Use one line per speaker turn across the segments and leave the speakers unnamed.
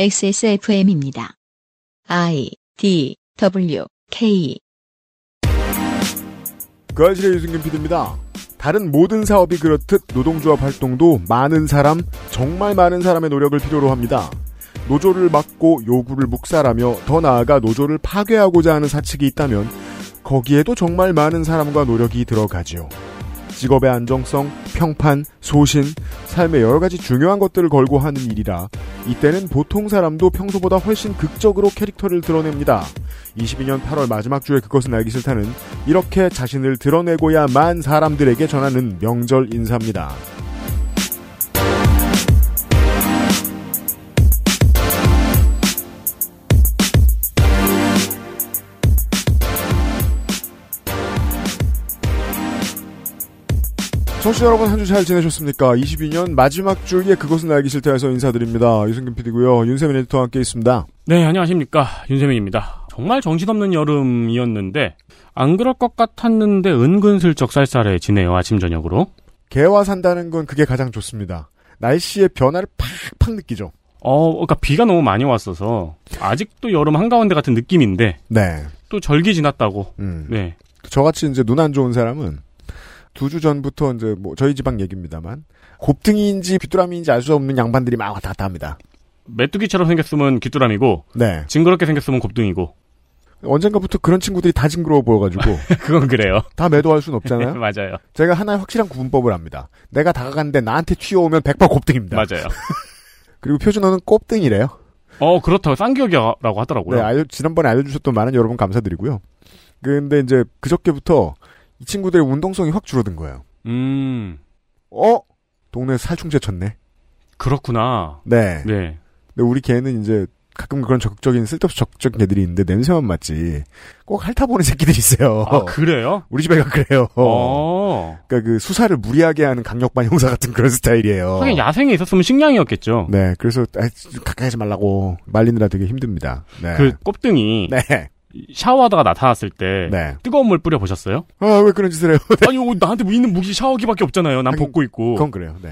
XSFM입니다. I D W K
그아실의 유승균 PD입니다. 다른 모든 사업이 그렇듯 노동조합 활동도 많은 사람, 정말 많은 사람의 노력을 필요로 합니다. 노조를 막고 요구를 묵살하며 더 나아가 노조를 파괴하고자 하는 사측이 있다면 거기에도 정말 많은 사람과 노력이 들어가지요. 직업의 안정성, 평판, 소신, 삶의 여러 가지 중요한 것들을 걸고 하는 일이라 이때는 보통 사람도 평소보다 훨씬 극적으로 캐릭터를 드러냅니다. 22년 8월 마지막 주에 그것은 알기 싫다는 이렇게 자신을 드러내고야만 사람들에게 전하는 명절 인사입니다. 청취자 여러분 한 주 잘 지내셨습니까? 22년 마지막 주에 그것은 알기 싫다에서 인사드립니다. 유승균 PD고요. 윤세민 에디터와 함께 있습니다.
네, 안녕하십니까. 윤세민입니다. 정말 정신없는 여름이었는데, 안 그럴 것 같았는데, 은근슬쩍 쌀쌀해지네요, 아침, 저녁으로.
개와 산다는 건 그게 가장 좋습니다. 날씨의 변화를 팍팍 느끼죠.
어, 그니까 비가 너무 많이 왔어서, 아직도 여름 한가운데 같은 느낌인데,
네.
또 절기 지났다고.
음.
네.
저같이 이제 눈 안 좋은 사람은 두 주 전부터 이제 뭐 저희 지방 얘기입니다만 곱등이인지 귀뚜라미인지 알 수 없는 양반들이 막 왔다 갔다 합니다.
메뚜기처럼 생겼으면 귀뚜라미고,
네.
징그럽게 생겼으면 곱등이고.
언젠가부터 그런 친구들이 다 징그러워 보여가지고
그건 그래요.
다 매도할 순
네,
없잖아요.
맞아요.
제가 하나의 확실한 구분법을 합니다. 내가 다가갔는데 나한테 튀어오면 백발 곱등입니다.
맞아요.
그리고 표준어는 꼽등이래요.
어, 그렇다고, 쌍기역이라고 하더라고요.
네, 알- 지난번에 알려주셨던 많은 여러분 감사드리고요. 근데 이제 그저께부터 이 친구들의 운동성이 확 줄어든 거예요.
음,
어? 동네에서 살충제 쳤네.
그렇구나.
네.
네.
근데 우리 개는 이제 가끔 그런 적극적인 쓸데없이 적극적인 애들이 있는데 냄새만 맡지. 꼭 핥아보는 새끼들이 있어요.
아, 그래요?
우리 집애가 그래요.
어.
그러니까 그 수사를 무리하게 하는 강력반 형사 같은 그런 스타일이에요.
하긴 야생에 있었으면 식량이었겠죠.
네, 그래서 아, 좀 가까이 하지 말라고 말리느라 되게 힘듭니다. 네.
그 꼽등이
네.
샤워하다가 나타났을 때
네.
뜨거운 물 뿌려 보셨어요?
아, 왜 그런 짓을 해요?
아니 어, 나한테 뭐 있는 무기 샤워기밖에 없잖아요. 난
하긴,
벗고 있고.
그건 그래요. 네.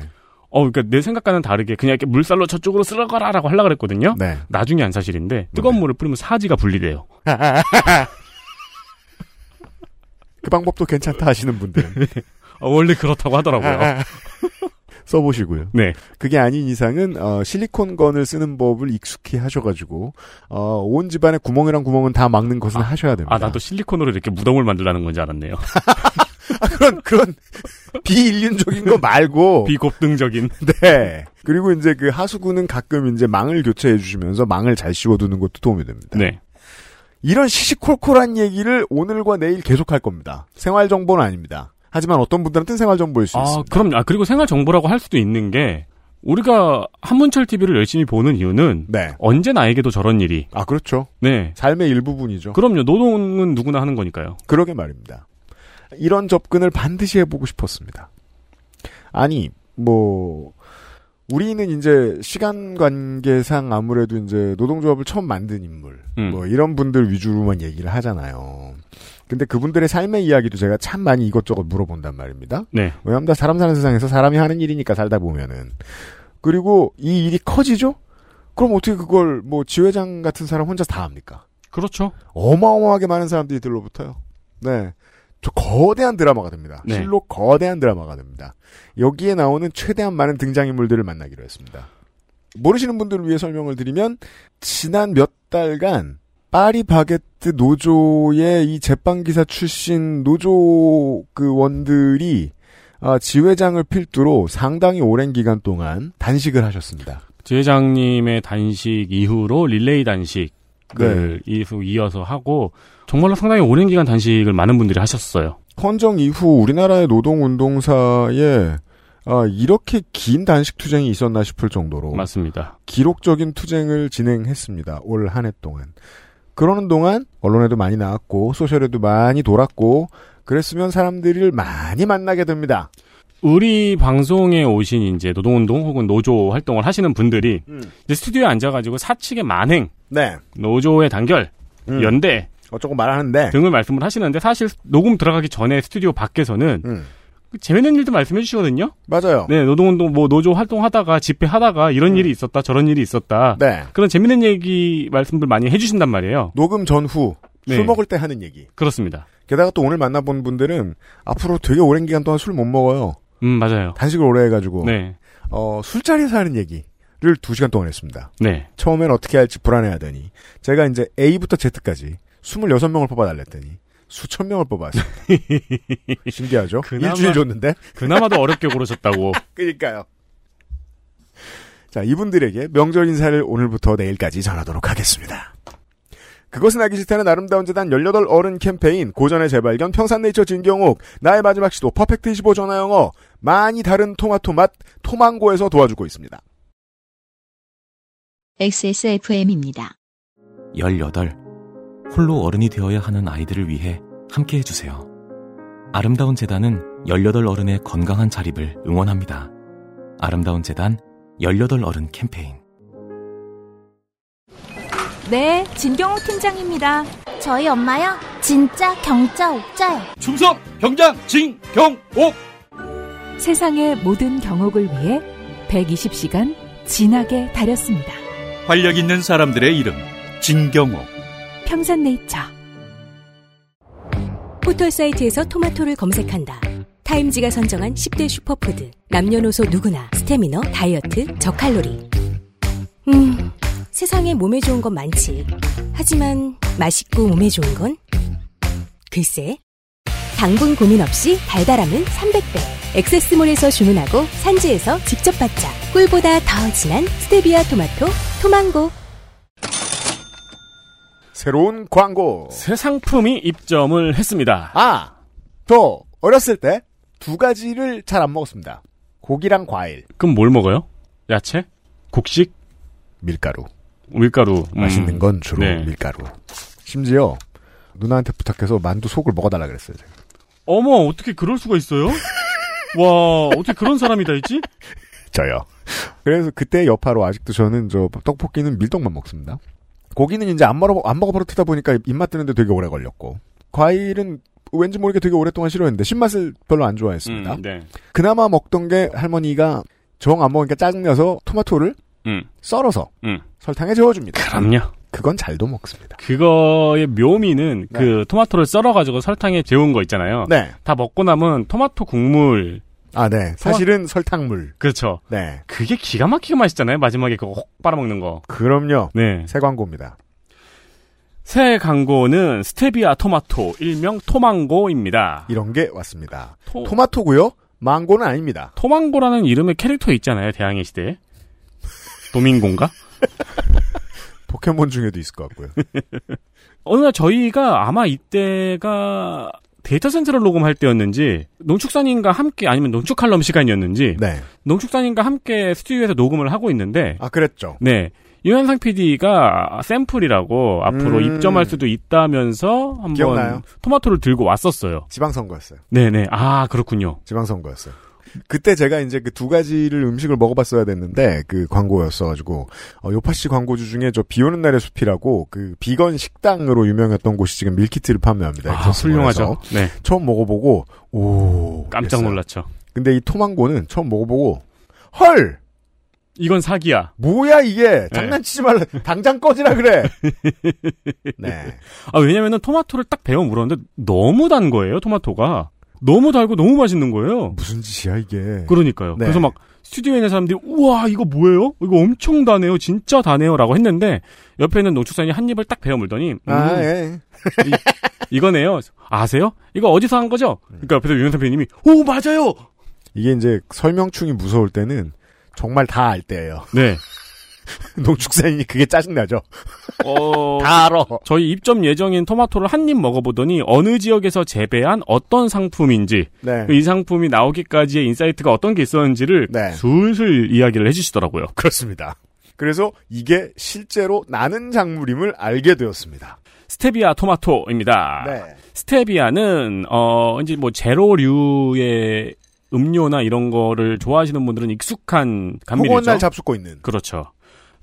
어, 그러니까 내 생각과는 다르게 그냥 이렇게 물살로 저쪽으로 쓸어가라라고 하려 그랬거든요.
네.
나중에 안 사실인데 뜨거운
네.
물을 뿌리면 사지가 분리돼요.
그 방법도 괜찮다 하시는 분들은
어, 원래 그렇다고
아,
하더라고요.
써보시고요.
네.
그게 아닌 이상은 어, 실리콘건을 쓰는 법을 익숙히 하셔가지고 어, 온 집안의 구멍이랑 구멍은 다 막는 것은 하셔야 됩니다.
아, 나도 실리콘으로 이렇게 무덤을 만들라는 건지 알았네요.
그런 그런 비인륜적인 거 말고
비곱등적인.
네. 그리고 이제 그 하수구는 가끔 이제 망을 교체해 주시면서 망을 잘 씌워두는 것도 도움이 됩니다.
네.
이런 시시콜콜한 얘기를 오늘과 내일 계속할 겁니다. 생활 정보는 아닙니다. 하지만 어떤 분들한테는 생활 정보일 수
아,
있습니다.
그럼 아 그리고 생활 정보라고 할 수도 있는 게 우리가 한문철 TV를 열심히 보는 이유는
네.
언제 나에게도 저런 일이.
아 그렇죠.
네.
삶의 일부분이죠.
그럼요. 노동은 누구나 하는 거니까요.
그러게 말입니다. 이런 접근을 반드시 해보고 싶었습니다. 아니, 뭐, 우리는 이제 시간 관계상 아무래도 이제 노동조합을 처음 만든 인물,
음.
뭐 이런 분들 위주로만 얘기를 하잖아요. 근데 그분들의 삶의 이야기도 제가 참 많이 이것저것 물어본단 말입니다.
네.
왜냐하면 다 사람 사는 세상에서 사람이 하는 일이니까 살다 보면은. 그리고 이 일이 커지죠? 그럼 어떻게 그걸 뭐 지회장 같은 사람 혼자 다 합니까?
그렇죠.
어마어마하게 많은 사람들이 들러붙어요. 네. 저 거대한 드라마가 됩니다.
네.
실로 거대한 드라마가 됩니다. 여기에 나오는 최대한 많은 등장인물들을 만나기로 했습니다. 모르시는 분들을 위해 설명을 드리면 지난 몇 달간 파리 바게트 노조의 이 제빵기사 출신 노조 그 원들이 아, 지회장을 필두로 상당히 오랜 기간 동안 단식을 하셨습니다.
지회장님의 단식 이후로 릴레이
네.
단식을 이후 이어서 하고 정말로 상당히 오랜 기간 단식을 많은 분들이 하셨어요.
헌정 이후 우리나라의 노동운동사에 아, 이렇게 긴 단식 투쟁이 있었나 싶을 정도로
맞습니다.
기록적인 투쟁을 진행했습니다. 올 한 해 동안. 그러는 동안 언론에도 많이 나왔고 소셜에도 많이 돌았고 그랬으면 사람들을 많이 만나게 됩니다.
우리 방송에 오신 이제 노동운동 혹은 노조 활동을 하시는 분들이 이제 스튜디오에 앉아가지고 사측의 만행,
네.
노조의 단결,
음.
연대
어쩌고 말하는데
등을 말씀을 하시는데 사실 녹음 들어가기 전에 스튜디오 밖에서는
음.
재밌는 일도 말씀해 주시거든요.
맞아요.
네, 노동운동 뭐 노조 활동하다가 집회하다가 이런 일이 있었다, 저런 일이 있었다.
음. 네.
그런 재밌는 얘기 말씀들 많이 해주신단 말이에요.
녹음 전후
네.
술 먹을 때 하는 얘기.
그렇습니다.
게다가 또 오늘 만나본 분들은 앞으로 되게 오랜 기간 동안 술 못 먹어요.
음 맞아요.
단식을 오래 해가지고
네,
어, 술자리에서 하는 얘기를 두 시간 동안 했습니다.
네,
처음엔 어떻게 할지 불안해하더니 제가 이제 A부터 Z까지 26명을 뽑아달랬더니 수천 명을 뽑았어요. 신기하죠?
그나마-
일주일 줬는데.
그나마도 어렵게 고르셨다고.
그니까요. 자, 이분들에게 명절 인사를 오늘부터 내일까지 전하도록 하겠습니다. 그것은 알기 싫다는 아름다운 재단 18 어른 캠페인, 고전의 재발견, 평산네이처 진경옥, 나의 마지막 시도, 퍼펙트25 전화영어, 많이 다른 토마토 맛, 토망고에서 도와주고 있습니다.
XSFM입니다.
18. 홀로 어른이 되어야 하는 아이들을 위해 함께 해주세요. 아름다운 재단은 18 어른의 건강한 자립을 응원합니다. 아름다운 재단 18 어른 캠페인.
네, 진경호 팀장입니다.
저희 엄마요? 진짜 경자 옥자요.
충성 병장 진경옥
세상의 모든 경옥을 위해 120시간 진하게 다렸습니다.
활력 있는 사람들의 이름 진경옥
평산네이처.
포털 사이트에서 토마토를 검색한다. 타임지가 선정한 10대 슈퍼푸드. 남녀노소 누구나 스테미너, 다이어트, 저칼로리. 음, 세상에 몸에 좋은 건 많지. 하지만 맛있고 몸에 좋은 건? 글쎄. 당분 고민 없이 달달함은 300배. 액세스몰에서 주문하고 산지에서 직접 받자. 꿀보다 더 진한 스테비아 토마토, 토망고.
새로운 광고.
새 상품이 입점을 했습니다.
아! 저, 어렸을 때 두 가지를 잘 안 먹었습니다. 고기랑 과일,
그럼 뭘 먹어요? 야채, 곡식,
밀가루.
밀가루. 음.
맛있는 건 주로
네.
밀가루. 심지어 누나한테 부탁해서 만두 속을 먹어달라 그랬어요. 제가.
어머, 어떻게 그럴 수가 있어요? 와, 어떻게 그런 사람이 다 있지?
저요. 그래서 그때 여파로 아직도 저는 저 떡볶이는 밀떡만 먹습니다. 고기는 이제 안 먹어 안 먹어버릇하다 보니까 입맛 드는데 되게 오래 걸렸고 과일은 왠지 모르게 되게 오랫동안 싫어했는데 신맛을 별로 안 좋아했습니다.
음, 네.
그나마 먹던 게 할머니가 정 안 먹으니까 짜증나서 토마토를
음.
썰어서
음.
설탕에 재워줍니다.
그럼요.
그건 잘도 먹습니다.
그거의 묘미는
네.
그 토마토를 썰어가지고 설탕에 재운 거 있잖아요.
네,
다 먹고 남은 토마토 국물.
아
어.
네, 사실은 설탕물.
그렇죠.
네,
그게 기가 막히게 맛있잖아요. 마지막에 그거 혹 빨아먹는 거.
그럼요.
네.
새 광고입니다.
새 광고는 스테비아 토마토, 일명 토망고입니다.
이런 게 왔습니다.
토,
예, 토마토고요. 망고는 아닙니다.
망고라는 이름의 캐릭터 있잖아요. 대항해 시대에. 도민고인가?
포켓몬 중에도 있을 것 같고요.
어느 날 저희가 아마 이때가 데이터 센트럴 녹음할 때였는지 농축산인과 함께 아니면 농축칼럼 시간이었는지
네.
농축산인과 함께 스튜디오에서 녹음을 하고 있는데
아 그랬죠.
네 유현상 PD가 샘플이라고 앞으로
음.
입점할 수도 있다면서 한번
기억나요?
토마토를 들고 왔었어요.
지방선거였어요.
네네 아 그렇군요.
지방선거였어요. 그때 제가 이제 그 두 가지를 음식을 먹어봤어야 됐는데 그 광고였어가지고 어, 요파씨 광고주 중에 저 비오는 날의 숲이라고 그 비건 식당으로 유명했던 곳이 지금 밀키트를 판매합니다.
아 훌륭하죠.
엑세스몰에서.
네
처음 먹어보고 오
깜짝
그랬어요.
놀랐죠.
근데 이 토망고는 처음 먹어보고 헐
이건 사기야.
뭐야 이게 장난치지 말라
네.
당장 꺼지라 그래. 네.
아, 왜냐면은 토마토를 딱 베어 물었는데 너무 단 거예요, 토마토가. 너무 달고 너무 맛있는 거예요.
무슨 짓이야 이게.
그러니까요.
네.
그래서 막 스튜디오에 있는 사람들이 우와, 이거 뭐예요? 이거 엄청 다네요. 진짜 다네요라고 했는데 옆에 있는 농축산이 한 입을 딱 베어 물더니 음,
아, 예.
이거네요. 아세요? 이거 어디서 한 거죠? 그러니까 옆에서 유현상 PD님이 오, 맞아요.
이게 이제 설명충이 무서울 때는 정말 다 알 때예요.
네.
농축산인이 그게 짜증나죠.
어,
다 알아.
저희 입점 예정인 토마토를 한 입 먹어보더니 어느 지역에서 재배한 어떤 상품인지
네.
그 이 상품이 나오기까지의 인사이트가 어떤 게 있었는지를
네.
술술 이야기를 해주시더라고요.
그렇습니다. 그래서 이게 실제로 나는 작물임을 알게 되었습니다.
스테비아 토마토입니다.
네.
스테비아는 어 이제 뭐 제로류의 음료나 이런 거를 좋아하시는 분들은 익숙한
홍원날
감밀이죠.
잡숫고 있는.
그렇죠.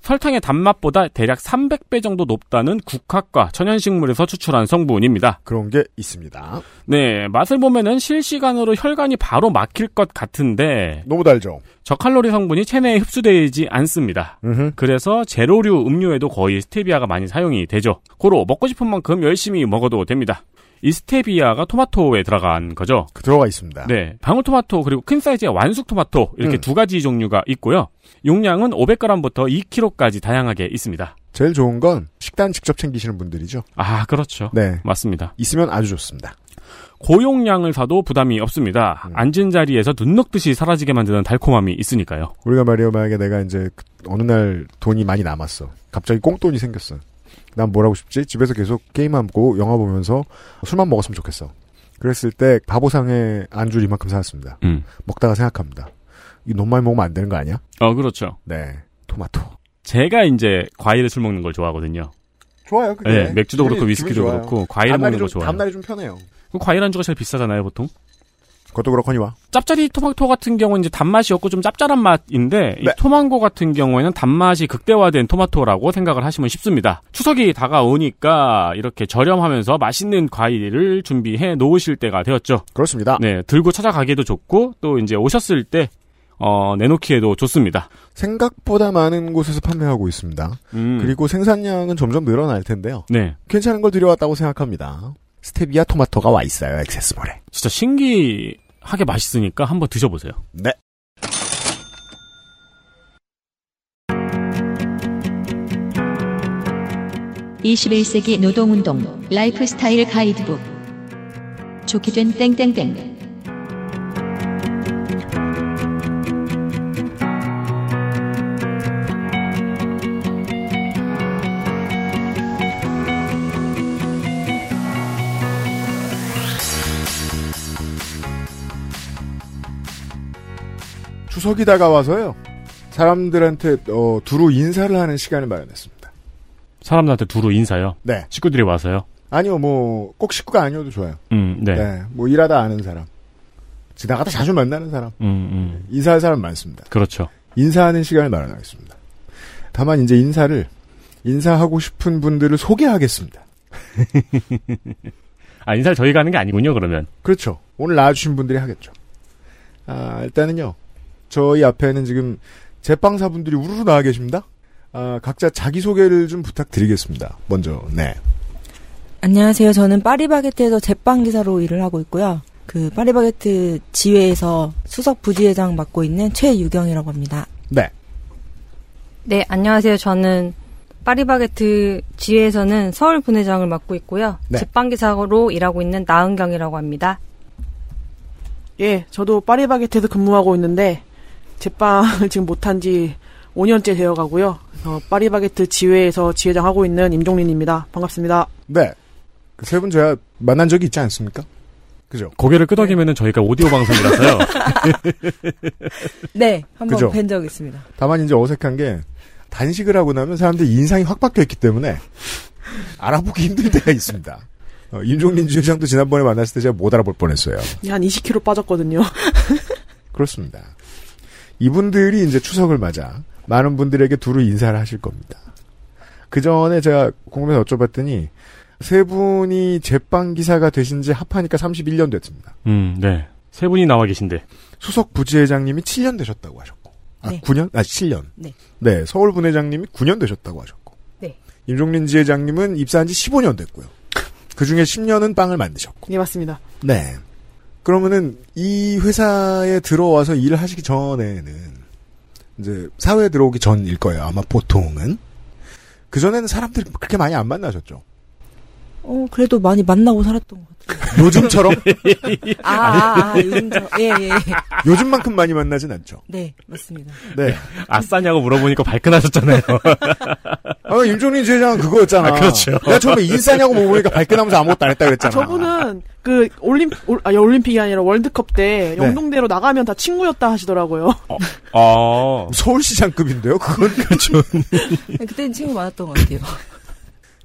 설탕의 단맛보다 대략 300배 정도 높다는 국화과 천연식물에서 추출한 성분입니다.
그런 게 있습니다.
네, 맛을 보면은 실시간으로 혈관이 바로 막힐 것 같은데
너무 달죠?
저칼로리 성분이 체내에 흡수되지 않습니다.
음흠.
그래서 제로류 음료에도 거의 스테비아가 많이 사용이 되죠. 고로 먹고 싶은 만큼 열심히 먹어도 됩니다. 이 스테비아가 토마토에 들어간 거죠.
그 들어가 있습니다.
네, 방울토마토 그리고 큰 사이즈의 완숙토마토 이렇게
음.
두 가지 종류가 있고요. 용량은 500g부터 2kg까지 다양하게 있습니다.
제일 좋은 건 식단 직접 챙기시는 분들이죠.
아, 그렇죠.
네.
맞습니다.
있으면 아주 좋습니다.
고용량을 사도 부담이 없습니다.
음.
앉은 자리에서 눈 녹듯이 사라지게 만드는 달콤함이 있으니까요.
우리가 말이야 만약에 내가 이제 그- 어느 날 돈이 많이 남았어. 갑자기 꽁돈이 생겼어. 난 뭘 하고 싶지? 집에서 계속 게임하고 영화 보면서 술만 먹었으면 좋겠어. 그랬을 때 바보상에 안주를 이만큼 사왔습니다.
음.
먹다가 생각합니다. 이 너무 많이 먹으면 안 되는 거 아니야?
어, 그렇죠.
네. 토마토.
제가 이제 과일을 술 먹는 걸 좋아하거든요.
좋아요, 그게. 음,
네, 맥주도 그렇고 위스키도 그렇고 과일
다음날이
먹는 거
좀-
좋아요.
다음날이 좀 편해요.
그 과일 안주가 제일 비싸잖아요, 보통.
그것도 그렇거니와.
짭짜리 토마토 같은 경우는 이제 단맛이 없고 좀 짭짤한 맛인데 이
네.
토망고 같은 경우에는 단맛이 극대화된 토마토라고 생각을 하시면 쉽습니다. 추석이 다가오니까 이렇게 저렴하면서 맛있는 과일을 준비해 놓으실 때가 되었죠.
그렇습니다.
네, 들고 찾아가기도 좋고 또 이제 오셨을 때 어, 내놓기에도 좋습니다.
생각보다 많은 곳에서 판매하고 있습니다.
음,
그리고 생산량은 점점 늘어날 텐데요.
네,
괜찮은 걸 들여왔다고 생각합니다. 스테비아 토마토가 와 있어요, 액세스몰에.
진짜 신기하게 맛있으니까 한번 드셔보세요.
네.
이십일 세기 노동운동 라이프스타일 가이드북 좋게 된 땡땡땡
추석이 다가와서요. 사람들한테 어, 두루 인사를 하는 시간을 마련했습니다.
사람들한테 두루 인사요.
네.
식구들이 와서요.
아니요, 뭐 꼭 식구가 아니어도 좋아요.
음, 네.
네. 뭐 일하다 아는 사람, 지나가다 자주 만나는 사람,
음, 음.
인사할 사람 많습니다.
그렇죠.
인사하는 시간을 마련하겠습니다. 다만 이제 인사를 인사하고 싶은 분들을 소개하겠습니다.
아, 인사를 저희가 하는 게 아니군요, 그러면.
그렇죠. 오늘 나와주신 분들이 하겠죠. 아, 일단은요. 저희 앞에는 지금 제빵사분들이 우르르 나와 계십니다. 아, 각자 자기소개를 좀 부탁드리겠습니다. 먼저, 네.
안녕하세요. 저는 파리바게트에서 제빵 기사로 일을 하고 있고요. 그 파리바게트 지회에서 수석 부지회장 맡고 있는 최유경이라고 합니다.
네.
네, 안녕하세요. 저는 파리바게트 지회에서는 서울 분회장을 맡고 있고요.
네.
제빵기사로 일하고 있는 나은경이라고 합니다.
예, 저도 파리바게트에서 근무하고 있는데 제빵을 지금 못한 지 5년째 되어 가고요. 그래서 파리바게트 지회에서 지회장 하고 있는 임종린입니다. 반갑습니다.
네. 세 분 제가 만난 적이 있지 않습니까? 그죠?
고개를 끄덕이면은 저희가 오디오 방송이라서요.
네, 한번
그죠?
뵌 적 있습니다.
다만 이제 어색한 게 단식을 하고 나면 사람들이 인상이 확 바뀌어 있기 때문에 알아보기 힘든 때가 있습니다. 어, 임종민 주회장도 지난번에 만났을 때 제가 못 알아볼 뻔했어요.
한 20kg 빠졌거든요.
그렇습니다. 이분들이 이제 추석을 맞아 많은 분들에게 두루 인사를 하실 겁니다. 그 전에 제가 궁금해서 여쭤봤더니 세 분이 제빵 기사가 되신 지 합하니까 31년 됐습니다.
음, 네. 세 분이 나와 계신데.
수석 부지회장님이 7년 되셨다고 하셨고. 아,
네.
9년? 아, 7년.
네.
서울 분회장님이 9년 되셨다고 하셨고.
네.
임종린 지회장님은 입사한 지 15년 됐고요. 그 중에 10년은 빵을 만드셨고.
예, 맞습니다.
네. 그러면은 이 회사에 들어와서 일을 하시기 전에는 이제 사회에 들어오기 전일 거예요. 아마 보통은 그 전에는 사람들이 그렇게 많이 안 만나셨죠.
어, 그래도 많이 만나고 살았던 것 같아요.
요즘처럼
아, 아, 아, 요즘 저, 예, 예.
요즘만큼 많이 만나진 않죠.
네, 맞습니다.
네.
아싸냐고 물어보니까 발끈하셨잖아요.
아, 임종민 지회장은 그거였잖아.
아, 그렇죠.
내가 처음에 인싸냐고 물어보니까 발끈하면서 아무것도 안 했다 그랬잖아.
저분은 그 올림 올, 아, 올림픽이 아니라 월드컵 때
네.
영동대로 나가면 다 친구였다 하시더라고요.
어.
서울시장급인데요. 그건 그렇죠.
그때는 친구 많았던 것 같아요.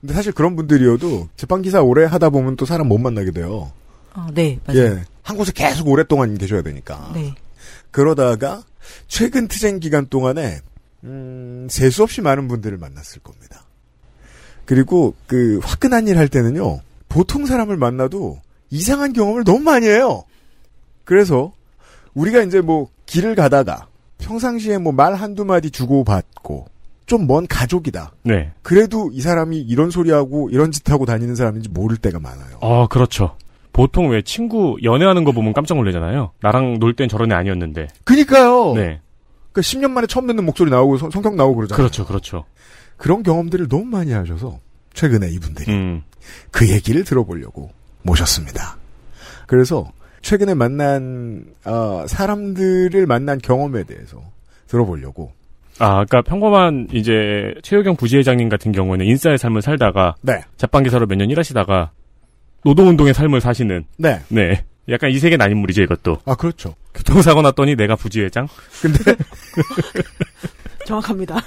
근데 사실 그런 분들이어도 제빵 기사 오래 하다 보면 또 사람 못 만나게 돼요.
아, 네, 맞아요.
예. 한 곳에 계속 오랫동안 계셔야 되니까.
네.
그러다가 최근 투쟁 기간 동안에 음, 재수 없이 많은 분들을 만났을 겁니다. 그리고 그 화끈한 일 할 때는요, 보통 사람을 만나도 이상한 경험을 너무 많이 해요. 그래서 우리가 이제 뭐 길을 가다가 평상시에 뭐 말 한두 마디 주고받고 좀 먼 가족이다.
네.
그래도 이 사람이 이런 소리하고 이런 짓 하고 다니는 사람인지 모를 때가 많아요.
아, 그렇죠. 보통 왜 친구 연애하는 거 보면 깜짝 놀라잖아요. 나랑 놀 땐 저런 애 아니었는데.
그니까요.
네.
그러니까 10년 만에 처음 듣는 목소리 나오고 성- 성격 나오고 그러잖아요.
그렇죠, 그렇죠.
그런 경험들을 너무 많이 하셔서 최근에 이분들이
음.
그 얘기를 들어보려고 모셨습니다. 그래서 최근에 만난 아, 사람들을 만난 경험에 대해서 들어보려고
아, 아까 평범한 이제 최유경 부지회장님 같은 경우는 인싸의 삶을 살다가
네.
자판기사로 몇 년 일하시다가 노동운동의 삶을 사시는
네.
네. 약간 이세계 난인물이죠, 이것도.
아 그렇죠.
교통사고 났더니 내가 부지회장?
정확합니다.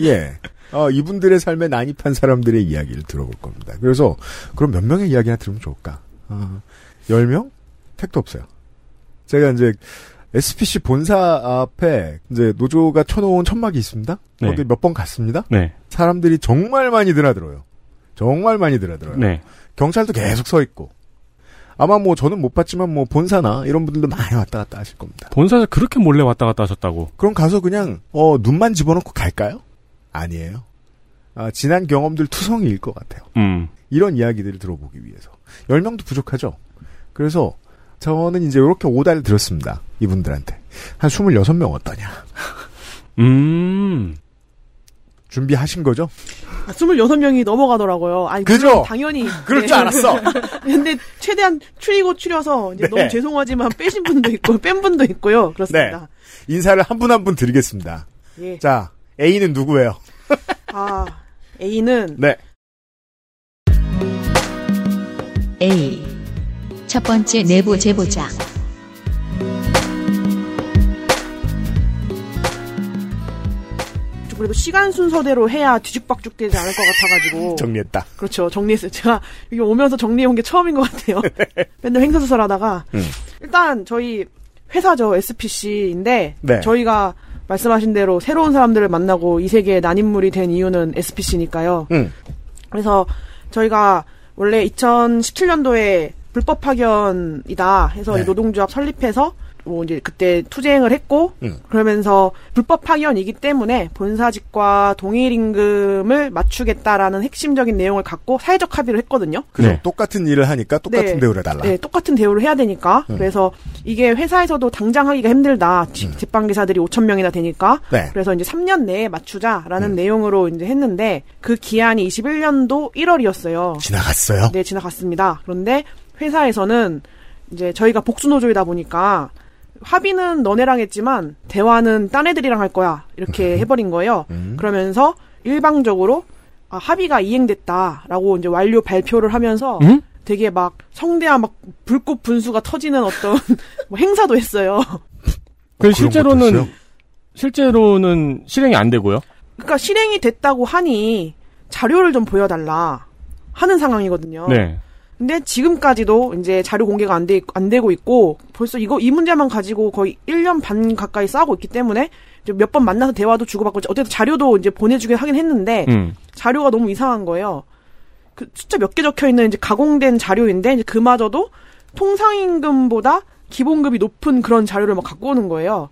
예. 어, 이분들의 삶에 난입한 사람들의 이야기를 들어볼 겁니다. 그래서 그럼 몇 명의 이야기나 들으면 좋을까? 아, 10명? 택도 없어요. 제가 이제 SPC 본사 앞에 이제 노조가 쳐놓은 천막이 있습니다.
네.
거기 몇 번 갔습니다.
네.
사람들이 정말 많이 드나들어요. 정말 많이 드나들어요.
네.
경찰도 계속 서 있고. 아마 뭐 저는 못 봤지만 뭐 본사나 이런 분들도 많이 왔다 갔다 하실 겁니다.
본사에서 그렇게 몰래 왔다 갔다 하셨다고.
그럼 가서 그냥 어 눈만 집어넣고 갈까요? 아니에요. 아, 지난 경험들 투성이일 것 같아요.
음.
이런 이야기들을 들어보기 위해서 10명도 부족하죠. 그래서 저는 이제 이렇게 오다를 들었습니다. 이분들한테 한 26명 어떠냐.
음.
준비하신 거죠?
아, 26명이 넘어가더라고요. 아니,
그죠?
물론 당연히. 예.
그럴 줄 알았어.
근데 최대한 추리고 추려서 이제
네.
너무 죄송하지만 빼신 분도 있고 뺀 분도 있고요. 그렇습니다.
인사를 한 분 한 분 드리겠습니다.
예.
자, A는 누구예요?
아, A는
네.
A. 첫 번째 내부 제보자.
그래도 시간 순서대로 해야 뒤죽박죽 되지 않을 것 같아가지고.
정리했다.
그렇죠. 정리했어요. 제가 여기 오면서 정리해온 게 처음인 것 같아요. 맨날 횡설수설 하다가.
음.
일단 저희 회사죠. SPC인데.
네.
저희가 말씀하신 대로 새로운 사람들을 만나고 이 세계에 난인물이 된 이유는 SPC니까요.
응.
그래서 저희가 원래 2017년도에 불법 파견이다 해서
네.
이 노동조합 설립해서 뭐 이제 그때 투쟁을 했고
응.
그러면서 불법 파견이기 때문에 본사직과 동일 임금을 맞추겠다라는 핵심적인 내용을 갖고 사회적 합의를 했거든요.
그죠?
네.
똑같은 일을 하니까 똑같은
네.
대우를 해달라.
네, 똑같은 대우를 해야 되니까.
음.
그래서 이게 회사에서도 당장 하기가 힘들다. 지- 제빵기사들이 5천 명이나 되니까.
네.
그래서 이제 3년 내에
음.
맞추자라는 내용으로 이제 했는데 그 기한이 21년도 1월이었어요.
지나갔어요?
네, 지나갔습니다. 그런데 회사에서는 이제 저희가 복수노조이다 보니까 합의는 너네랑 했지만 대화는 딴 애들이랑 할 거야. 이렇게 해버린 거예요. 그러면서 일방적으로 아, 합의가 이행됐다라고 이제 완료 발표를 하면서
응?
되게 막 성대한 막 불꽃 분수가 터지는 어떤 뭐 행사도 했어요.
그 실제로는 실제로는 실행이 안 되고요.
그러니까 실행이 됐다고 하니 자료를 좀 보여달라 하는 상황이거든요.
네.
근데 지금까지도 이제 자료 공개가 안, 돼, 안 되고 있고 벌써 이거 이 문제만 가지고 거의 1년 반 가까이 싸우고 있기 때문에 몇 번 만나서 대화도 주고받고 어쨌든 자료도 이제 보내주긴 하긴 했는데
음.
자료가 너무 이상한 거예요. 그 숫자 몇 개 적혀 있는 이제 가공된 자료인데 이제 그마저도 통상임금보다 기본급이 높은 그런 자료를 막 갖고 오는 거예요.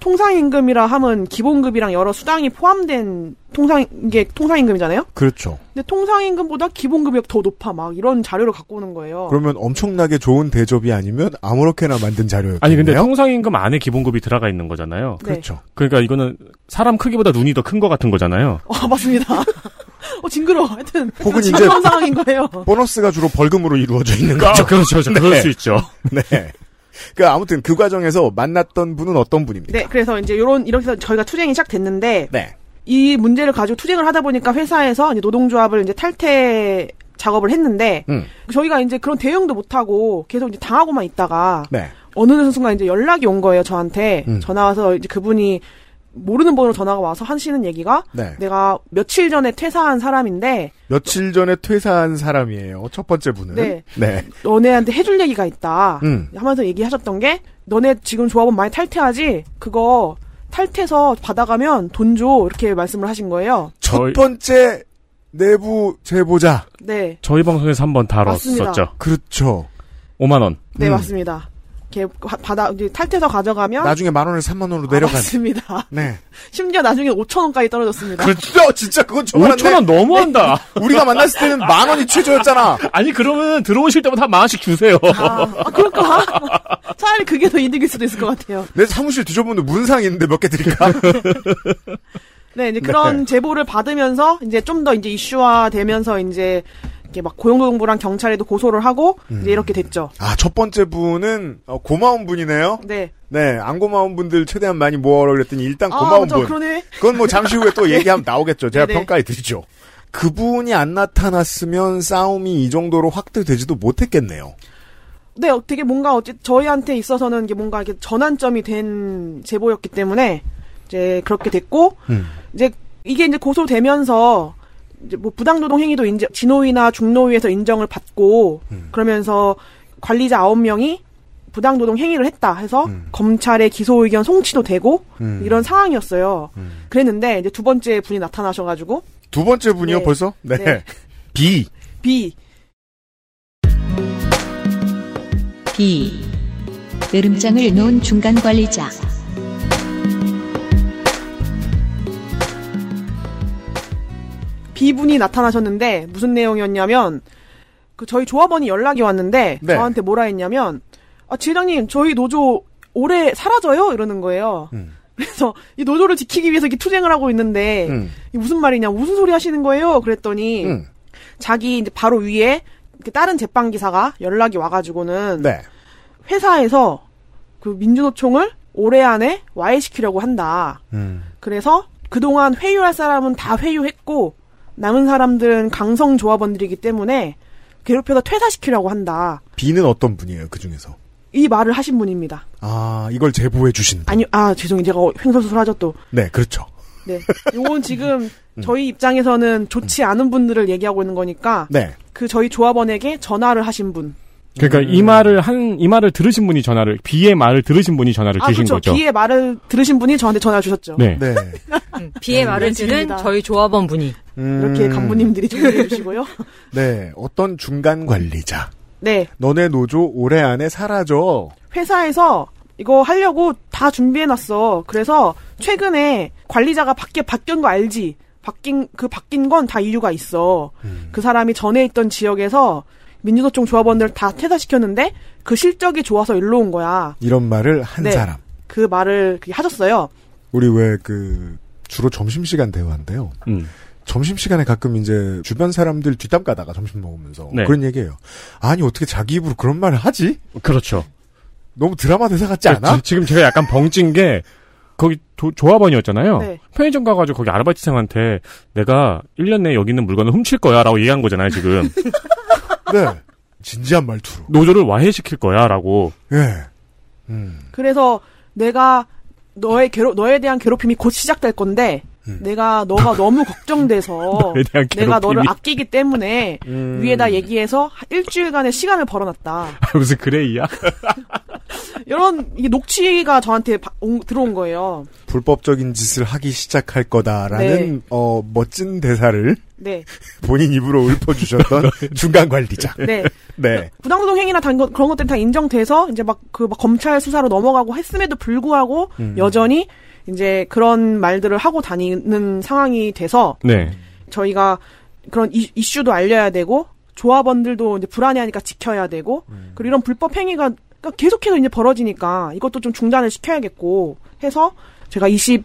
통상임금이라 함은 기본급이랑 여러 수당이 포함된 통상 이게 통상임금이잖아요.
그렇죠.
근데 통상임금보다 기본급이 더 높아 막 이런 자료를 갖고 오는 거예요.
그러면 엄청나게 좋은 대접이 아니면 아무렇게나 만든 자료였겠네요.
아니 근데 통상임금 안에 기본급이 들어가 있는 거잖아요.
네. 그렇죠.
그러니까 이거는 사람 크기보다 눈이 더 큰 것 같은 거잖아요.
아 맞습니다. 어 징그러. 워 하여튼
혹은 이제-
징그러운 상황인 거예요.
보너스가 주로 벌금으로 이루어져 있는 거죠.
아, 그렇죠. 그럴 수 있죠.
네. 그 아무튼 그 과정에서 만났던 분은 어떤 분입니까?
네, 그래서 이제 요런 이렇게 해서 저희가 투쟁이 시작됐는데
네.
이 문제를 가지고 투쟁을 하다 보니까 회사에서 이제 노동조합을 이제 탈퇴 작업을 했는데
음.
저희가 이제 그런 대응도 못 하고 계속 이제 당하고만 있다가
네.
어느 순간 이제 연락이 온 거예요 저한테
음.
전화 와서 이제 그분이 모르는 번호로 전화가 와서 하시는 얘기가
네.
내가 며칠 전에 퇴사한 사람인데
며칠 전에 퇴사한 사람이에요. 첫 번째 분은.
네.
네.
너네한테 해줄 얘기가 있다
음.
하면서 얘기하셨던 게 너네 지금 조합원 많이 탈퇴하지 그거 탈퇴해서 받아가면 돈 줘. 이렇게 말씀을 하신 거예요.
첫 번째 내부 제보자.
네.
저희 방송에서 한번 다뤘었죠.
맞습니다.
그렇죠.
5만 원.
네, 맞습니다. 이렇게 바- 받아, 이제 탈퇴해서 가져가면.
음. 나중에 만 원을 3만 원으로 내려간.
아, 맞습니다.
네.
심지어 나중에 5천원까지 떨어졌습니다.
그렇죠. 진짜 그건 정말
5천 원 너무한다.
우리가 만났을 때는 만 원이 최저였잖아.
아니 그러면 들어오실 때마다 한 만 원씩 주세요.
아, 차라리 그게 더 이득일 수도 있을 것 같아요.
내 사무실 뒤져보는데 문상 있는데 몇 개 드릴까?
네, 이제 그런
네.
제보를 받으면서 이제 좀 더 이제 이슈화 되면서 이제 이렇게 막 고용노동부랑 경찰에도 고소를 하고 이제 이렇게 됐죠.
아, 첫 번째 분은 어, 고마운 분이네요.
네.
네, 안 고마운 분들 최대한 많이 모아오려고 했더니 일단
아,
고마운
맞아.
분.
그러네.
건뭐 잠시 후에 또 얘기하면 나오겠죠. 제가
네네.
평가해 드리죠. 그분이 안 나타났으면 싸움이 이 정도로 확대되지도 못했겠네요.
네, 어, 되게 뭔가 어째 저희한테 있어서는 이게 뭔가 이게 전환점이 된 제보였기 때문에 이제 그렇게 됐고
음.
음.
이제 이게 이제 고소되면서 이제 뭐 부당노동 행위도 이제 진호위나 중노위에서 인정을 받고 그러면서 관리자 9명이 부당노동 행위를 했다 해서 검찰의 기소 의견 송치도 되고
음.
이런 상황이었어요. 그랬는데 이제 두 번째 분이 나타나셔가지고
두 번째 분이요,
네.
벌써? 네.
네.
B.
B
B. 으름장을 놓은 중간 관리자.
비분이 나타나셨는데 무슨 내용이었냐면 그 저희 조합원이 연락이 왔는데
네.
저한테 뭐라 했냐면 아 지회장님 저희 노조 올해 사라져요 이러는 거예요.
음.
그래서 이 노조를 지키기 위해서 이렇게 투쟁을 하고 있는데
음.
이게 무슨 말이냐 무슨 소리 하시는 거예요? 그랬더니
음.
자기 이제 바로 위에 그 다른 제빵 기사가 연락이 와가지고는
네.
회사에서 그 민주노총을 올해 안에 와해시키려고 한다.
음.
그래서 그동안 회유할 사람은 다 회유했고 남은 사람들은 강성 조합원들이기 때문에 괴롭혀서 퇴사시키려고 한다.
B는 어떤 분이에요, 그 중에서?
이 말을 하신 분입니다.
아, 이걸 제보해 주신 분.
아니, 아, 죄송해요. 제가 횡설수설하죠, 또.
네, 그렇죠.
네. 요건 지금
음.
저희 입장에서는 좋지 않은 분들을 얘기하고 있는 거니까
네.
그 저희 조합원에게 전화를 하신 분.
그러니까
음.
이 말을 한 이 말을 들으신 분이 전화를 B의 말을 들으신 분이 전화를
아,
주신
그렇죠.
거죠.
B의 말을 들으신 분이 저한테 전화를 주셨죠.
네.
네.
비의
네,
말을 들은
그렇습니다.
저희 조합원 분이
이렇게 간부님들이 준비해 주시고요.
음. 네, 어떤 중간 관리자.
네.
너네 노조 올해 안에 사라져.
회사에서 이거 하려고 다 준비해놨어. 그래서 최근에 관리자가 밖에 바뀐 거 알지? 바뀐 그 바뀐 건 다 이유가 있어.
음.
그 사람이 전에 있던 지역에서 민주노총 조합원들 다 퇴사시켰는데 그 실적이 좋아서 일로 온 거야.
이런 말을 한
네.
사람.
그 말을 그게 하셨어요.
우리 왜 그 주로 점심시간 대화인데요.
음.
점심시간에 가끔 이제 주변 사람들 뒷담 가다가 점심 먹으면서
네.
그런 얘기예요. 아니 어떻게 자기 입으로 그런 말을 하지?
그렇죠.
너무 드라마 대사 같지 않아?
네,
지- 지금 제가 약간 벙찐 게 거기 조, 합원이었잖아요
네.
편의점 가가지고 거기 아르바이트생한테 내가 1년 내에 여기 있는 물건을 훔칠 거야라고 얘기한 거잖아요. 지금
네. 진지한 말투로.
노조를 와해시킬 거야라고.
예. 음.
그래서 내가 너의 괴롭 너에 대한 괴롭힘이 곧 시작될 건데 내가 너가 너무 걱정돼서
음. 너에 대한
내가
괴롭힘이.
너를
음.
아끼기 때문에 위에다 얘기해서 일주일간의 시간을 벌어놨다.
아, 무슨 그레이야?
이런 이게 녹취가 저한테 바- 온- 들어온 거예요.
불법적인 짓을 하기 시작할 거다라는
네.
어, 멋진 대사를
네,
본인 입으로 읊어주셨던 중간 관리자.
네.
네.
부당노동 행위나 단 거- 그런 것들이 다 인정돼서 이제 막 그 막 검찰 수사로 넘어가고 했음에도 불구하고 여전히 이제 그런 말들을 하고 다니는 상황이 돼서
네.
저희가 그런 이, 이슈도 알려야 되고 조합원들도 이제 불안해하니까 지켜야 되고
음.
그리고 이런 불법 행위가 그러니까 계속해서 이제 벌어지니까 이것도 좀 중단을 시켜야겠고 해서 제가 20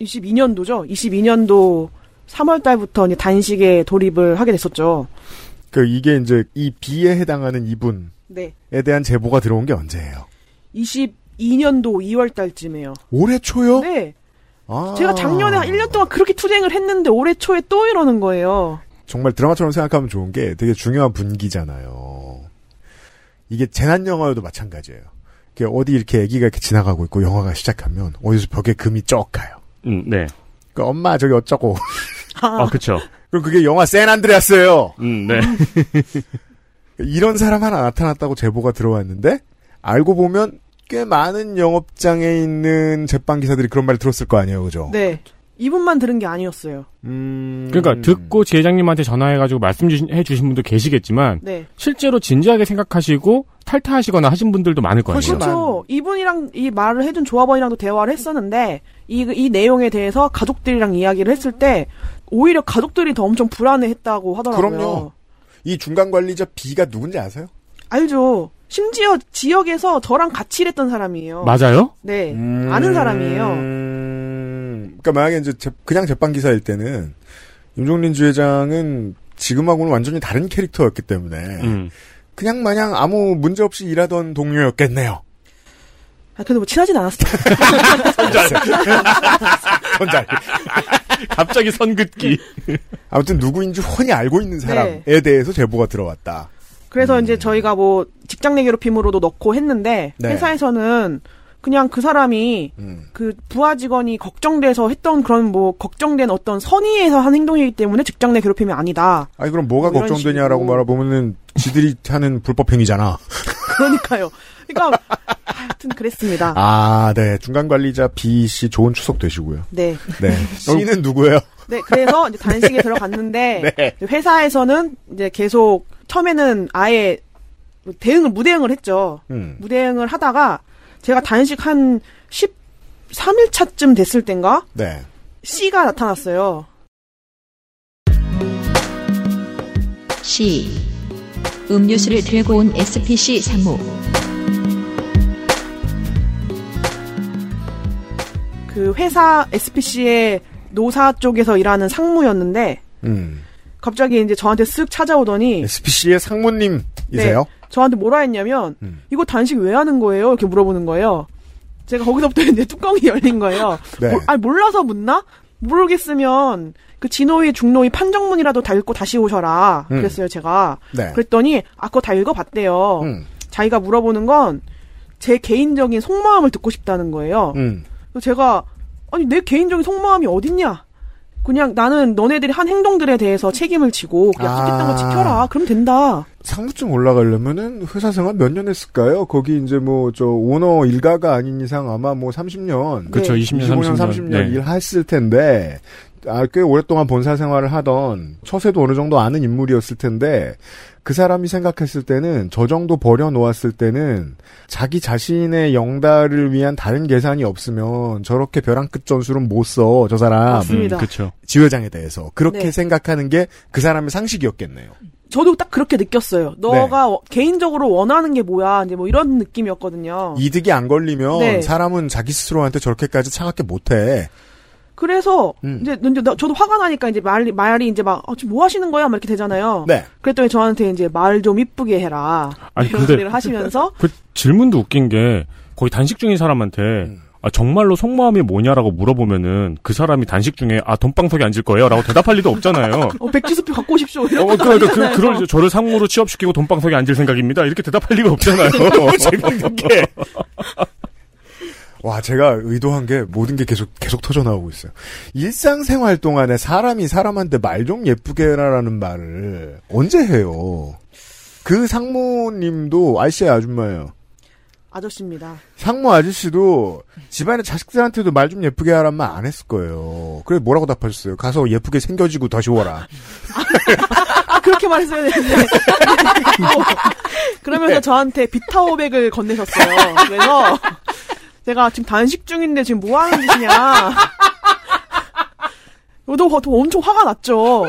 22년도죠. 22년도 3월 달부터 이제 단식에 돌입을 하게 됐었죠.
그 이게 이제 이 B에 해당하는 이분에
네.
대한 제보가 들어온 게 언제예요?
22년도 2월 달쯤에요.
올해 초요?
네.
어? 아.
제가 작년에 한 1년 동안 그렇게 투쟁을 했는데 올해 초에 또 이러는 거예요.
정말 드라마처럼 생각하면 좋은 게 되게 중요한 분기잖아요. 이게 재난 영화도 마찬가지예요. 이렇게 어디 이렇게 아기가 이렇게 지나가고 있고 영화가 시작하면 어디서 벽에 금이 쩍 가요.
음, 네.
그 엄마 저기 어쩌고.
아, 그쵸.
그럼 그게 영화 샌 안드레아스예요.
음, 네.
이런 사람 하나 나타났다고 제보가 들어왔는데 알고 보면 꽤 많은 영업장에 있는 제빵 기사들이 그런 말을 들었을 거 아니에요, 그죠?
네. 이분만 들은 게 아니었어요.
음.
그러니까 듣고 지회장님한테 전화해가지고 말씀해 주신 분도 계시겠지만
네.
실제로 진지하게 생각하시고 탈퇴하시거나 하신 분들도 많을 거예요.
그렇죠. 이분이랑 이 말을 해준 조합원이랑도 대화를 했었는데 이, 이 내용에 대해서 가족들이랑 이야기를 했을 때 오히려 가족들이 더 엄청 불안해했다고 하더라고요.
그럼요. 이 중간 관리자 B가 누군지 아세요?
알죠. 심지어 지역에서 저랑 같이 일했던 사람이에요.
맞아요?
네. 아는 사람이에요.
음, 그러니까 만약에 이제 제- 그냥 제빵 기사일 때는 임종린 주회장은 지금하고는 완전히 다른 캐릭터였기 때문에
네. 음.
그냥 마냥 아무 문제 없이 일하던 동료였겠네요.
아, 근데 뭐 친하진 않았어요.
혼자
갑자기
음,
선긋기.
아무튼 누구인지 훤히 알고 있는 사람에
네.
대해서 제보가 들어왔다.
그래서 이제 저희가 뭐 직장 내 괴롭힘으로도 넣고 했는데
네.
회사에서는 그냥 그 사람이
음.
그 부하 직원이 걱정돼서 했던 그런 뭐 걱정된 어떤 선의에서 한 행동이기 때문에 직장 내 괴롭힘이 아니다.
아니 그럼 뭐가
뭐 이런
걱정되냐라고
식으로.
말해보면은 지들이 하는 불법 행위잖아.
그러니까요. 그러니까 하여튼 그랬습니다.
아, 네. 중간 관리자 B 씨 좋은 추석 되시고요.
네.
네. C는 누구예요?
네, 그래서 이제 단식에 들어갔는데
네.
회사에서는 이제 계속 처음에는 아예 대응을 무대응을 했죠.
음.
무대응을 하다가 제가 단식 한 13일 차쯤 됐을 땐가
네.
C가 나타났어요.
C. 음료수를 들고 온 SPC 사무.
그 회사 SPC의 노사 쪽에서 일하는 상무였는데
음.
갑자기 이제 저한테 쓱 찾아오더니
SPC의 상무님이세요?
저한테 뭐라 했냐면
음.
이거 단식 왜 하는 거예요? 이렇게 물어보는 거예요. 제가 거기서부터 이제 뚜껑이 열린 거예요.
네.
몰- 아니 몰라서 묻나? 모르겠으면 그 진호의 중노의 판정문이라도 다 읽고 다시 오셔라.
음.
그랬어요 제가.
네. 음.
그랬더니 아 그거 다 읽어봤대요. 자기가 물어보는 건 제 개인적인 속마음을 듣고 싶다는 거예요.
음.
그래서 제가 아니 내 개인적인 속마음이 어딨냐? 그냥 나는 너네들이 한 행동들에 대해서 책임을 지고 약속했던
아.
거 지켜라. 그럼 된다.
상무쯤 올라가려면은 회사 생활 몇 년 했을까요? 거기 이제 뭐 저 오너 일가가 아닌 이상 아마 뭐 30년,
그쵸, 20년,
25년,
30년,
30년,
네.
일했을 텐데 아, 꽤 오랫동안 본사 생활을 하던 처세도 어느 정도 아는 인물이었을 텐데 그 사람이 생각했을 때는 저 정도 버려 놓았을 때는 자기 자신의 영달을 위한 다른 계산이 없으면 저렇게 벼랑 끝 전술은 못 써 저 사람.
맞습니다. 음, 그쵸.
지회장에 대해서 그렇게
네.
생각하는 게 그 사람의 상식이었겠네요.
저도 딱 그렇게 느꼈어요.
네.
너가 어- 개인적으로 원하는 게 뭐야? 이제 뭐 이런 느낌이었거든요.
이득이 안 걸리면
어. 네.
사람은 자기 스스로한테 저렇게까지 차갑게 못해.
그래서
음.
이제 이제 나- 저도 화가 나니까 이제 말이 말이 이제 막 어, 지금 뭐 하시는 거야? 막 이렇게 되잖아요.
네.
그랬더니 저한테 이제 말 좀 이쁘게 해라.
아니
이런
근데
소리를 하시면서
그 질문도 웃긴 게 거의 단식 중인 사람한테
음.
아, 정말로 속마음이 뭐냐라고 물어보면은 그 사람이 단식 중에 아 돈방석에 앉을 거예요라고 대답할 리도 없잖아요.
어, 백지수표 갖고 오십시오.
어,
이런
어,
것도
그러니까 그,
아니잖아요.
그럴 저를 상무로 취업시키고 돈방석에 앉을 생각입니다. 이렇게 대답할 리가 없잖아요. 재밌는 게.
와, 제가 의도한 게 모든 게 계속 계속 터져 나오고 있어요. 일상생활 동안에 사람이 사람한테 말 좀 예쁘게 해라라는 말을 언제 해요? 그 상무님도 아저씨 아줌마예요.
아저씨입니다.
상무 아저씨도 집안의 자식들한테도 말 좀 예쁘게 하란 말 안 했을 거예요. 그래 뭐라고 답하셨어요? 가서 예쁘게 생겨지고 다시 오라.
아 그렇게 말했어야 되는데 어, 그러면서 저한테 비타오백을 건네셨어요 그래서 제가 지금 단식 중인데 지금 뭐 하는 짓이냐 저도 더 엄청 화가 났죠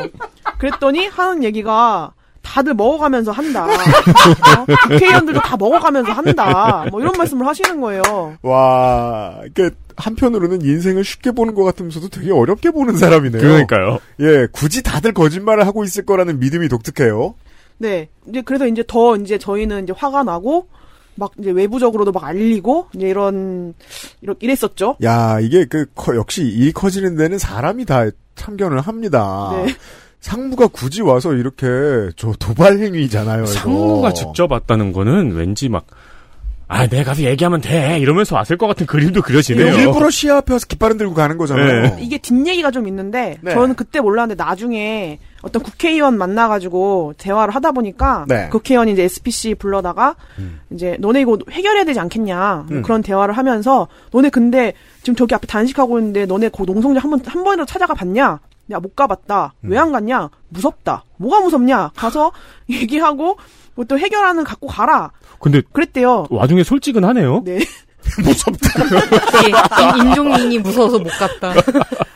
그랬더니 하는 얘기가 다들 먹어가면서 한다 어? 국회의원들도 다 먹어가면서 한다 뭐 이런 말씀을 하시는 거예요
와, 그 한편으로는 인생을 쉽게 보는 것 같으면서도 되게 어렵게 보는 사람이네요.
그러니까요.
예, 굳이 다들 거짓말을 하고 있을 거라는 믿음이 독특해요.
네. 이제 그래서 이제 더 이제 저희는 이제 화가 나고 막 이제 외부적으로도 막 알리고 이제 이런 이런 이랬었죠.
야, 이게 그 커- 역시 일이 커지는 데는 사람이 다 참견을 합니다.
네.
상무가 굳이 와서 이렇게 저 도발 행위잖아요. 이거.
상무가 직접 왔다는 거는 왠지 막 아, 내가 가서 얘기하면 돼. 이러면서 왔을 것 같은 그림도 그려지네요.
일부러 시야 앞에서 깃발은 들고 가는 거잖아요.
네. 이게 뒷얘기가 좀 있는데
네.
저는 그때 몰랐는데 나중에 어떤 국회의원 만나가지고 대화를 하다 보니까
네.
국회의원이 이제 SPC 불러다가 이제 너네 이거 해결해야 되지 않겠냐 뭐
음.
그런 대화를 하면서 너네 근데 지금 저기 앞에 단식하고 있는데 너네 그 농성지 한번 한 번이라도 찾아가 봤냐? 야 못 가봤다.
음.
왜 안 갔냐? 무섭다. 뭐가 무섭냐? 가서 얘기하고 뭐 또 해결하는 갖고 가라.
근데
그랬대요.
와중에 솔직은 하네요.
네.
예, 임- 임종민이 무서워서 못 갔다.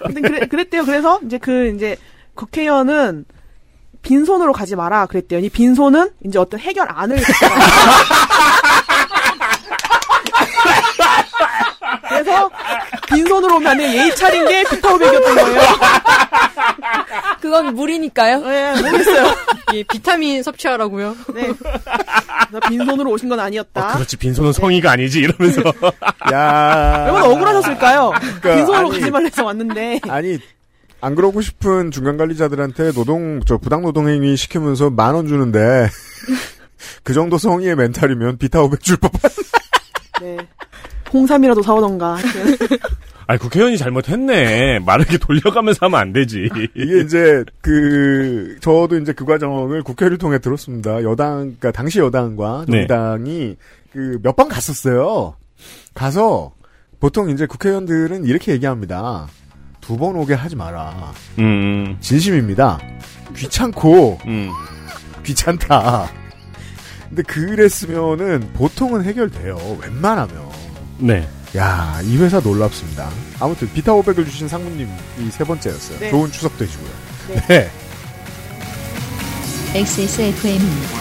근데 그래, 그랬대요. 그래서 이제 그 이제 국회의원은 빈손으로 가지 마라 그랬대요. 이 빈손은 이제 어떤 해결안을 그래서 빈손으로 오면 안 돼요. 예의 차린 게 비타오백이었던 거예요.
그건 물이니까요.
예, 모르겠어요.
예, 비타민 섭취하라고요.
네. 나 빈손으로 오신 건
어,
아니었다.
그렇죠.
그렇지, 빈손은 성의가 아니지. 이러면서.
야.
얼마나 억울하셨을까요?
그러니까
빈손으로
아니-
가지 말래서 왔는데.
아니 안 그러고 싶은 중간 관리자들한테 노동 저 부당 노동 행위 시키면서 만 원 주는데 그 정도 성의의 멘탈이면 비타 500 줄 법한.
네. 홍삼이라도 사오던가. 하여튼.
아, 국회의원이 잘못했네. 마르게 돌려가면서 하면 안 되지.
이게 이제 그 저도 이제 그 과정을 국회를 통해 들었습니다. 여당 그러니까 당시 여당과
네.
정당이 그 몇 번 갔었어요. 가서 보통 이제 국회의원들은 이렇게 얘기합니다. 두 번 오게 하지 마라.
음.
진심입니다. 귀찮고
음.
귀찮다. 근데 그랬으면은 보통은 해결돼요. 웬만하면.
네.
야, 이 회사 놀랍습니다. 아무튼 비타 500을 주신 상무님이 세 번째였어요.
네.
좋은 추석 되시고요.
네.
네.
XSFM입니다.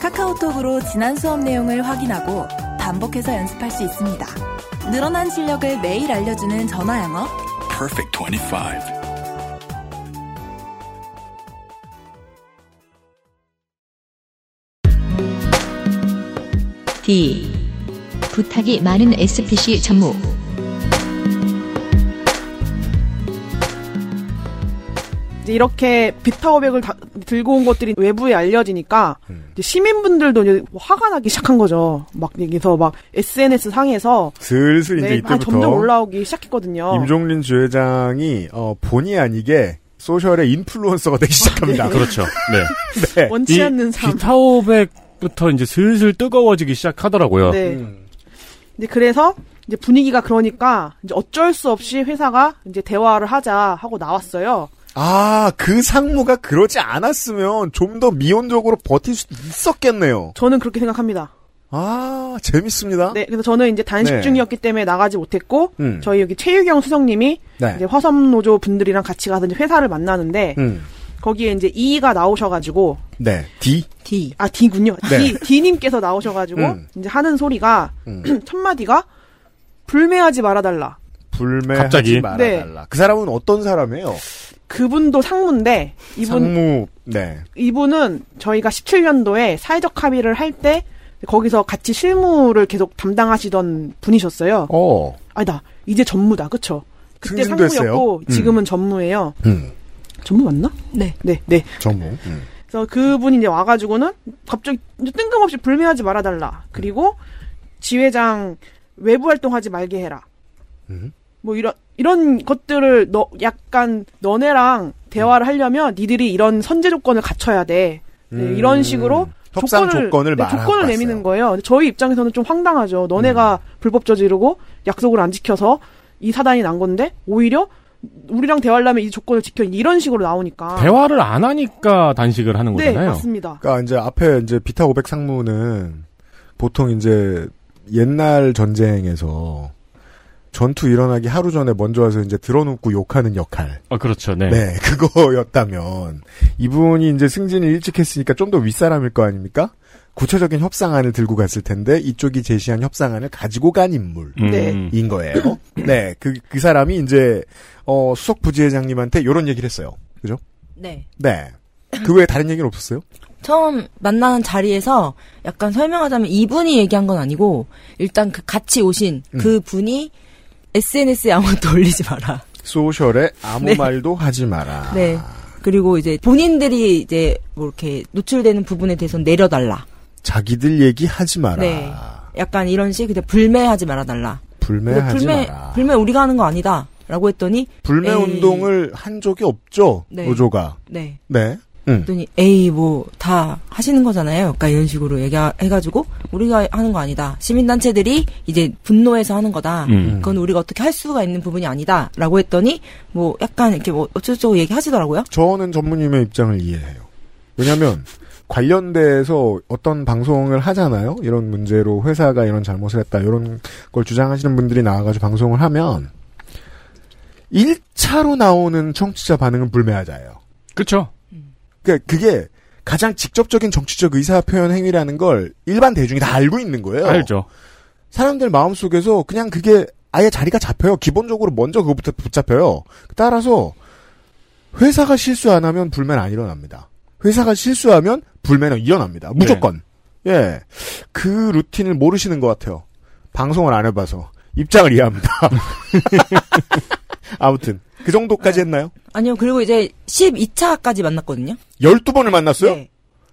카카오톡으로 지난 수업 내용을 확인하고 반복해서 연습할 수 있습니다. 늘어난 실력을 매일 알려주는 전화 영어.
Perfect 25.
D. 부탁이 많은 SPC 전무.
이제 이렇게 비타오백을 다- 들고 온 것들이 외부에 알려지니까
음.
이제 시민분들도 이제 화가 나기 시작한 거죠. 막 여기서 막 SNS 상에서
슬슬 이제
네, 아,
이때부터
점점 올라오기 어. 시작했거든요.
임종린 주회장이 어, 본의 아니게 소셜의 인플루언서가 되기 시작합니다.
네. 그렇죠.
네.
원치 않는 삶.
비타오백부터 이제 슬슬 뜨거워지기 시작하더라고요.
네. 이제 그래서 이제 분위기가 그러니까 이제 어쩔 수 없이 회사가 이제 대화를 하자 하고 나왔어요.
아, 그 상무가 그러지 않았으면 좀 더 미온적으로 버틸 수도 있었겠네요.
저는 그렇게 생각합니다.
아, 재밌습니다.
네, 그래서 저는 이제 단식
네.
중이었기 때문에 나가지 못했고
음.
저희 여기 최유경 수석님이
네.
이제 화섬 노조 분들이랑 같이 가서 이제 회사를 만나는데
음.
거기에 이제 이가 나오셔가지고
네. D.
D 아 D군요
네.
D D님께서 나오셔가지고
음.
이제 하는 소리가
음.
첫 마디가 불매하지 말아달라
불매하지
갑자기?
말아달라.
네.
그 사람은 어떤 사람이에요?
그분도 상무인데 이분
상무. 네.
이분은 저희가 17년도에 사회적 합의를 할 때 거기서 같이 실무를 계속 담당하시던 분이셨어요.
어.
아니다 이제 전무다 그쵸? 그때
승진됐어요?
상무였고
음.
지금은 전무예요.
음.
전무 맞나?
네.
네, 네.
전무. 음.
그래서 그분이 이제 와가지고는 갑자기 이제 뜬금없이 불매하지 말아달라. 그리고 지회장 외부 활동하지 말게 해라.
음.
뭐 이런 이런 것들을 너 약간 너네랑 대화를 하려면 니들이 이런 선제 조건을 갖춰야 돼. 네,
음.
이런 식으로
협상 조건을
네,
말하고
조건을
왔어요. 음.
내미는 거예요. 근데 저희 입장에서는 좀 황당하죠. 너네가 불법 저지르고 약속을 안 지켜서 이 사단이 난 건데 오히려 우리랑 대화하려면 이 조건을 지켜 이런 식으로 나오니까
대화를 안 하니까 단식을 하는
네
거잖아요.
맞습니다.
그러니까 이제 앞에 이제 비타 500 상무는 보통 이제 옛날 전쟁에서 전투 일어나기 하루 전에 먼저 와서 이제 드러눕고 욕하는 역할.
아, 그렇죠. 네.
네, 그거였다면 이분이 이제 승진을 일찍 했으니까 좀 더 윗사람일 거 아닙니까? 구체적인 협상안을 들고 갔을 텐데 이쪽이 제시한 협상안을 가지고 간 인물인
음,
네.
거예요. 네, 그 그 사람이 이제 어, 수석 부지회장님한테 이런 얘기를 했어요. 그죠?
네.
네. 그 외에 다른 얘기는 없었어요?
처음 만나는 자리에서 약간 설명하자면 이분이 얘기한 건 아니고 일단 그 같이 오신 그 분이 SNS에 아무것도 올리지 마라.
소셜에 아무
네.
말도 하지 마라.
네. 그리고 이제 본인들이 이제 뭐 이렇게 노출되는 부분에 대해서 내려달라.
자기들 얘기 하지 마라.
네. 약간 이런 식 근데 불매하지 말아달라. 근데
네, 불매하지
불매
마라.
불매 우리가 하는 거 아니다. 라고 했더니
불매
에이.
운동을 한 적이 없죠.
네.
노조가.
네.
네. 음.
그랬더니 에이 뭐 다 하시는 거잖아요. 약간 이런 식으로 얘기해가지고 우리가 하는 거 아니다. 시민단체들이 이제 분노해서 하는 거다.
음.
그건 우리가 어떻게 할 수가 있는 부분이 아니다.라고 했더니 뭐 약간 이렇게 뭐 어쩌고저쩌고 얘기하시더라고요.
저는 전무님의 입장을 이해해요. 왜냐하면 관련돼서 어떤 방송을 하잖아요. 이런 문제로 회사가 이런 잘못을 했다 이런 걸 주장하시는 분들이 나와가지고 방송을 하면 1차로 나오는 청취자 반응은 불매하자예요.
그렇죠.
그러니까 그게 가장 직접적인 정치적 의사 표현 행위라는 걸 일반 대중이 다 알고 있는 거예요.
알죠.
사람들 마음속에서 그냥 그게 아예 자리가 잡혀요. 기본적으로 먼저 그거부터 붙잡혀요. 따라서 회사가 실수 안 하면 불매는 안 일어납니다. 회사가 실수하면 불매는 일어납니다. 무조건.
네.
예. 그 루틴을 모르시는 것 같아요. 방송을 안 해봐서. 입장을 이해합니다. 아무튼. 그 정도까지 했나요?
네. 아니요. 그리고 이제 12차까지 만났거든요. 네.
12번을 만났어요?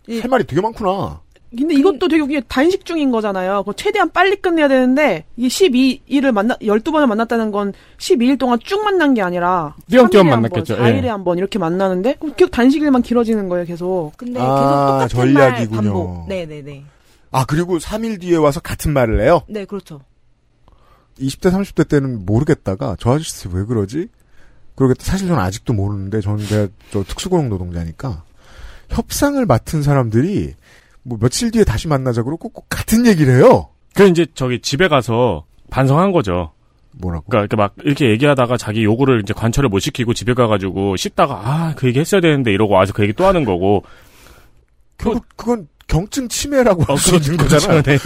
할 말이 되게 많구나.
그
근데 이것도 되게 웃긴 게 단식 중인 거잖아요. 그거 최대한 빨리 끝내야 되는데 이 12일을 만나 12번을 만났다는 건 12일 동안 쭉 만난 게 아니라
띄엄띄엄
3일에 한
만났겠죠.
번, 4일에
예.
한 번 이렇게 만나는데 계속 단식일만 길어지는 거예요, 계속.
근데
아, 전략이군요.
네네네.
아, 그리고 3일 뒤에 와서 같은 말을 해요?
네 그렇죠.
20대, 30대 때는 모르겠다가, 저 아저씨 왜 그러지? 그러겠다. 사실 저는 아직도 모르는데, 저는 내가 저 특수고용 노동자니까, 협상을 맡은 사람들이, 뭐 며칠 뒤에 다시 만나자 그러고 꼭꼭 같은 얘기를 해요.
그 이제 저기 집에 가서 반성한 거죠.
뭐라고?
그러니까 이렇게 막 이렇게 얘기하다가 자기 요구를 이제 관철을 못 시키고 집에 가가지고 씻다가 아 그 얘기 했어야 되는데 이러고 와서 그 얘기 또 하는 거고.
결국 그건 경증 침해라고 할 수 있는
그렇죠.
거잖아요.
네.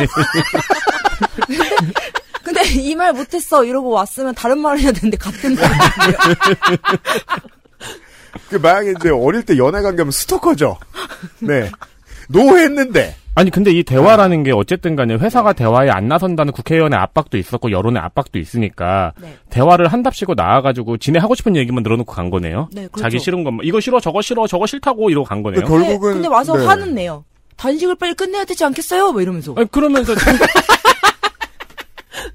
근데 이 말 못했어 이러고 왔으면 다른 말을 해야 되는데 같은 말.
그 만약에 이제 어릴 때 연애 관계면 스토커죠. 네. 노했는데.
아니 근데 이 대화라는 게 어쨌든 간에 회사가
네.
대화에 안 나선다는 국회의원의 압박도 있었고 여론의 압박도 있으니까
네.
대화를 한답시고 나와가지고 지네 하고 싶은 얘기만 늘어놓고 간 거네요.
네, 그렇죠.
자기 싫은 것만 이거 싫어 저거 싫어 저거 싫다고 이러고 간 거네요.
근데, 근데 와서 화는 내요. 단식을 빨리 끝내야 되지 않겠어요? 뭐 이러면서.
그러면서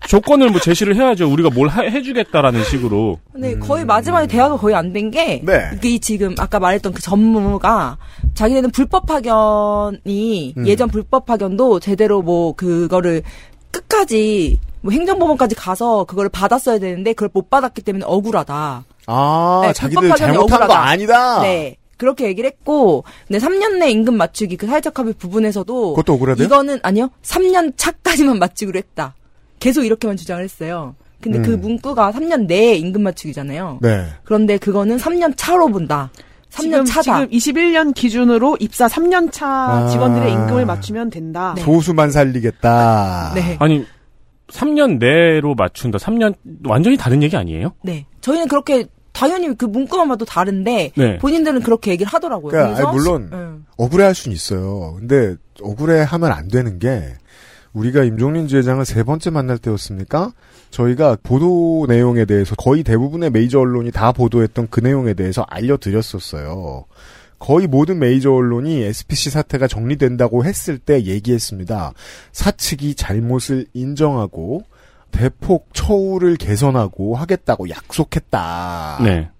조건을 뭐 제시를 해야죠. 우리가 뭘 하- 해주겠다라는 식으로.
근데 거의 마지막에 대화가 거의 안 된 게
네.
이게 지금 아까 말했던 그 전무가 자기네는 불법 파견이
음.
예전 불법 파견도 제대로 뭐 그거를 끝까지 뭐 행정법원까지 가서 그거를 받았어야 되는데 그걸 못 받았기 때문에 억울하다.
아,
네,
자기들
불법 파견이
잘못한 거
억울하다.
아니다.
네. 그렇게 얘기를 했고, 근데 3년 내 임금 맞추기 그 사회적 합의 부분에서도
그것도 억울하대요?
이거는 아니요, 3년 차까지만 맞추기로 했다. 계속 이렇게만 주장을 했어요. 근데 그
음.
문구가 3년 내에 임금 맞추기잖아요.
네.
그런데 그거는 3년 차로 본다. 3년
지금,
차다.
지금 21년 기준으로 입사 3년 차
아.
직원들의 임금을 맞추면 된다.
네.
소수만 살리겠다.
아, 네.
아니 3년 내로 맞춘다. 3년 완전히 다른 얘기 아니에요?
네. 저희는 그렇게 당연히 그 문구만 봐도 다른데
네.
본인들은 그렇게 얘기를 하더라고요.
그러니까
그래서
아니, 물론
음,
억울해할 수는 있어요. 근데 억울해하면 안 되는 게 우리가 임종린 지회장을 세 번째 만날 때였습니까? 저희가 보도 내용에 대해서 거의 대부분의 메이저 언론이 다 보도했던 그 내용에 대해서 알려드렸었어요. 거의 모든 메이저 언론이 SPC 사태가 정리된다고 했을 때 얘기했습니다. 사측이 잘못을 인정하고 대폭 처우를 개선하고 하겠다고
아.
약속했다.
네.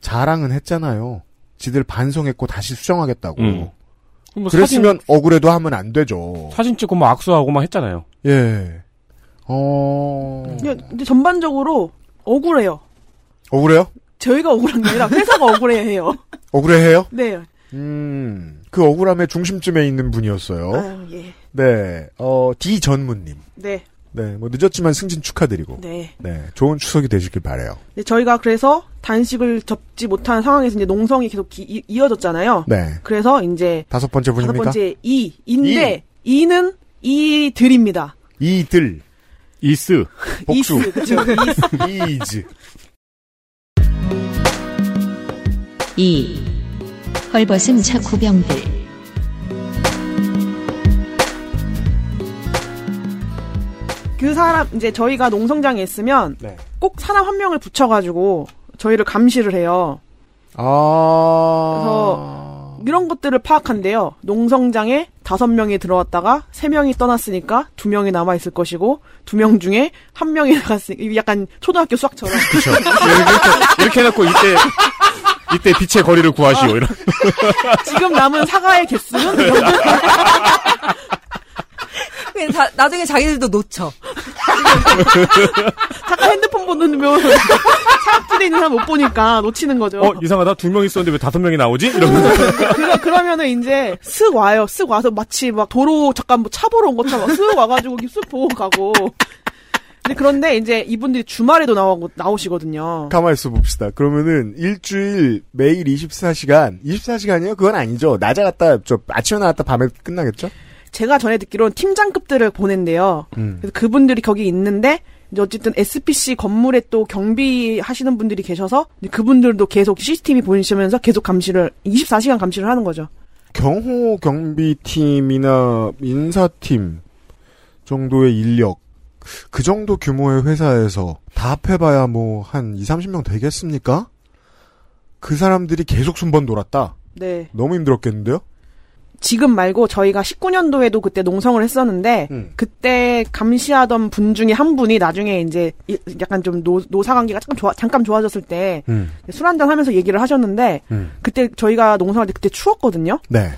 자랑은 했잖아요. 지들 반성했고 다시 수정하겠다고.
음. 뭐
그랬으면 억울해도 하면 안 되죠.
사진 찍고 막 악수하고 막 했잖아요.
예. 어.
근데 근데 전반적으로 억울해요.
억울해요?
저희가 억울한 게 아니라 회사가 억울해해요.
억울해해요?
네.
어?
음. 그
아.
억울함의 중심쯤에 있는 분이었어요.
아유, 예.
네. 어, 디 전무님.
네.
네, 뭐 늦었지만 승진 축하드리고.
네.
좋은 추석이 되시길 바래요.
근데 저희가 그래서 단식을 접지 못한 상황에서 이제 농성이 계속 기- 이- 이어졌잖아요.
네.
그래서 이제
다섯 번째
다섯
분입니까?
번째 이 인데 이는 이들입니다.
이들
이스
복수
이스, 그쵸.
이즈
2. 헐벗은 차쿠병들.
그 사람 이제 저희가 농성장에 있으면 꼭 사람 한 명을 붙여가지고 저희를 감시를 해요.
아
그래서 이런 것들을 파악한대요. 농성장에 다섯 명이 들어왔다가 세 명이 떠났으니까 두 명이 남아 있을 것이고 두 명 중에 한 명이 나갔으니 약간 초등학교 수학처럼.
그렇죠. 이렇게, 이렇게 해놓고 이때 이때 빛의 거리를 구하시오 이런.
지금 남은 사과의 개수는
그냥 다- 나중에 자기들도 놓쳐.
잠깐 핸드폰 보는 면 사각지대 있는 사람 못 보니까 놓치는 거죠.
어 이상하다 두 명 있었는데 왜 다섯 명이 나오지? 이러면서
그러, 그러면은 이제 쓱 와요. 쓱 와서 마치 막 도로 잠깐 뭐 차 보러 온 것처럼 쓱 와가지고 이렇게 쓱 보고 가고. 근데 그런데 이제 이분들이 주말에도 나오고 나오시거든요.
가만 있어 봅시다. 그러면은 일주일 매일 24시간 24시간이요? 그건 아니죠. 낮에 갔다 저 아침에 나갔다 밤에 끝나겠죠?
제가 전에 듣기로는 팀장급들을 보낸대요.
음.
그래서 그분들이 거기 있는데 이제 어쨌든 SPC 건물에 또 경비 하시는 분들이 계셔서 이제 그분들도 계속 CCTV 보시면서 계속 감시를 24시간 감시를 하는 거죠.
경호 경비팀이나 인사팀 정도의 인력 그 정도 규모의 회사에서 다 합해봐야 뭐 한 2, 30명 되겠습니까? 그 사람들이 계속 순번 돌았다.
네.
너무 힘들었겠는데요?
지금 말고 저희가 19년도에도 그때 농성을 했었는데 그때 감시하던 분 중에 한 분이 나중에 이제 이- 약간 좀 노, 노사 관계가 조금 좋아- 잠깐 좋아졌을 때 술
음.
한잔 하면서 얘기를 하셨는데 그때 저희가 농성할 때 그때 추웠거든요.
네.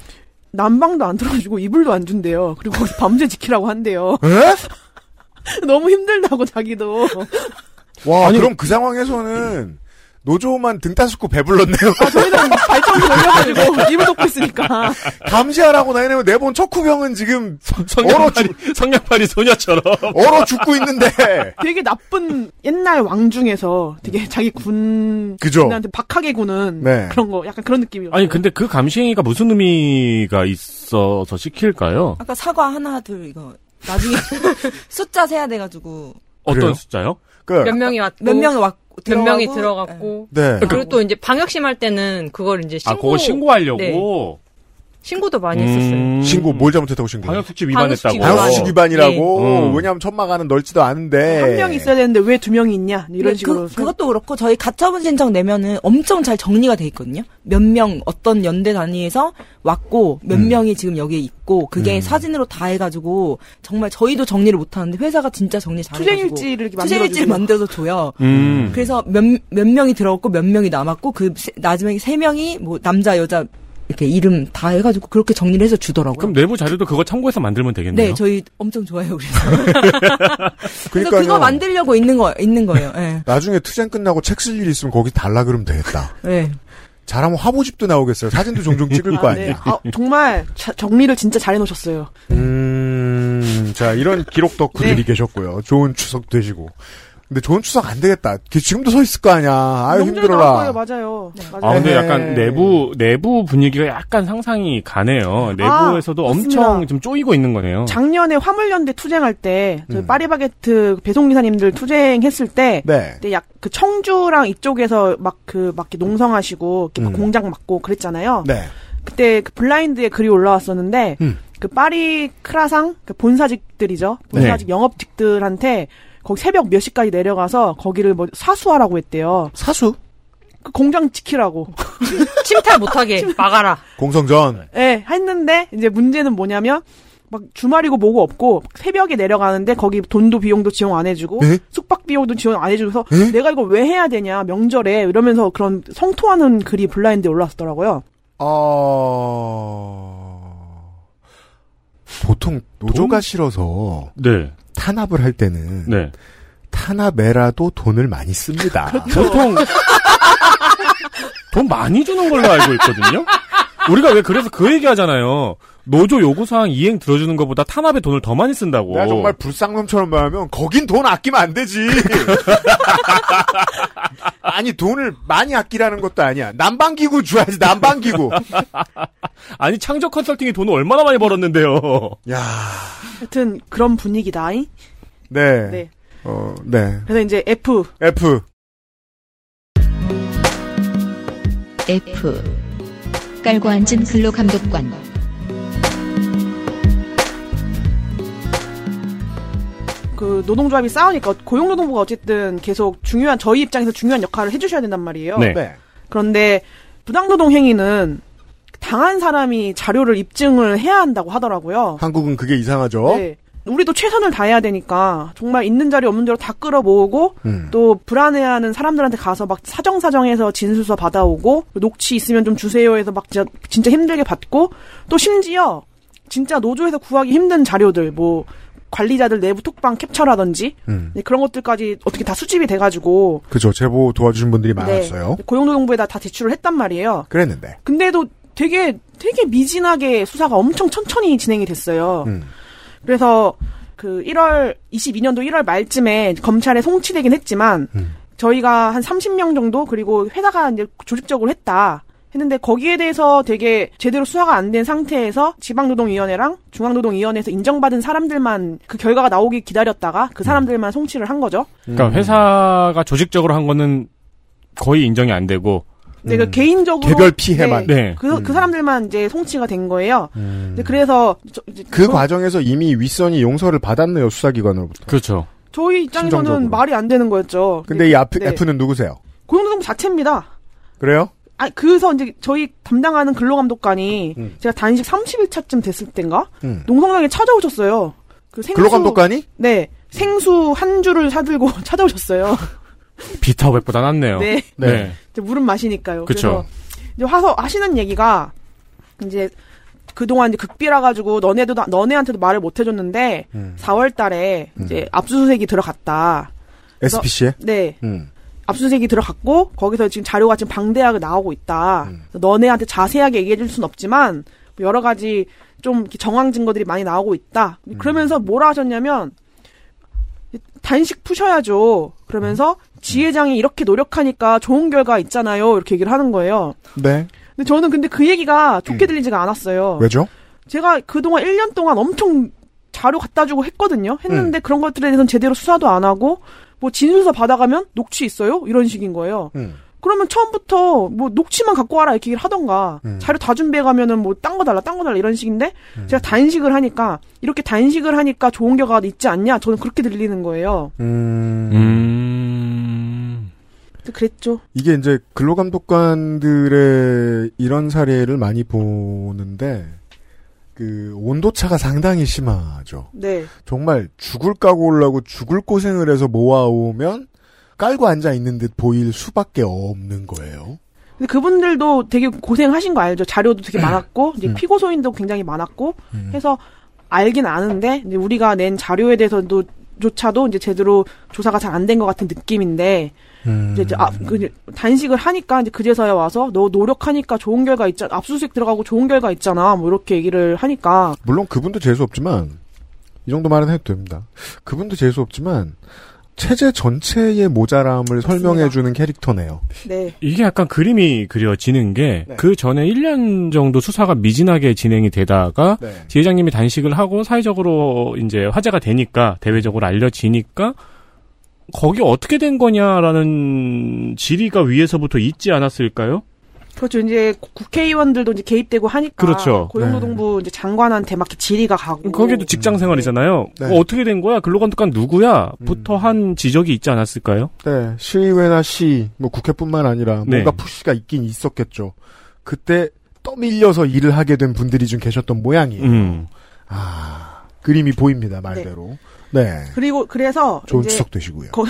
난방도 안 틀어주고 이불도 안 준대요. 그리고 거기서 밤새 지키라고 한대요. 너무 힘들다고 자기도.
와, 그럼 그 상황에서는 노조만 등 따숩고 배불렀네요.
아, 저희는 발전기 올려가지고 입을 덮고 있으니까.
감시하라고 나이내면 내본 척후병은 지금 얼어, 죽,
성냥팔이 소녀처럼
얼어 죽고 있는데.
되게 나쁜 옛날 왕 중에서 되게 자기 군
그죠.
군한테 박하게 구는
네.
그런 거 약간 그런 느낌이요.
아니 근데 그 감시행위가 무슨 의미가 있어서 시킬까요?
아까 사과 하나 둘 이거 나중에 숫자 세야 돼가지고
어떤
그래요?
숫자요?
몇 명이 왔고
몇 명이 왔-
몇
들어가고, 예.
명이 들어갔고
네.
그리고 또 이제 방역 심할 때는 그걸 이제 신고
아 그거 신고하려고 음.
네. 신고도 많이 했었어요.
신고 뭘 잘못했다고 신고?
방역수칙 위반했다고.
방역수칙
어.
방역수칙 위반이라고. 어.
네. 음.
왜냐하면 천마가는 넓지도 않은데.
한 명이 있어야 되는데 왜 두 명이 있냐 이런
그-
식으로.
그, 것도 그렇고 저희 가처분 신청 내면은 엄청 잘 정리가 돼 있거든요. 몇 명 어떤 연대 단위에서 왔고 몇 명이 지금 여기에 있고 그게 사진으로 다 해가지고 정말 저희도 정리를 못 하는데 회사가 진짜 정리 잘
투쟁
해가지고
일지를 이렇게
투쟁 일지를
만들어주고.
만들어서 줘요.
음.
그래서 몇 몇 명이 들어왔고 몇 명이 남았고 그 세- 나중에 세 명이 뭐 남자 여자 이렇게 이름 다 해가지고 그렇게 정리를 해서 주더라고요.
그럼 내부 자료도 그거 참고해서 만들면 되겠네요.
네, 저희 엄청 좋아해요. 그래서 그래서
그러니까요.
그거 만들려고 있는 거 있는 거예요. 예.
나중에 투쟁 끝나고 책 쓸 일이 있으면 거기 달라 그러면 되겠다.
네.
잘하면 화보집도 나오겠어요. 사진도 종종 찍을 거
아, 네.
아니야.
아, 정말 자- 정리를 진짜 잘 해놓으셨어요.
음, 자, 이런 기록 덕후들이
네.
계셨고요. 좋은 추석 되시고. 근데 좋은 추석 안 되겠다. 걔 지금도 서 있을 거 아니야. 아유,
명절 나올
힘들어라.
거예요, 맞아요. 맞아요.
아 근데
네.
약간 내부 내부 분위기가 약간 상상이 가네요.
아,
내부에서도
맞습니다.
엄청 좀 쪼이고 있는 거네요.
작년에 화물연대 투쟁할 때,
음.
저희 파리바게트 배송기사님들 투쟁했을 때,
네.
그때 약 그 청주랑 이쪽에서 막 그 막 이렇게 농성하시고 이렇게 막
음.
공장 막고 그랬잖아요.
네.
그때 그 블라인드에 글이 올라왔었는데
음.
그 파리 크라상 그 본사직들이죠. 본사직
네.
영업직들한테 거기 새벽 몇 시까지 내려가서 거기를 뭐 사수하라고 했대요.
사수?
그 공장 지키라고. 침탈 못하게 막아라.
공성전.
예, 했는데 이제 문제는 뭐냐면 막 주말이고 뭐고 없고 막 새벽에 내려가는데 거기 돈도 비용도 지원 안 해주고
네?
숙박 비용도 지원 안 해줘서 내가 이거 왜 해야 되냐 명절에 이러면서 그런 성토하는 글이 블라인드에 올라왔더라고요.
어, 보통 노조가 싫어서.
네.
탄압을 할 때는.
네.
탄압에라도 돈을 많이 씁니다.
보통 돈 많이 주는 걸로 알고 있거든요. 우리가 왜 그래서 그 얘기하잖아요. 노조 요구사항 이행 들어주는 것보다 탄압에 돈을 더 많이 쓴다고.
내가 정말 불쌍놈처럼 말하면 거긴 돈 아끼면 안 되지. 그러니까. 아니 돈을 많이 아끼라는 것도 아니야. 난방기구 줘야지 난방기구.
아니 창조 컨설팅이 돈을 얼마나 많이 벌었는데요.
야.
하여튼 그런 분위기다. 잉
네.
네.
어, 네.
그래서 이제 F
F.
F. 깔고 앉은 근로감독관.
그 노동조합이 싸우니까 고용노동부가 어쨌든 계속 중요한 저희 입장에서 중요한 역할을 해주셔야 된단 말이에요.
네. 네.
그런데 부당노동 행위는 당한 사람이 자료를 입증을 해야 한다고 하더라고요.
한국은 그게 이상하죠.
네. 우리도 최선을 다해야 되니까 정말 있는 자리 없는 자로 다 끌어모으고
음.
또 불안해하는 사람들한테 가서 막 사정사정해서 진술서 받아오고 녹취 있으면 좀 주세요 해서 막 진짜, 진짜 힘들게 받고 또 심지어 진짜 노조에서 구하기 힘든 자료들 뭐 관리자들 내부 톡방 캡처라든지
음.
네, 그런 것들까지 어떻게 다 수집이 돼가지고
그죠. 제보 도와주신 분들이 많았어요.
네, 고용노동부에다 다 제출을 했단 말이에요.
그랬는데.
근데도 되게 되게 미진하게 수사가 엄청 천천히 진행이 됐어요.
음.
그래서 그 1월 22년도 1월 말쯤에 검찰에 송치되긴 했지만
음.
저희가 한 30명 정도 그리고 회사가 이제 조직적으로 했다. 했는데 거기에 대해서 되게 제대로 수사가 안 된 상태에서 지방노동위원회랑 중앙노동위원회에서 인정받은 사람들만 그 결과가 나오길 기다렸다가 그 사람들만 송치를 한 거죠.
그러니까 회사가 조직적으로 한 거는 거의 인정이 안 되고.
근데 그 개인적으로
음. 개별 피해만. 음.
네.
네.
그, 그 사람들만 이제 송치가 된 거예요. 근데 그래서 저- 이제
그
저-
과정에서 이미 윗선이 용서를 받았네요. 수사기관으로부터.
그렇죠.
저희 입장에서는
심정적으로.
말이 안 되는 거였죠.
근데 이 F,
네.
F는 누구세요?
고용노동부 자체입니다.
그래요?
아, 그래서 이제 저희 담당하는 근로감독관이
음.
제가 단식 30일차쯤 됐을 땐가
음.
농성장에 찾아오셨어요. 그 생수,
근로감독관이?
네. 생수 한 줄을 사들고 찾아오셨어요.
비타 500보다
어.
낫네요.
네.
네.
이제 물은 마시니까요.
그쵸.
그래서 이제 화서 하시는 얘기가 이제 그동안 이제 극비라 가지고 너네도 너네한테도 말을 못 해줬는데 4월 달에 이제 압수수색이 들어갔다. 그래서-
SPC에?
네.
음.
압수수색이 들어갔고 거기서 지금 자료가 지금 방대하게 나오고 있다. 그래서 너네한테 자세하게 얘기해 줄 수는 없지만 뭐 여러 가지 좀 이렇게 정황 증거들이 많이 나오고 있다. 그러면서 뭐라 하셨냐면 단식 푸셔야죠. 그러면서 지회장이 이렇게 노력하니까 좋은 결과 있잖아요. 이렇게 얘기를 하는 거예요.
네.
근데 저는 근데 그 얘기가 좋게 들리지가 않았어요.
왜죠?
제가 그동안 1년 동안 엄청 자료 갖다 주고 했거든요. 했는데 그런 것들에 대해서는 제대로 수사도 안 하고 뭐 진술서 받아가면 녹취 있어요? 이런 식인 거예요.
음.
그러면 처음부터 뭐 녹취만 갖고 와라 이렇게 얘기를 하던가 자료 다 준비해 가면은 뭐 딴 거 달라 딴 거 달라 이런 식인데 제가 단식을 하니까 이렇게 단식을 하니까 좋은 결과가 있지 않냐 저는 그렇게 들리는 거예요.
음.
그래서 그랬죠.
이게 이제 근로감독관들의 이런 사례를 많이 보는데 그 온도차가 상당히 심하죠.
네.
정말 죽을 각오를 하고 죽을 고생을 해서 모아오면 깔고 앉아 있는 듯 보일 수밖에 없는 거예요.
근데 그분들도 되게 고생하신 거 알죠. 자료도 되게 많았고 이제
음.
피고소인도 굉장히 많았고 해서 알긴 아는데 이제 우리가 낸 자료에 대해서도 조차도 이제 제대로 조사가 잘 안 된 것 같은 느낌인데 이제, 이제 아, 그 이제 단식을 하니까 이제 그제서야 와서 너 노력하니까 좋은 결과 있잖아 압수수색 들어가고 좋은 결과 있잖아 뭐 이렇게 얘기를 하니까
물론 그분도 재수 없지만 이 정도 말은 해도 됩니다. 그분도 재수 없지만 체제 전체의 모자람을 설명해 주는 캐릭터네요.
네
이게 약간 그림이 그려지는 게,
네.
그 전에 1년 정도 수사가 미진하게 진행이 되다가,
네.
지회장님이 단식을 하고 사회적으로 이제 화제가 되니까, 대외적으로 알려지니까, 거기 어떻게 된 거냐라는 질의가 위에서부터 있지 않았을까요?
그렇죠 이제 고- 국회의원들도 이제 개입되고 하니까
그렇죠.
고용노동부 이제 장관한테 막 이렇게 질의가 가고
거기도 직장 생활이잖아요.
네.
어, 어떻게 된 거야? 근로감독관 누구야? 부터 한 지적이 있지 않았을까요?
네, 시의회나 시, 뭐 국회뿐만 아니라
네.
뭔가 푸시가 있긴 있었겠죠. 그때 떠밀려서 일을 하게 된 분들이 좀 계셨던 모양이에요.
음.
아, 그림이 보입니다, 말대로. 네.
그리고 그래서
좋은
이제
추석 되시고요.
거,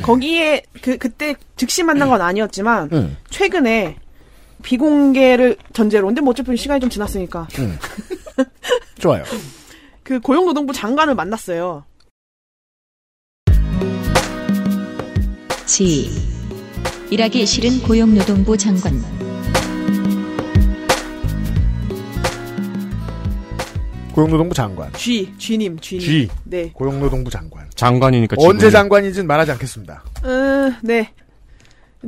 거기에 그 그때 즉시 만난 건 아니었지만
음.
최근에 비공개를 전제로 근데 뭐 어차피 시간이 좀 지났으니까
음. 좋아요.
그 고용노동부 장관을 만났어요.
지. 일하기 싫은 고용노동부 장관.
고용노동부 장관.
G, G님, G님.
G.
네.
고용노동부 장관.
장관이니까
언제
지금이요.
장관인지는 말하지 않겠습니다.
어, 네.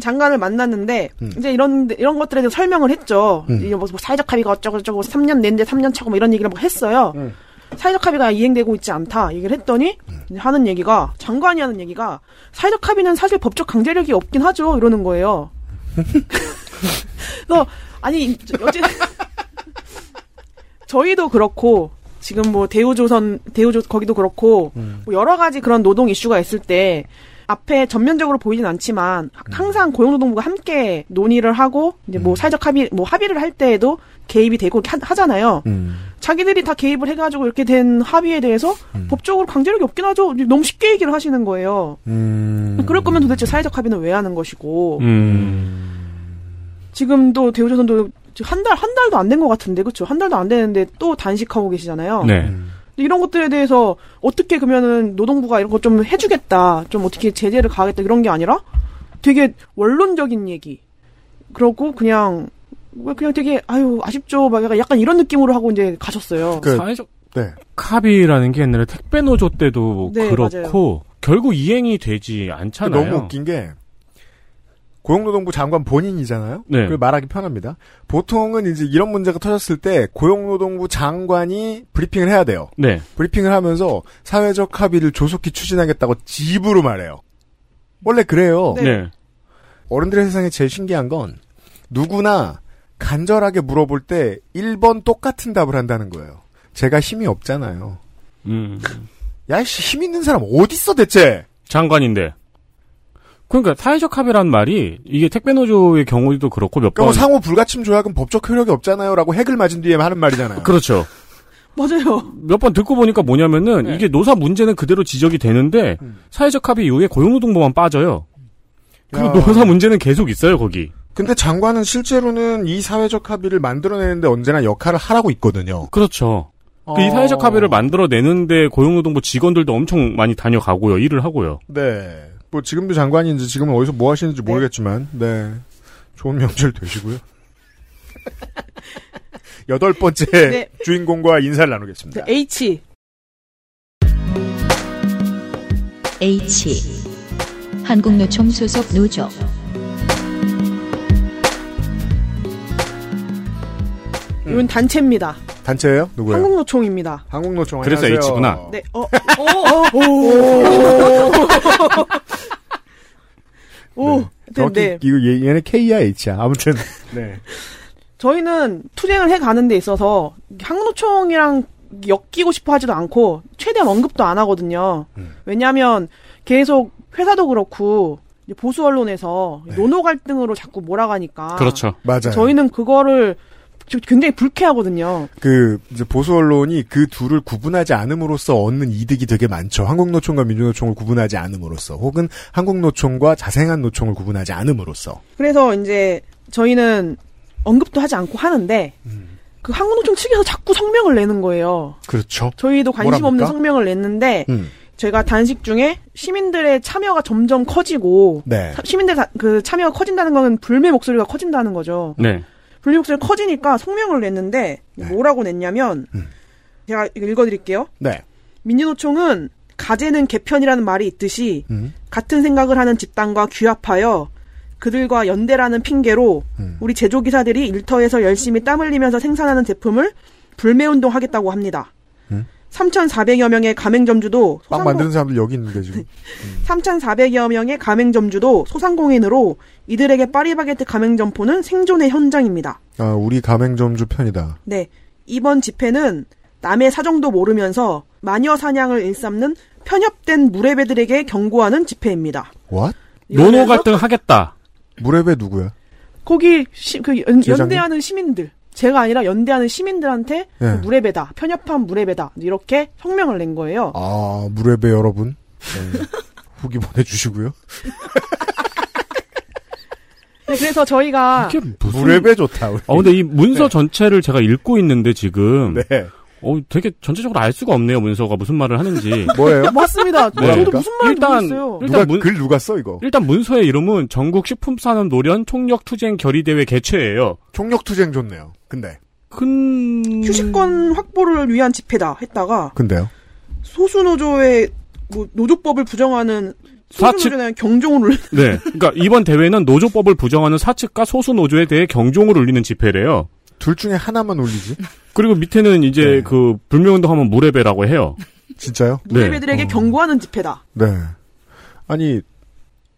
장관을 만났는데
음.
이제 이런 이런 것들에 대해서 설명을 했죠.
음.
이게 뭐, 뭐 사회적 합의가 어쩌고 저쩌고 3년 내인데 3년 차고 뭐 이런 얘기를 막 했어요.
음.
사회적 합의가 이행되고 있지 않다 얘기를 했더니
음.
이제 하는 얘기가 장관이 하는 얘기가 사회적 합의는 사실 법적 강제력이 없긴 하죠 이러는 거예요. 그래서 아니 저- 어째 저희도 그렇고 지금 뭐 대우조선 대우조 거기도 그렇고 뭐 여러 가지 그런 노동 이슈가 있을 때 앞에 전면적으로 보이진 않지만 항상 고용노동부가 함께 논의를 하고 이제 뭐 사회적 합의 뭐 합의를 할 때에도 개입이 되고 이렇게 하- 하잖아요. 자기들이 다 개입을 해가지고 이렇게 된 합의에 대해서 법적으로 강제력이 없긴 하죠. 너무 쉽게 얘기를 하시는 거예요. 그럴 거면 도대체 사회적 합의는 왜 하는
음.
것이고 지금도 대우조선도 한 달 한 달도 안 된 것 같은데 그렇죠? 한 달도 안 되는데 또 단식하고 계시잖아요.
네.
근데 이런 것들에 대해서 어떻게 그러면은 노동부가 이런 거 좀 해주겠다, 좀 어떻게 제재를 가하겠다 이런 게 아니라 되게 원론적인 얘기. 그러고 그냥 왜 그냥 되게 아유 아쉽죠 막 약간, 약간 이런 느낌으로 하고 이제 가셨어요.
그
사회적
네.
카비라는 게 옛날에 택배 노조 때도
네,
그렇고 결국 이행이 되지 않잖아요.
너무 웃긴 게 고용노동부 장관 본인이잖아요.
네.
그 말하기 편합니다. 보통은 이제 이런 문제가 터졌을 때 고용노동부 장관이 브리핑을 해야 돼요.
네.
브리핑을 하면서 사회적 합의를 조속히 추진하겠다고 집으로 말해요. 원래 그래요.
네. 네.
어른들의 세상에 제일 신기한 건 누구나 간절하게 물어볼 때 1번 똑같은 답을 한다는 거예요. 제가 힘이 없잖아요.
음.
야씨 힘 있는 사람 어디 있어 대체?
장관인데. 그러니까 사회적 합의란 말이 이게 택배 노조의 경우도 그렇고 몇
그러니까 뭐
번.
상호 불가침 조약은 법적 효력이 없잖아요라고 핵을 맞은 뒤에 하는 말이잖아요.
그렇죠.
맞아요.
몇 번 듣고 보니까 뭐냐면은 이게 노사 문제는 그대로 지적이 되는데 사회적 합의 이후에 고용노동부만 빠져요. 그리고
야.
노사 문제는 계속 있어요 거기.
근데 장관은 실제로는 이 사회적 합의를 만들어내는데 언제나 역할을 하라고 있거든요.
그렇죠. 그이 사회적 합의를 만들어내는데 고용노동부 직원들도 엄청 많이 다녀가고요 일을 하고요.
네. 뭐 지금도 장관인지 지금은 어디서 뭐 하시는지 모르겠지만 네. 좋은 명절 되시고요. 여덟 번째
네.
주인공과 인사를 나누겠습니다.
네, H
H. 한국노총 소속 노조.
이건 단체입니다.
단체예요? 누구예요?
한국노총입니다.
한국노총
그래서
안녕하세요.
H구나.
네. 어. 오. 오. 오. 오. 네.
정확히
네.
이거 얘, 얘는 K야 H야 아무튼 네.
저희는 투쟁을 해 가는 데 있어서 항노총이랑 엮이고 싶어 하지도 않고 최대한 언급도 안 하거든요.
음.
왜냐하면 계속 회사도 그렇고 이제 보수 언론에서
네.
노노 갈등으로 자꾸 몰아가니까
그렇죠.
맞아요.
저희는 그거를 굉장히 불쾌하거든요.
그 이제 보수 언론이 그 둘을 구분하지 않음으로써 얻는 이득이 되게 많죠. 한국노총과 민주노총을 구분하지 않음으로써, 혹은 한국노총과 자생한 노총을 구분하지 않음으로써.
그래서 이제 저희는 언급도 하지 않고 하는데
음.
그 항노총 측에서 자꾸 성명을 내는 거예요.
그렇죠.
저희도 관심
뭐랍니까?
없는 성명을 냈는데
음.
제가 단식 중에 시민들의 참여가 점점 커지고
네.
사- 시민들 다- 그 참여가 커진다는 건 불매 목소리가 커진다는 거죠.
네.
불매 목소리가 커지니까 성명을 냈는데 뭐라고 냈냐면
음.
제가 이거 읽어드릴게요.
네.
민주노총은 가제는 개편이라는 말이 있듯이
음.
같은 생각을 하는 집단과 규합하여 그들과 연대라는 핑계로
음.
우리 제조기사들이 일터에서 열심히 땀 흘리면서 생산하는 제품을 불매운동 하겠다고 합니다.
음?
3,400여 명의 가맹점주도
빵 만드는 사람들 여기 있는데 지금.
3,400여 명의 가맹점주도 소상공인으로 이들에게 파리바게트 가맹점포는 생존의 현장입니다.
아, 우리 가맹점주 편이다.
네. 이번 집회는 남의 사정도 모르면서 마녀 사냥을 일삼는 편협된 무례배들에게 경고하는 집회입니다.
What?
노노 갈등 하겠다.
무렵에 누구야?
거기 시- 그 연,
제장님?
대하는 시민들 제가 아니라 연대하는 시민들한테
네.
그 무례배다 편협한 무례배다 이렇게 성명을 낸 거예요.
아, 무렵에 여러분. 네. 후기 보내주시고요.
네, 그래서 저희가
무렵에 좋다. 우리.
아 뭐- 근데 이 문서 전체를 제가 읽고 있는데 지금.
네.
어 되게 전체적으로 알 수가 없네요 문서가 무슨 말을 하는지.
맞습니다.
네.
아, 저도 무슨 말을
일단- 음.
모르겠어요.
일단 문-
글 누가 써 이거?
일단 문서의 이름은 전국 식품산업 노련 총력투쟁 결의대회 개최예요.
총력투쟁 좋네요. 근데
근
휴식권 확보를 위한 집회다 했다가
근데요.
소수 노조의 뭐 노조법을 부정하는 소수
사측-
노조에 대한 경종을 울리는
네. 그러니까 이번 대회는 노조법을 부정하는 사측과 소수 노조에 대해 경종을 울리는 집회래요.
둘 중에 하나만 울리지?
그리고 밑에는 이제
네.
그 불매운동하면 무레배라고 해요.
진짜요? 어.
무예배들에게 경고하는 집회다.
네. 아니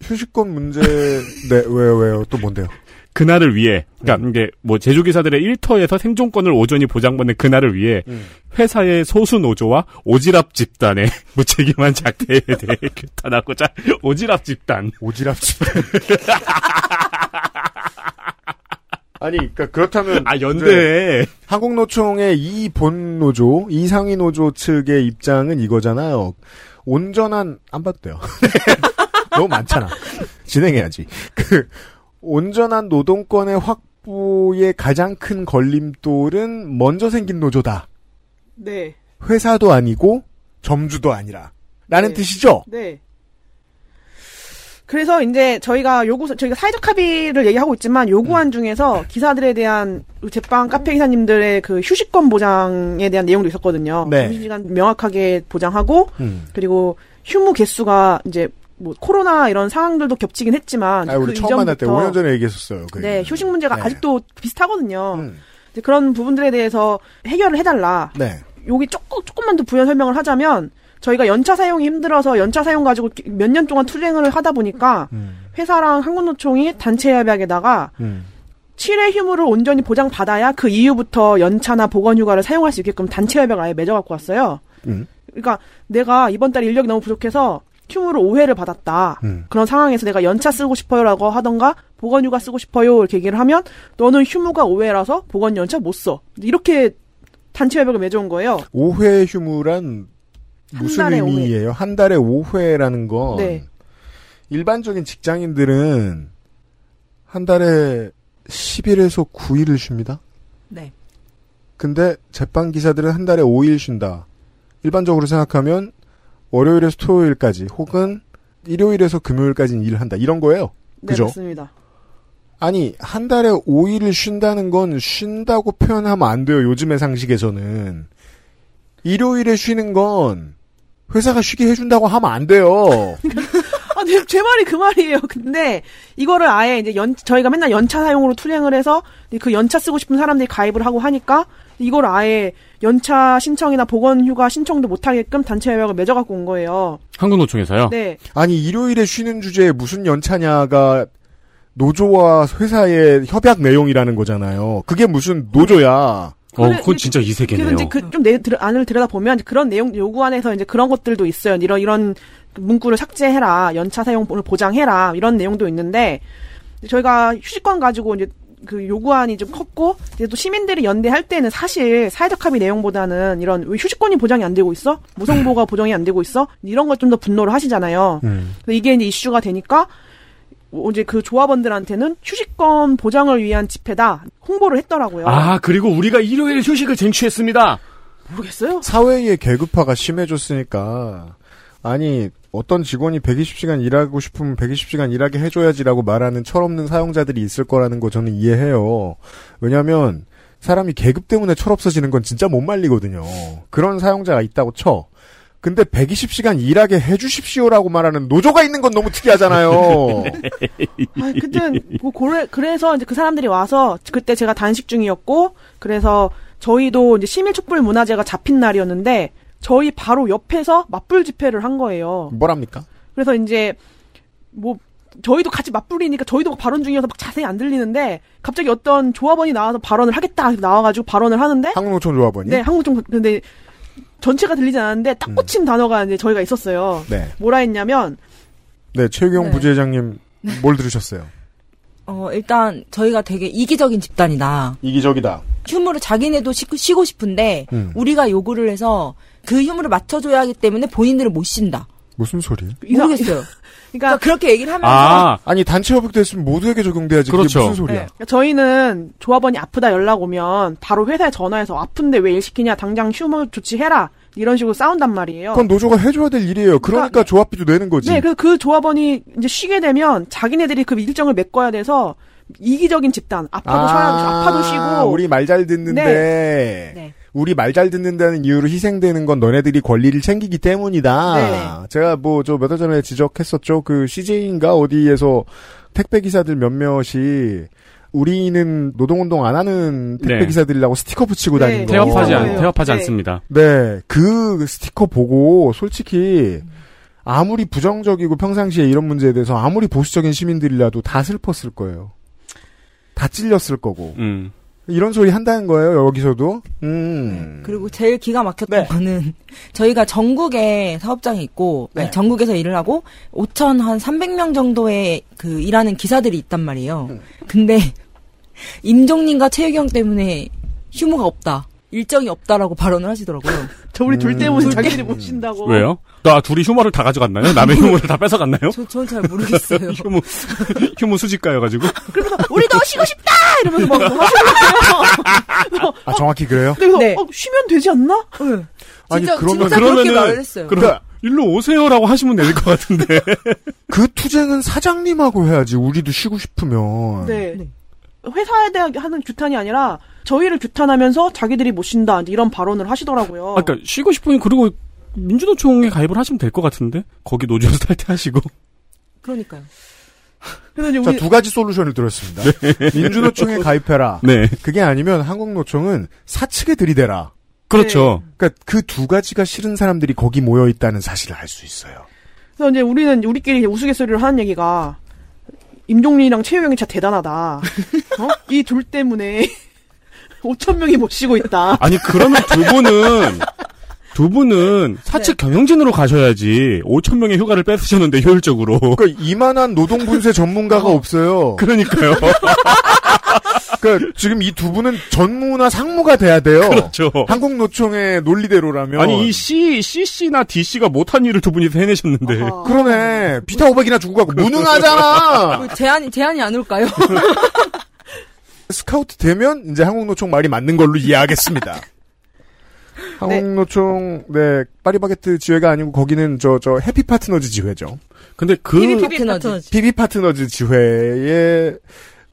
휴식권 문제 네 왜요 왜요 또 뭔데요?
그날을 위해,
네.
그러니까 이게 뭐 제조기사들의 일터에서 생존권을 오전히 보장받는 그날을 위해
음.
회사의 소수 노조와 오지랖 집단의 무책임한 작태에 대해 규탄하고자 오지랖 집단.
오지랖 집단. 아니, 그러니까 그렇다면 네.
아
네.
연대
한국노총의 이 본 노조, 이 상위 노조 측의 입장은 이거잖아요. 온전한 안 봐도 돼요. 너무 많잖아. 진행해야지. 그 온전한 노동권의 확보의 가장 큰 걸림돌은 먼저 생긴 노조다.
네.
회사도 아니고 점주도 아니라. 라는 뜻이죠.
네. 그래서 이제 저희가 요구 저희가 사회적 합의를 얘기하고 있지만 요구안
음.
중에서 기사들에 대한 제빵 카페 기사님들의 그 휴식권 보장에 대한 내용도 있었거든요.
네.
점심시간 명확하게 보장하고
음.
그리고 휴무 개수가 이제 뭐 코로나 이런 상황들도 겹치긴 했지만
아, 우리
그
처음 만날 때
이전부터
5년 전에 얘기했었어요. 그
네, 휴식 문제가
네. 음.
아직도 음. 비슷하거든요. 이제 그런 부분들에 대해서 해결을 해달라.
네.
여기 조금 조금만 더 부연 설명을 하자면 저희가 연차 사용이 힘들어서 연차 사용 가지고 몇 년 동안 투쟁을 하다 보니까
음.
회사랑 한국노총이 단체 협약에다가 7회 휴무를 온전히 보장받아야 그 이후부터 연차나 보건휴가를 사용할 수 있게끔 단체 협약을 아예 맺어갖고 왔어요.
음.
그러니까 내가 이번 달에 인력이 너무 부족해서 휴무를 5회를 받았다.
음.
그런 상황에서 내가 연차 쓰고 싶어요라고 하던가 보건휴가 쓰고 싶어요 이렇게 얘기를 하면 너는 휴무가 5회라서 보건 연차 못 써. 이렇게 단체 협약을 맺어온 거예요.
5회 휴무란 무슨
달에
의미예요? 한 달에 5회라는 건
네.
일반적인 직장인들은 한 달에 10일에서 9일을 쉽니다.
네.
근데 제빵 기사들은 한 달에 5일 쉰다. 일반적으로 생각하면 월요일에서 토요일까지 혹은 일요일에서 금요일까지는 일을 한다. 이런 거예요.
네,
그죠?
맞습니다.
아니, 한 달에 5일을 쉰다는 건 쉰다고 표현하면 안 돼요. 요즘의 상식에서는. 일요일에 쉬는 건 회사가 쉬게 해준다고 하면 안 돼요.
아, 네, 제 말이 그 말이에요. 근데 이거를 아예 이제 연 저희가 맨날 연차 사용으로 투쟁을 해서 이제 그 연차 쓰고 싶은 사람들이 가입을 하고 하니까 이걸 아예 연차 신청이나 보건휴가 신청도 못하게끔 단체 협약을 맺어갖고 온 거예요.
한국노총에서요.
네.
아니, 일요일에 쉬는 주제에 무슨 연차냐가 노조와 회사의 협약 내용이라는 거잖아요. 그게 무슨 노조야.
어, 그건 진짜 이
그래서
세계네요.
이제 그좀 내 들- 안을 들여다 보면 그런 내용 요구안에서 이제 그런 것들도 있어요. 이런 이런 문구를 삭제해라, 연차 사용을 보장해라 이런 내용도 있는데 저희가 휴식권 가지고 이제 그 요구안이 좀 컸고 이제 또 시민들이 연대할 때는 사실 사회적 합의 내용보다는 이런 왜 휴식권이 보장이 안 되고 있어, 무성보가 보장이 안 되고 있어 이런 걸 좀 더 분노를 하시잖아요.
음.
근데 이게 이제 이슈가 되니까 어, 이제 그 조합원들한테는 휴식권 보장을 위한 집회다 홍보를 했더라고요.
아, 그리고 우리가 일요일 휴식을 쟁취했습니다.
모르겠어요.
사회의 계급화가 심해졌으니까 아니 어떤 직원이 120시간 일하고 싶으면 120시간 일하게 해줘야지라고 말하는 철없는 사용자들이 있을 거라는 거 저는 이해해요. 왜냐하면 사람이 계급 때문에 철없어지는 건 진짜 못 말리거든요. 그런 사용자가 있다고 쳐. 근데 120시간 일하게 해주십시오라고 말하는 노조가 있는 건 너무 특이하잖아요.
아, 그땐 뭐 고래, 그래서 이제 그 사람들이 와서 그때 제가 단식 중이었고 그래서 저희도 이제 시민 촛불 문화제가 잡힌 날이었는데 저희 바로 옆에서 맞불 집회를 한 거예요.
뭐랍니까?
그래서 이제 뭐 저희도 같이 맞불이니까 저희도 발언 중이어서 막 자세히 안 들리는데 갑자기 어떤 조합원이 나와서 발언을 하겠다 해서 나와가지고 발언을 하는데
한국노총 조합원이. 음.
네 한국 좀 근데 전체가 들리지 않았는데 딱 꽂힌 단어가 이제 저희가 있었어요.
네.
뭐라 했냐면
네, 최경
네.
부지회장님 뭘 들으셨어요?
어, 일단 저희가 되게 이기적인 집단이다.
이기적이다.
휴무를 자기네도 쉬고, 쉬고 싶은데
음.
우리가 요구를 해서 그 휴무를 맞춰줘야 하기 때문에 본인들은 못 쉰다.
무슨 소리예요?
모르겠어요.
그러니까
그렇게 얘기를 하면서
아, 아니 단체 협약도 했으면 모두에게 적용돼야지. 그게 무슨 소리야?
네. 저희는 조합원이 아프다 연락 오면 바로 회사에 전화해서 아픈데 왜 일 시키냐 당장 휴무 조치해라 이런 식으로 싸운단 말이에요.
그건 노조가 해줘야 될 일이에요. 그러니까 조합비도 내는 거지.
네, 그래서 그 조합원이 이제 쉬게 되면 자기네들이 그 일정을 메꿔야 돼서 이기적인 집단 아파도 쉬어야
아,
아파도 쉬고
우리 말 잘 듣는데
네. 네.
우리 말 잘 듣는다는 이유로 희생되는 건 너네들이 권리를 챙기기
네.
때문이다. 제가 뭐 저 몇 달 전에 지적했었죠. 그 CJ인가 어디에서 택배 기사들 몇몇이 우리는 노동운동 안 하는 택배
네.
기사들이라고 스티커 붙이고
네,
다니는 거.
태업하지 않- 태업하지 네. 않습니다.
네, 그 스티커 보고 솔직히 아무리 부정적이고 평상시에 이런 문제에 대해서 아무리 보수적인 시민들이라도 다 슬펐을 거예요. 다 찔렸을 거고.
음.
이런 소리 한다는 거예요, 여기서도. 음.
네. 그리고 제일 기가
네.
막혔던 거는 저희가 전국에 사업장이 있고
네.
아니, 전국에서 일을 하고 5천 한 300명 정도의 그 일하는 기사들이 있단 말이에요.
음.
근데 임종님과 최유경 때문에 휴무가 없다. 일정이 없다라고 발언을 하시더라고요.
저 우리 둘 때문에 자기들이 못 쉰다고.
왜요? 나 둘이 휴머를 다 가져갔나요? 남의 휴머를 다 뺏어갔나요?
저, 저는 잘 모르겠어요.
휴무, 휴무 수집가여가지고.
우리도 쉬고 싶다! 이러면서 막
뭐
하시는데요.
아, 정확히 그래요?
내가
네.
어, 쉬면 되지 않나?
예. 진짜- 진짜 그렇게 말을 했어요. 그러니까
그럼 일로 오세요라고 하시면 될 것 같은데.
그 투쟁은 사장님하고 해야지, 우리도 쉬고 싶으면.
네. 회사에 대한 하는 규탄이 아니라 저희를 규탄하면서 자기들이 못 쉰다 이제 이런 발언을 하시더라고요.
아까 그러니까 쉬고 싶으니 그리고 민주노총에 가입을 하시면 될 것 같은데 거기 노조에서 탈퇴하시고.
그러니까요.
그래서 이제
자,
우리
두 가지 솔루션을 들었습니다. 민주노총에 가입해라.
네.
그게 아니면 한국노총은 사측에 들이대라.
그렇죠.
네.
그러니까 그 두 가지가 싫은 사람들이 거기 모여 있다는 사실을 알 수 있어요.
그래서 이제 우리는 우리끼리 이제 우스갯소리를 하는 얘기가 임종린이랑 최유경이 진짜 대단하다. 어? 이 둘 때문에 5천 명이 못 쉬고 있다.
아니 그러면 두 분은 두 분은 사측
네.
경영진으로 가셔야지 5천 명의 휴가를 뺏으셨는데 효율적으로.
그러니까 이만한 노동 분쇄 전문가가 없어요.
그러니까요.
그러니까 지금 이 두 분은 전무나 상무가 돼야 돼요.
그렇죠.
한국 노총의 논리대로라면
아니 이 C, CC나 DC가 못한 일을 두 분이서 해내셨는데.
어.
그러네. 비타 500이나 주고 가고 무능하잖아.
뭐 제안이 제안이 안 올까요?
그
스카우트 되면 이제 한국노총 말이 맞는 걸로 이해하겠습니다. 한국노총 네 파리바게트 지회가 아니고 거기는 저 저 해피 파트너즈 지회죠.
근데 그
파트너지.
PB 파트너즈 지회의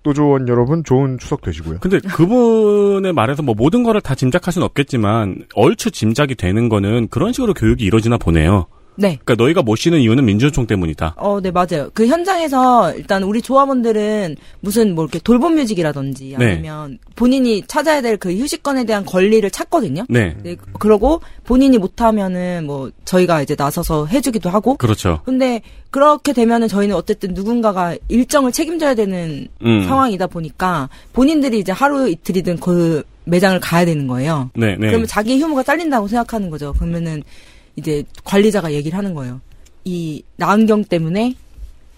노조원 여러분 좋은 추석 되시고요.
근데 그분의 말에서 뭐 모든 거를 다 짐작할 수는 없겠지만 얼추 짐작이 되는 거는 그런 식으로 교육이 이루어지나 보네요.
네.
그러니까 너희가 못 쉬는 이유는 민주노총 때문이다.
어, 네, 맞아요. 그 현장에서 일단 우리 조합원들은 무슨 뭐 이렇게 돌봄 뮤직이라든지
네.
아니면 본인이 찾아야 될 그 휴식권에 대한 권리를 찾거든요.
네.
그러고 본인이 못하면은 뭐 저희가 이제 나서서 해주기도 하고.
그렇죠.
근데 그렇게 되면은 저희는 어쨌든 누군가가 일정을 책임져야 되는
음.
상황이다 보니까 본인들이 이제 하루 이틀이든 그 매장을 가야 되는 거예요.
네, 네.
그러면 자기 휴무가 잘린다고 생각하는 거죠. 그러면은 이제 관리자가 얘기를 하는 거예요. 이 나은경 때문에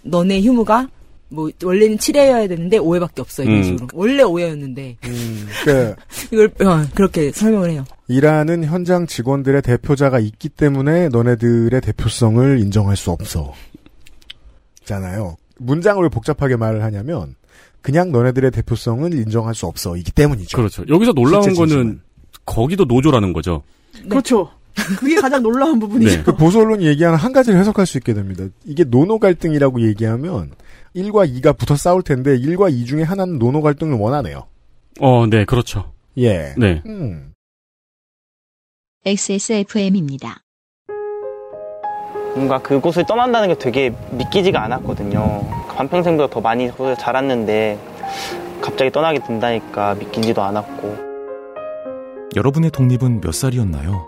너네 휴무가 뭐 원래는 7회여야 되는데 5회밖에 없어 이런
음.
식으로 원래 5회였는데
그
이걸 어, 그렇게 설명을 해요.
일하는 현장 직원들의 대표자가 있기 때문에 너네들의 대표성을 인정할 수 없어. 잖아요. 문장을 왜 복잡하게 말을 하냐면 그냥 너네들의 대표성을 인정할 수 없어. 이기 때문이죠.
그렇죠. 여기서 놀라운
실제 진심은.
거는 거기도 노조라는 거죠.
그렇죠. 그게 가장 놀라운 부분이죠.
그 보수 언론이 얘기하는 한 가지를 해석할 수 있게 됩니다. 이게 노노 갈등이라고 얘기하면 1과 2가 붙어 싸울 텐데 1과 2 중에 하나는 노노 갈등을 원하네요.
어, 네, 그렇죠.
예.
네.
음.
XSFM입니다.
뭔가 그곳을 떠난다는 게 되게 믿기지가 않았거든요. 반평생보다 더 많이 거기서 자랐는데 갑자기 떠나게 된다니까 믿기지도 않았고
여러분의 독립은 몇 살이었나요?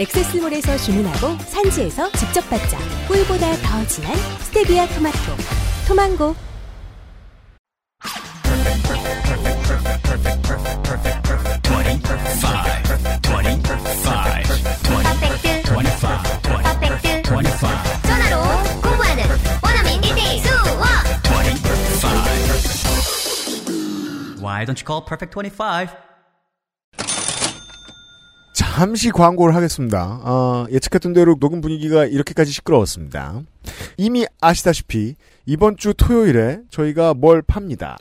엑세스몰에서 주문하고 산지에서 직접 받자. 꿀보다 더 진한 스테비아 토마토. 토망고.
전화로 공부하는 원어민 1대1 수업
Why
Why don't you call Perfect 25?
잠시 광고를 하겠습니다. 아, 예측했던 대로 녹음 분위기가 이렇게까지 시끄러웠습니다. 이미 아시다시피 이번 주 토요일에 저희가 뭘 팝니다.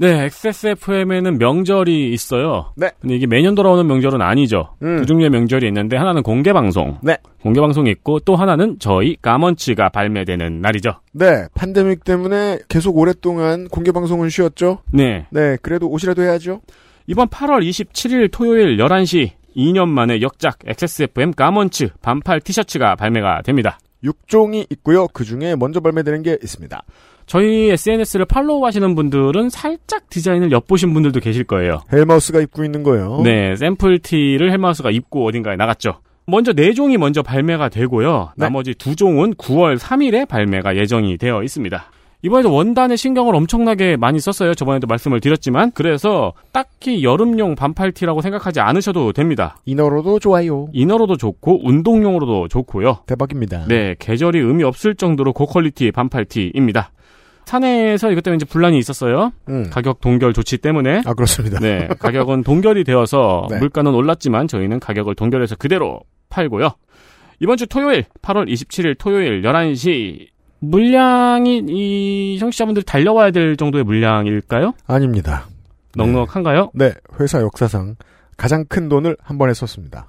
네, XSFM에는 명절이 있어요.
네. 음.
근데 이게 매년 돌아오는 명절은 아니죠. 두 종류의 명절이 있는데 하나는 공개 방송.
네.
공개 방송이 있고 또 하나는 저희 까먼치가 발매되는 날이죠.
네, 팬데믹 때문에 계속 오랫동안 공개 방송은 쉬었죠.
네.
네, 그래도 옷이라도 해야죠.
이번 8월 27일 토요일 11시 2년 만에 역작 XSFM 까먼츠 반팔 티셔츠가 발매가 됩니다.
6종이 있고요. 그 중에 먼저 발매되는 게 있습니다.
저희 SNS를 팔로우 하시는 분들은 살짝 디자인을 엿보신 분들도 계실 거예요.
헬마우스가 입고 있는 거예요.
네, 샘플티를 헬마우스가 입고 어딘가에 나갔죠. 먼저 네 종이 먼저 발매가 되고요. 나머지 두 종은 9월 3일에 발매가 예정이 되어 있습니다. 이번에도 원단에 신경을 엄청나게 많이 썼어요. 저번에도 말씀을 드렸지만 그래서 딱히 여름용 반팔티라고 생각하지 않으셔도 됩니다.
이너로도 좋아요.
이너로도 좋고 운동용으로도 좋고요.
대박입니다.
예. 네, 계절이 의미 없을 정도로 고퀄리티 반팔티입니다. 사내에서 이것 때문에 이제 분란이 있었어요.
음.
가격 동결 조치 때문에.
아 그렇습니다.
네, 가격은 동결이 되어서
네.
물가는 올랐지만 저희는 가격을 동결해서 그대로 팔고요. 이번 주 토요일 8월 27일 토요일 11시 물량이 이 청취자분들 달려와야 될 정도의 물량일까요?
네. 아닙니다.
넉넉한가요?
네, 회사 역사상 가장 큰 돈을 한 번에 썼습니다.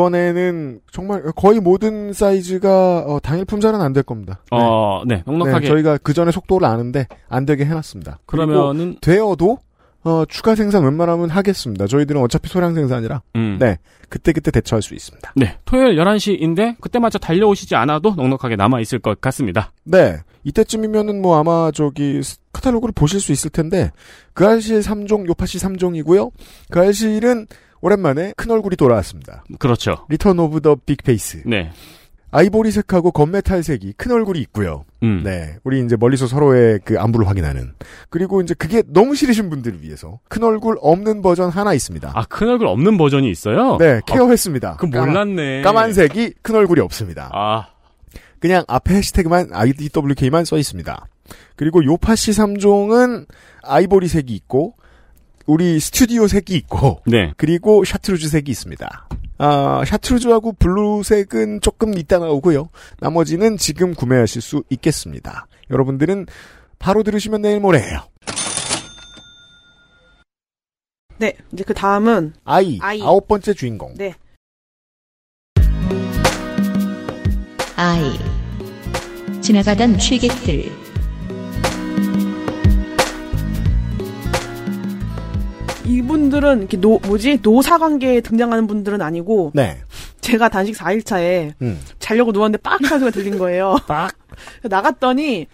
이번에는 정말 거의 모든 사이즈가 어, 당일 품절은 안 될 겁니다.
어, 네, 넉넉하게.
네, 저희가 그 전에 속도를 아는데 안 되게 해놨습니다.
그러면은-
그리고 되어도 어, 추가 생산 웬만하면 하겠습니다. 저희들은 어차피 소량 생산이라
음.
네 그때 그때 대처할 수 있습니다.
네, 토요일 11시인데 그때 맞춰 달려오시지 않아도 넉넉하게 남아 있을 것 같습니다.
네 이때쯤이면은 뭐 아마 저기 스- 카탈로그를 보실 수 있을 텐데 그 알실 3종 요파시 3종이고요. 그 알실은 오랜만에 큰 얼굴이 돌아왔습니다.
그렇죠.
리턴 오브 더 빅페이스.
네.
아이보리색하고 건메탈색이 큰 얼굴이 있고요.
음.
네, 우리 이제 멀리서 서로의 그 안부를 확인하는. 그리고 이제 그게 너무 싫으신 분들을 위해서 큰 얼굴 없는 버전 하나 있습니다.
아, 큰 얼굴 없는 버전이 있어요?
네, 케어했습니다.
그 몰랐네.
까만, 색이큰 얼굴이 없습니다.
아.
그냥 앞에 해시태그만 IDWK만 써 있습니다. 그리고 요파시 3종은 아이보리색이 있고 우리 스튜디오 색이 있고
네.
그리고 샤트루즈 색이 있습니다. 아, 샤트루즈하고 블루색은 조금 이따 나오고요. 나머지는 지금 구매하실 수 있겠습니다. 여러분들은 바로 들으시면 내일 모레예요.
네, 이제 그 다음은
아이,
아이.
아홉 번째 주인공.
네.
아이. 지나가던 취객들.
이분들은 이렇게 노 뭐지 노사 관계에 등장하는 분들은 아니고
네.
제가 단식 4일차에
음.
자려고 누웠는데 빡 하는 소리가 들린 거예요.
빡.
나갔더니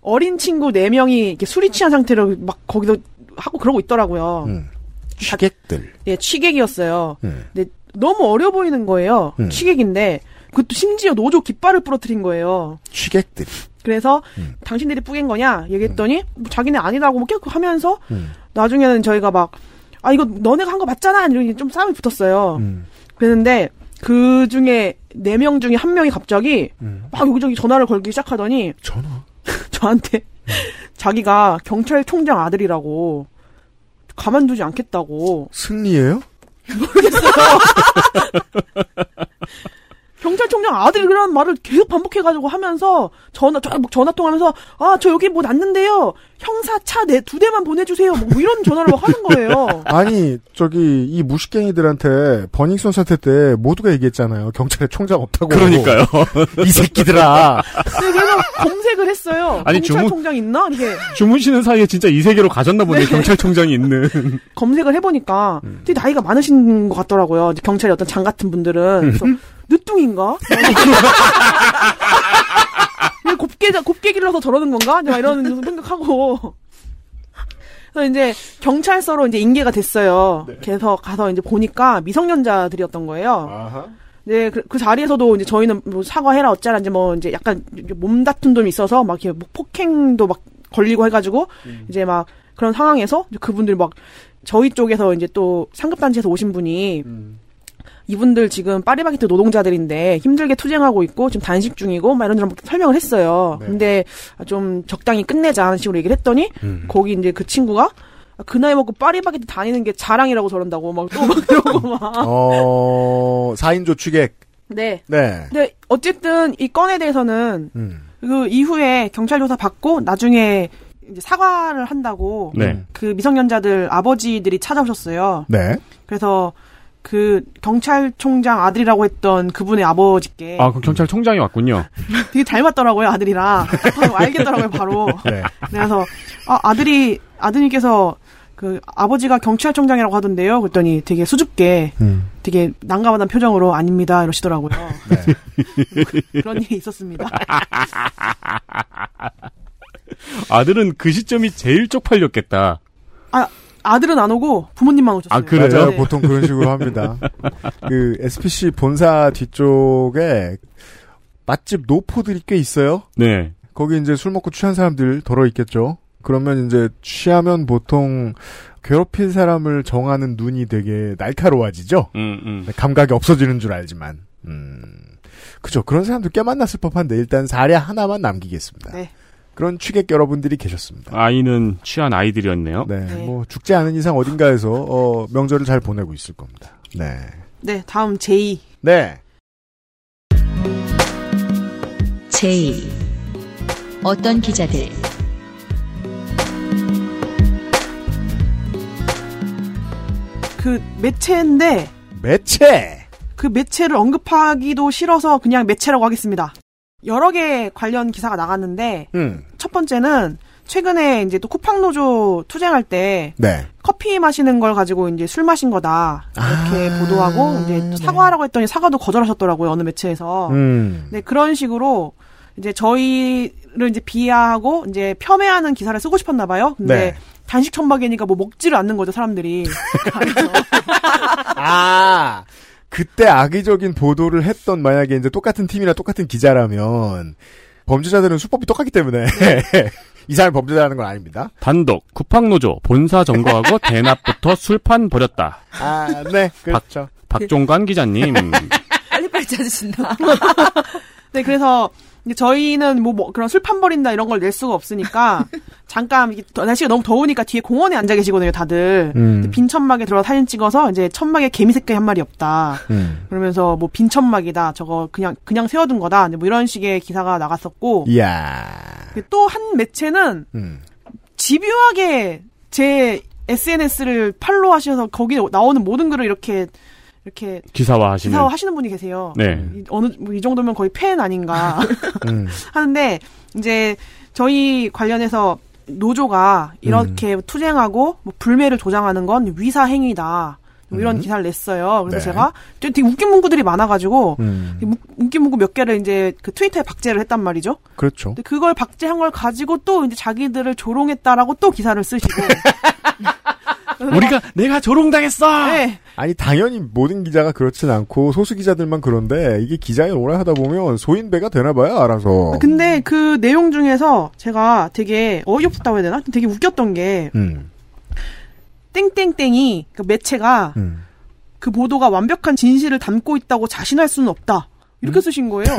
어린 친구 4명이 이렇게 술이 취한 상태로 막 거기서 하고 그러고 있더라고요.
음.
어.
취객들.
예, 취객이었어요.
음.
근데 너무 어려 보이는 거예요.
음.
취객인데 그것도 심지어 노조 깃발을 부러뜨린 거예요.
취객들.
그래서
음.
당신들이 뿌갠 거냐 얘기했더니 뭐 자기네 아니라고 뭐 계속 하면서
음.
나중에는 저희가 막 아 이거 너네가 한 거 맞잖아 이렇게 좀 싸움이 붙었어요.
음.
그랬는데 그 중에 네 명 중에 한 명이 갑자기 막 여기저기 전화를 걸기 시작하더니
음. 전화 음.
저한테 자기가 경찰총장 아들이라고 가만두지 않겠다고
승리예요?
경찰총장 아들이 그런 말을 계속 반복해가지고 하면서 전화 저, 막 전화 통하면서 아 저 여기 뭐 났는데요 형사 차네두 대만 보내주세요 뭐 이런 전화를 막 하는 거예요.
아니 저기 이 무식갱이들한테 버닝썬 사태 때 모두가 얘기했잖아요. 경찰에 총장 없다고.
그러니까요.
이 새끼들아.
네, 그래서 검색을 했어요.
아니, 주문-
경찰총장 있나 이게
주무시는 사이에 진짜 이 세계로 가셨나 보네. 경찰총장이 있는.
검색을 해보니까 되게 나이가 많으신 것 같더라고요. 이제 경찰의 어떤 장 같은 분들은 그래서 늦둥인가? 왜 곱게 곱게 길러서 저러는 건가? 이제 막 이런 생각하고. 그래서 이제 경찰서로 이제 인계가 됐어요. 그래서 가서 이제 보니까 미성년자들이었던 거예요. 네, 그, 그 자리에서도 이제 저희는 뭐 사과해라 어쩌라 이제 뭐 이제 약간 몸다툼도 있어서 막 이렇게 뭐 폭행도 막 걸리고 해가지고 이제 막 그런 상황에서 이제 그분들이 막 저희 쪽에서 이제 또 상급단체에서 오신 분이
음.
이분들 지금 파리바게트 노동자들인데 힘들게 투쟁하고 있고 지금 단식 중이고 막 이런 저런 설명을 했어요. 근데 좀 적당히 끝내자 하는 식으로 얘기를 했더니 거기 이제 그 친구가 그 나이 먹고 파리바게뜨 다니는 게 자랑이라고 저런다고 막 또 막 이러고 막.
어, 4인조 취객.
네.
네. 음.
근데 어쨌든 이 건에 대해서는 그 이후에 경찰 조사 받고 나중에 이제 사과를 한다고
네.
그 미성년자들 아버지들이 찾아오셨어요.
네.
그래서 그 경찰총장 아들이라고 했던 그분의 아버지께
아, 그럼 경찰총장이 왔군요.
되게 닮았더라고요 아들이랑 바로 알겠더라고요 바로
네.
그래서 아, 아들이 아드님께서 그 아버지가 경찰청장이라고 하던데요 그랬더니 되게 수줍게 되게 난감하다는 표정으로 아닙니다 이러시더라고요 그런 일이 있었습니다
아들은 그 시점이 제일 쪽팔렸겠다.
아 아들은 안 오고 부모님만 오셨어요
아, 그래요?
맞아요.
네.
보통 그런 식으로 합니다. 그 SPC 본사 뒤쪽에 맛집 노포들이 꽤 있어요.
네.
거기 이제 술 먹고 취한 사람들 덜어 있겠죠. 그러면 이제 취하면 보통 괴롭힌 사람을 정하는 눈이 되게 날카로워지죠. 음. 네, 감각이 없어지는 줄 알지만. 음. 그죠. 그런 사람들 꽤 만났을 법한데 일단 사례 하나만 남기겠습니다.
네.
그런 취객 여러분들이 계셨습니다.
아이는 취한 아이들이었네요.
네. 뭐 죽지 않은 이상 어딘가에서 어, 명절을 잘 보내고 있을 겁니다. 네.
네 다음 제이
네.
J. 어떤 기자들.
그 매체인데
매체
그 매체를 언급하기도 싫어서 그냥 매체라고 하겠습니다. 여러 개 관련 기사가 나갔는데
음.
첫 번째는 최근에 이제 또 쿠팡 노조 투쟁할 때
네.
커피 마시는 걸 가지고 이제 술 마신 거다 이렇게
아.
보도하고 이제 사과하라고 했더니 사과도 거절하셨더라고요 어느 매체에서.
음.
네 그런 식으로 이제 저희를 이제 비하하고 이제 폄훼하는 기사를 쓰고 싶었나 봐요. 근데
네.
단식 천박이니까 뭐 먹지를 않는 거죠 사람들이.
아. 그때 악의적인 보도를 했던 만약에 이제 똑같은 팀이나 똑같은 기자라면 범죄자들은 수법이 똑같기 때문에 이 사람이 범죄자라는 건 아닙니다.
단독 쿠팡노조 본사 점거하고 대낮부터 술판 벌였다.
아, 네. 그렇죠.
박종관 기자님.
빨리빨리 찾으신다.
네, 그래서 이제 저희는 뭐, 뭐 그런 술판 버린다 이런 걸 낼 수가 없으니까 잠깐 이게 더- 날씨가 너무 더우니까 뒤에 공원에 앉아 계시거든요, 다들.
음.
근데 빈 천막에 들어가 사진 찍어서 이제 천막에 개미 새끼 한 마리 없다.
음.
그러면서 뭐 빈 천막이다. 저거 그냥 그냥 세워둔 거다. 이제 뭐 이런 식의 기사가 나갔었고
이야.
또 한 매체는
음.
집요하게 제 SNS를 팔로우하셔서 거기 나오는 모든 글을 이렇게 이렇게
기사화 하시는.
기사화 하시는 분이 계세요.
네.
이, 어느 뭐이 정도면 거의 팬 아닌가
음.
하는데 이제 저희 관련해서 노조가 이렇게
음.
투쟁하고 뭐 불매를 조장하는 건 위사 행위다. 뭐 이런
음.
기사를 냈어요. 그래서
네.
제가 되게 웃긴 문구들이 많아가지고
음.
이 무- 웃긴 문구 몇 개를 이제 그 트위터에 박제를 했단 말이죠.
그렇죠.
근데 그걸 박제한 걸 가지고 또 이제 자기들을 조롱했다라고 또 기사를 쓰시고
우리가 내가 조롱당했어.
네.
아니 당연히 모든 기자가 그렇진 않고 소수 기자들만 그런데 이게 기자에 오래 하다 보면 소인배가 되나 봐요 알아서.
근데 그 내용 중에서 제가 되게 어이없었다고 해야 되나? 되게 웃겼던 게
음.
땡땡땡이 그 매체가
음.
그 보도가 완벽한 진실을 담고 있다고 자신할 수는 없다.
음.
이렇게 쓰신 거예요.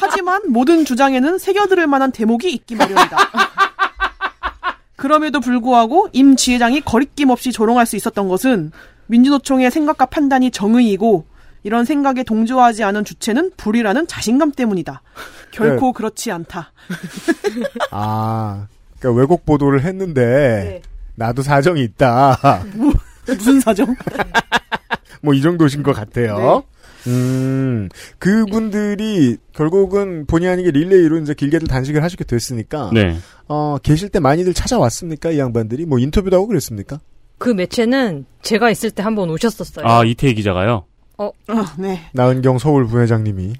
하지만 모든 주장에는 새겨들을 만한 대목이 있기 마련이다. 그럼에도 불구하고 임 지회장이 거리낌 없이 조롱할 수 있었던 것은 민주노총의 생각과 판단이 정의이고 이런 생각에 동조하지 않은 주체는 불이라는 자신감 때문이다. 결코 그렇지 않다.
아, 그러니까 왜곡 보도를
네.
했는데 나도 사정이 있다.
무슨 사정?
뭐 이 정도신 것 같아요.
네.
음, 그분들이 결국은 본의 아니게 릴레이로 이제 길게들 단식을 하시게 됐으니까.
네.
어, 계실 때 많이들 찾아왔습니까? 이 양반들이? 뭐 인터뷰도 하고 그랬습니까?
그 매체는 제가 있을 때 한 번 오셨었어요.
아 이태희 기자가요.
어,
네.
나은경 서울 부회장님이.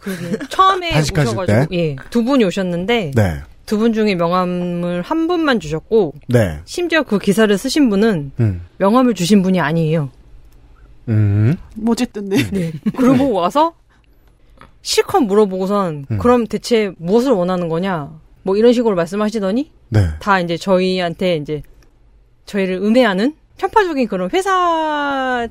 처음에
단식하실
오셔가지고
때?
예, 두 분이 오셨는데
네.
두 분 중에 명함을 한 분만 주셨고
네.
심지어 그 기사를 쓰신 분은
음.
명함을 주신 분이 아니에요.
음.
뭐 어쨌든 네.
그러고 와서 실컷 물어보고선
음.
그럼 대체 무엇을 원하는 거냐 뭐 이런 식으로 말씀하시더니
네.
다 이제 저희한테 이제 저희를 음해하는 편파적인 그런 회사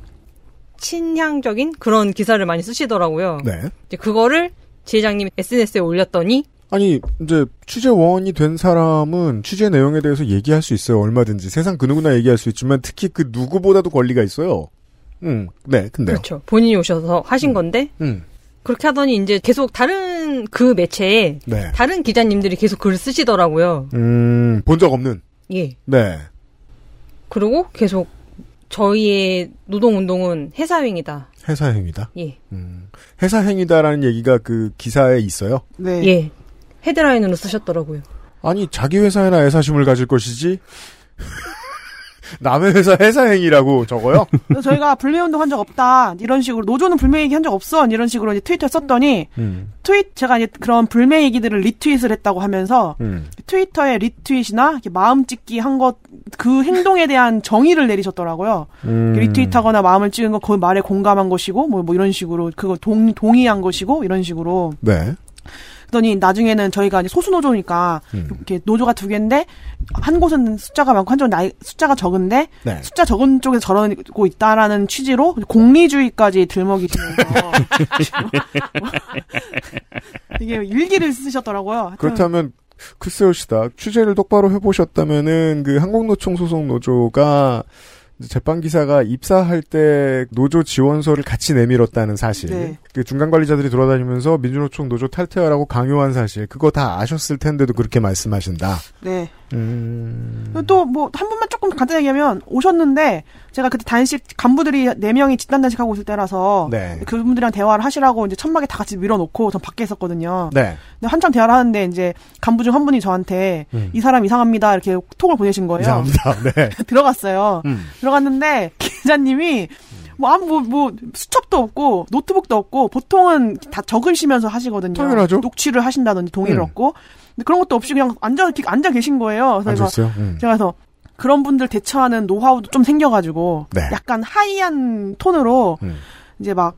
친향적인 그런 기사를 많이 쓰시더라고요.
네.
이제 그거를 지회장님 SNS에 올렸더니
아니 이제 취재원이 된 사람은 취재 내용에 대해서 얘기할 수 있어요. 얼마든지 세상 그 누구나 얘기할 수 있지만 특히 그 누구보다도 권리가 있어요. 음, 네, 근데
그렇죠. 본인이 오셔서 하신 건데
음,
그렇게 하더니 이제 계속 다른 그 매체에
네,
다른 기자님들이 계속 글을 쓰시더라고요.
음, 본 적 없는.
예.
네,
그리고 계속 저희의 노동 운동은 회사 행위다.
회사 행위다.
예.
회사 행위다라는 얘기가 그 기사에 있어요.
네.
예. 헤드라인으로 쓰셨더라고요.
아니 자기 회사에나 애사심을 가질 것이지. 남의 회사 회사 행위라고 적어요?
그래서 저희가 불매운동 한 적 없다 이런 식으로 노조는 불매 얘기 한 적 없어 이런 식으로 이제 트위터 썼더니
음,
트윗 제가 이제 그런 불매 얘기들을 리트윗을 했다고 하면서
음.
트위터에 리트윗이나 이렇게 마음 찍기 한 것 그 행동에 대한 정의를 내리셨더라고요.
음.
리트윗하거나 마음을 찍은 건그 말에 공감한 것이고 뭐, 뭐 이런 식으로 그거 동, 동의한 것이고 이런 식으로
네.
그러더니 나중에는 저희가 이제 소수 노조니까
음.
이렇게 노조가 두 개인데 한 곳은 숫자가 많고 한쪽은 나이, 숫자가 적은데
네.
숫자 적은 쪽에서 저러고 있다라는 취지로 공리주의까지 들먹이시면서 이게 일기를 쓰셨더라고요.
그렇다면 글쎄요시다 취재를 똑바로 해보셨다면은 그 항공노총 소속 노조가 이제 재판 기사가 입사할 때 노조 지원서를 같이 내밀었다는 사실,
네.
그 중간 관리자들이 돌아다니면서 민주노총 노조 탈퇴하라고 강요한 사실, 그거 다 아셨을 텐데도 그렇게 말씀하신다.
네.
음,
또 뭐 한 분만 조금 간단히 얘기하면 오셨는데 제가 그때 단식 간부들이 네 명이 집단 단식 하고 있을 때라서
네.
그분들이랑 대화를 하시라고 이제 천막에 다 같이 밀어놓고 전 밖에 있었거든요.
네.
근데 한참 대화를 하는데 이제 간부 중 한 분이 저한테
음.
이 사람 이상합니다 이렇게 톡을 보내신 거예요.
이상합니다. 네.
들어갔어요.
음.
들어갔는데 기자님이 뭐 아무 뭐, 뭐 수첩도 없고 노트북도 없고 보통은 다 적으시면서 하시거든요.
당연하죠.
녹취를 하신다든지 동의를
음.
얻고 근데 그런 것도 없이 그냥 앉아 이렇게 앉아 계신 거예요. 그래서 제가-
앉았어요. 음.
제가 그래서 그런 분들 대처하는 노하우도 좀 생겨가지고
네.
약간 하이한 톤으로
음.
이제 막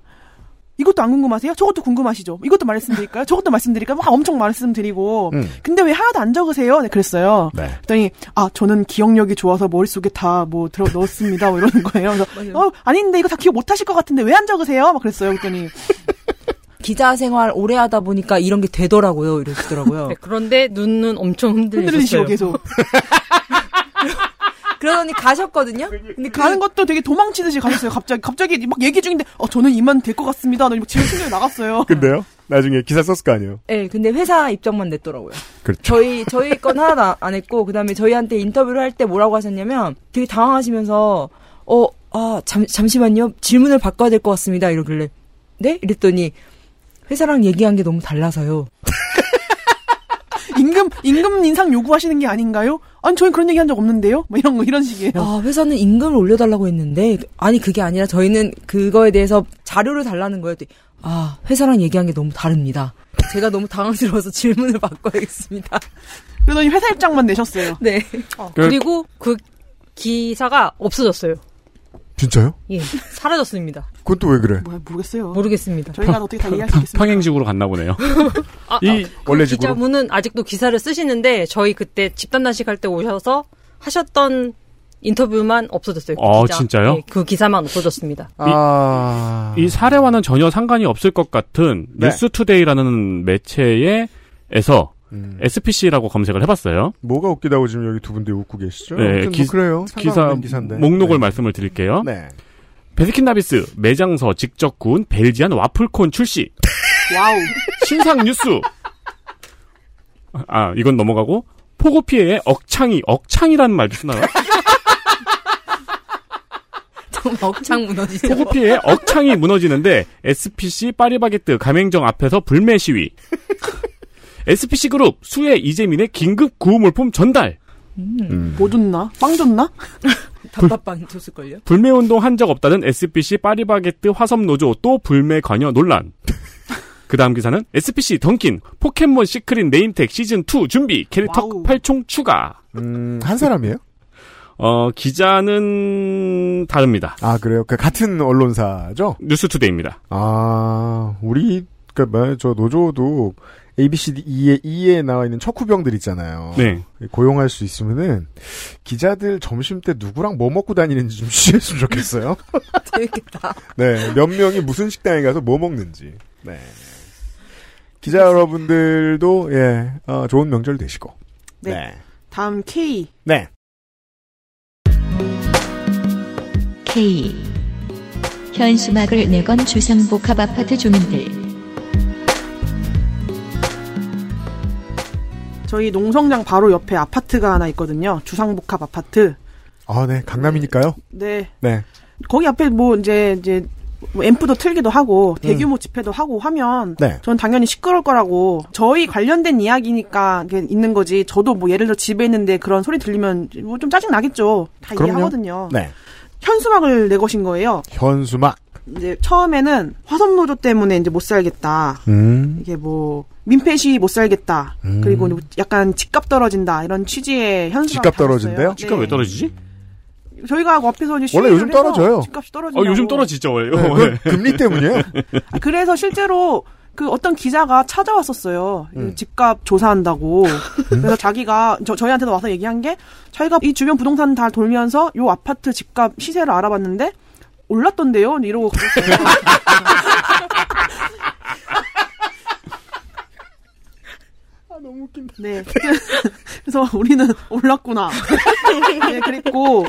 이것도 안 궁금하세요? 저것도 궁금하시죠? 이것도 말씀드릴까요? 저것도 말씀드릴까요? 막 엄청 말씀드리고
음.
근데 왜 하나도 안 적으세요? 네, 그랬어요.
네.
그랬더니 아 저는 기억력이 좋아서 머릿속에 다 뭐 들어 넣었습니다 뭐 이러는 거예요. 그래서 어 아닌데 이거 다 기억 못하실 것 같은데 왜 안 적으세요? 막 그랬어요. 그랬더니
기자 생활 오래 하다 보니까 이런 게 되더라고요. 이러시더라고요.
네, 그런데 눈은 엄청 흔들리셨어요.
흔들리시고 계속
그러더니 가셨거든요. 근데
가는 것도 되게 도망치듯이 가셨어요. 갑자기 갑자기 막 얘기 중인데 어 저는 이만 될 것 같습니다. 너 지금 신경 나갔어요.
근데요? 나중에 기사 썼을 거 아니에요?
네, 근데 회사 입장만 냈더라고요.
그렇죠.
저희 저희 건 하나도 안- 안 했고 그다음에 저희한테 인터뷰를 할 때 뭐라고 하셨냐면 되게 당황하시면서 어, 아, 잠, 잠시만요. 질문을 바꿔야 될 것 같습니다. 이러길래 네? 이랬더니 회사랑 얘기한 게 너무 달라서요.
임금 임금 인상 요구하시는 게 아닌가요? 아니 저희 그런 얘기 한 적 없는데요. 뭐 이런 거 이런 식이에요.
아, 회사는 임금을 올려달라고 했는데 아니 그게 아니라 저희는 그거에 대해서 자료를 달라는 거예요. 그랬더니, 아, 회사랑 얘기한 게 너무 다릅니다. 제가 너무 당황스러워서 질문을 바꿔야겠습니다.
그러더니 회사 입장만 내셨어요.
네.
그리고 그 기사가 없어졌어요.
진짜요?
예. 사라졌습니다.
그건 또 왜 그래?
뭐, 아, 모르겠어요.
모르겠습니다.
저희가 어떻게 다 이해할 수 있겠어요?
평행식으로 갔나 보네요.
아,
이
원래 직으로
기자분은 아직도 기사를 쓰시는데 저희 그때 집단 단식할 때 오셔서 하셨던 인터뷰만 없어졌어요. 그
아,
기자.
진짜요?
예, 그 기사만 없어졌습니다.
아,
이 사례와는 전혀 상관이 없을 것 같은
네.
뉴스투데이라는 매체에서
음.
SPC라고 검색을 해봤어요.
뭐가 웃기다고 지금 여기 두 분들이 웃고 계시죠?
네,
아무튼
기-
뭐 그래요.
기사
상관없는 기사인데. 네.
목록을 말씀을 드릴게요.
네.
베스킨라빈스 매장서 직접 구운 벨지안 와플콘 출시
와우.
신상 뉴스. 아 이건 넘어가고 폭우 피해에 억창이 억창이라는 말도 쓰나요?
정말 억창 무너지죠.
폭우 피해에 억창이 무너지는데 SPC 파리바게뜨 가맹점 앞에서 불매 시위. SPC 그룹 수혜 이재민의 긴급 구호물품 전달.
뭐 줬나? 빵 줬나?
답답한 줬을걸요?
불매 운동 한 적 없다는 SPC 파리바게뜨 화성 노조 또 불매 관여 논란. 그 다음 기사는 SPC 던킨 포켓몬 시크릿 네임택 시즌 2 준비 캐릭터
와우.
팔총 추가.
음, 한 사람이에요?
어 기자는 다릅니다.
아, 그래요? 그 같은 언론사죠?
뉴스투데이입니다.
아, 우리, 그, 뭐, 저 노조도 ABCD 2에, 2에 나와 있는 척후병들 있잖아요.
네.
고용할 수 있으면은, 기자들 점심 때 누구랑 뭐 먹고 다니는지 좀 취했으면 좋겠어요.
재밌겠다.
네. 몇 명이 무슨 식당에 가서 뭐 먹는지. 네. 기자 여러분들도 예 어, 좋은 명절 되시고.
네. 다음 K.
네.
K. 현수막을 내건 주상복합 아파트 주민들.
저희 농성장 바로 옆에 아파트가 하나 있거든요. 주상복합 아파트.
아, 네. 강남이니까요.
네.
네.
거기 앞에 뭐 이제 이제 뭐 앰프도 틀기도 하고 대규모 집회도 하고 하면
음. 네.
저는 당연히 시끄러울 거라고 저희 관련된 이야기니까 이게 있는 거지 저도 뭐 예를 들어 집에 있는데 그런 소리 들리면 뭐 좀 짜증 나겠죠 다
그럼요.
이해하거든요
네.
현수막을 내거신 거예요
현수막.
이제 처음에는 화선노조 때문에 이제 못 살겠다
음.
이게 뭐 민폐시 못 살겠다
음.
그리고 이제 약간 집값 떨어진다 이런 취지의 현수막
집값 떨어진대요?
집값 왜 떨어지지?
저희가 그 앞에서 이제
원래
시위를
요즘
해서
떨어져요.
집값이 떨어진다
어, 요즘 떨어지죠, 원래.
네, 그건 금리 때문이에요.
아, 그래서 실제로 그 어떤 기자가 찾아왔었어요. 이
음.
집값 조사한다고. 그래서 자기가 저, 저희한테도 와서 얘기한 게 자기가 이 주변 부동산 다 돌면서 요 아파트 집값 시세를 알아봤는데 올랐던데요. 이러고 그랬어요.
아, 너무 웃긴다.
네. 그래서 우리는 올랐구나. 네, 그랬고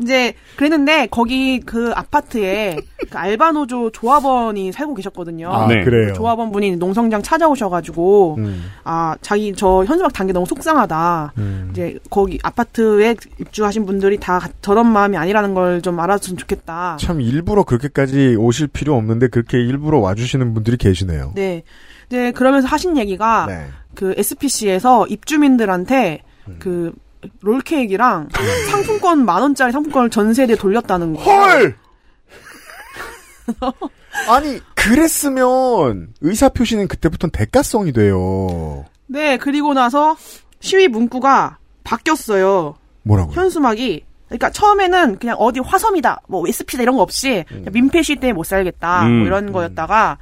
이제 그랬는데 거기 그 아파트에 그 알바노조 조합원이 살고 계셨거든요.
아, 네. 음. 그래요.
조합원 분이 농성장 찾아오셔가지고 아 자기 저 현수막 단계 너무 속상하다.
음.
이제 거기 아파트에 입주하신 분들이 다 가- 저런 마음이 아니라는 걸 좀 알아줬으면 좋겠다.
참 일부러 그렇게까지 오실 필요 없는데 그렇게 일부러 와주시는 분들이 계시네요.
네. 이제 그러면서 하신 얘기가
네. 음.
그 SPC에서 입주민들한테 그 롤케이크랑 상품권 만 원짜리 상품권을 전 세대에 돌렸다는 거.
헐! 아니 그랬으면 의사 표시는 그때부터는 대가성이 돼요.
네, 그리고 나서 시위 문구가 바뀌었어요.
뭐라고요?
현수막이 그러니까 처음에는 그냥 어디 화섬이다, 뭐 SP다 이런 거 없이 그냥 민폐 시대에 못 살겠다
음.
뭐 이런 거였다가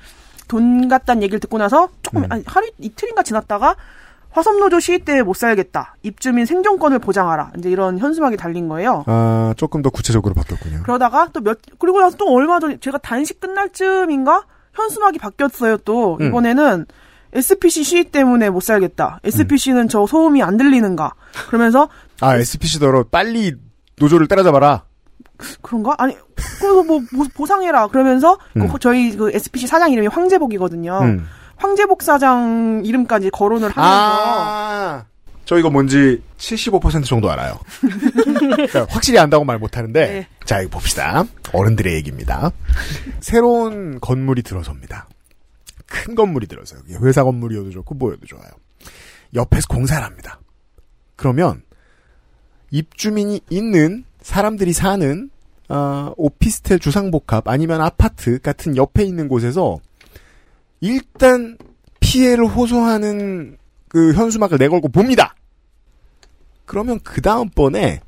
돈 같다는 얘기를 듣고 나서 조금
음.
아니, 하루 이틀인가 지났다가 화섬노조 시위 때문에 못 살겠다, 입주민 생존권을 보장하라 이제 이런 현수막이 달린 거예요.
아 조금 더 구체적으로 바뀌었군요.
그러다가 또 몇, 그리고 나서 또 얼마 전에 제가 단식 끝날 쯤인가? 현수막이 바뀌었어요, 또.
음.
이번에는 SPC 시위 때문에 못 살겠다. SPC는 저 소음이 안 들리는가? 그러면서,
아 SPC더러 빨리 노조를 때려잡아라.
그런가? 아니, 그래서 뭐, 뭐 보상해라. 그러면서, 그
음.
호- 저희 그 SPC 사장 이름이 황재복이거든요.
음.
황재복 사장 이름까지 거론을 하면서.
아. 저 이거 뭔지 75% 정도 알아요. 그러니까 확실히 안다고 말 못하는데
네.
자 이거 봅시다. 어른들의 얘기입니다. 새로운 건물이 들어섭니다. 큰 건물이 들어서요. 이게 회사 건물이어도 좋고 뭐여도 좋아요. 옆에서 공사를 합니다. 그러면 입주민이 있는 사람들이 사는 아, 오피스텔 주상복합 아니면 아파트 같은 옆에 있는 곳에서 일단 피해를 호소하는 그 현수막을 내걸고 봅니다. 그러면 그 다음번에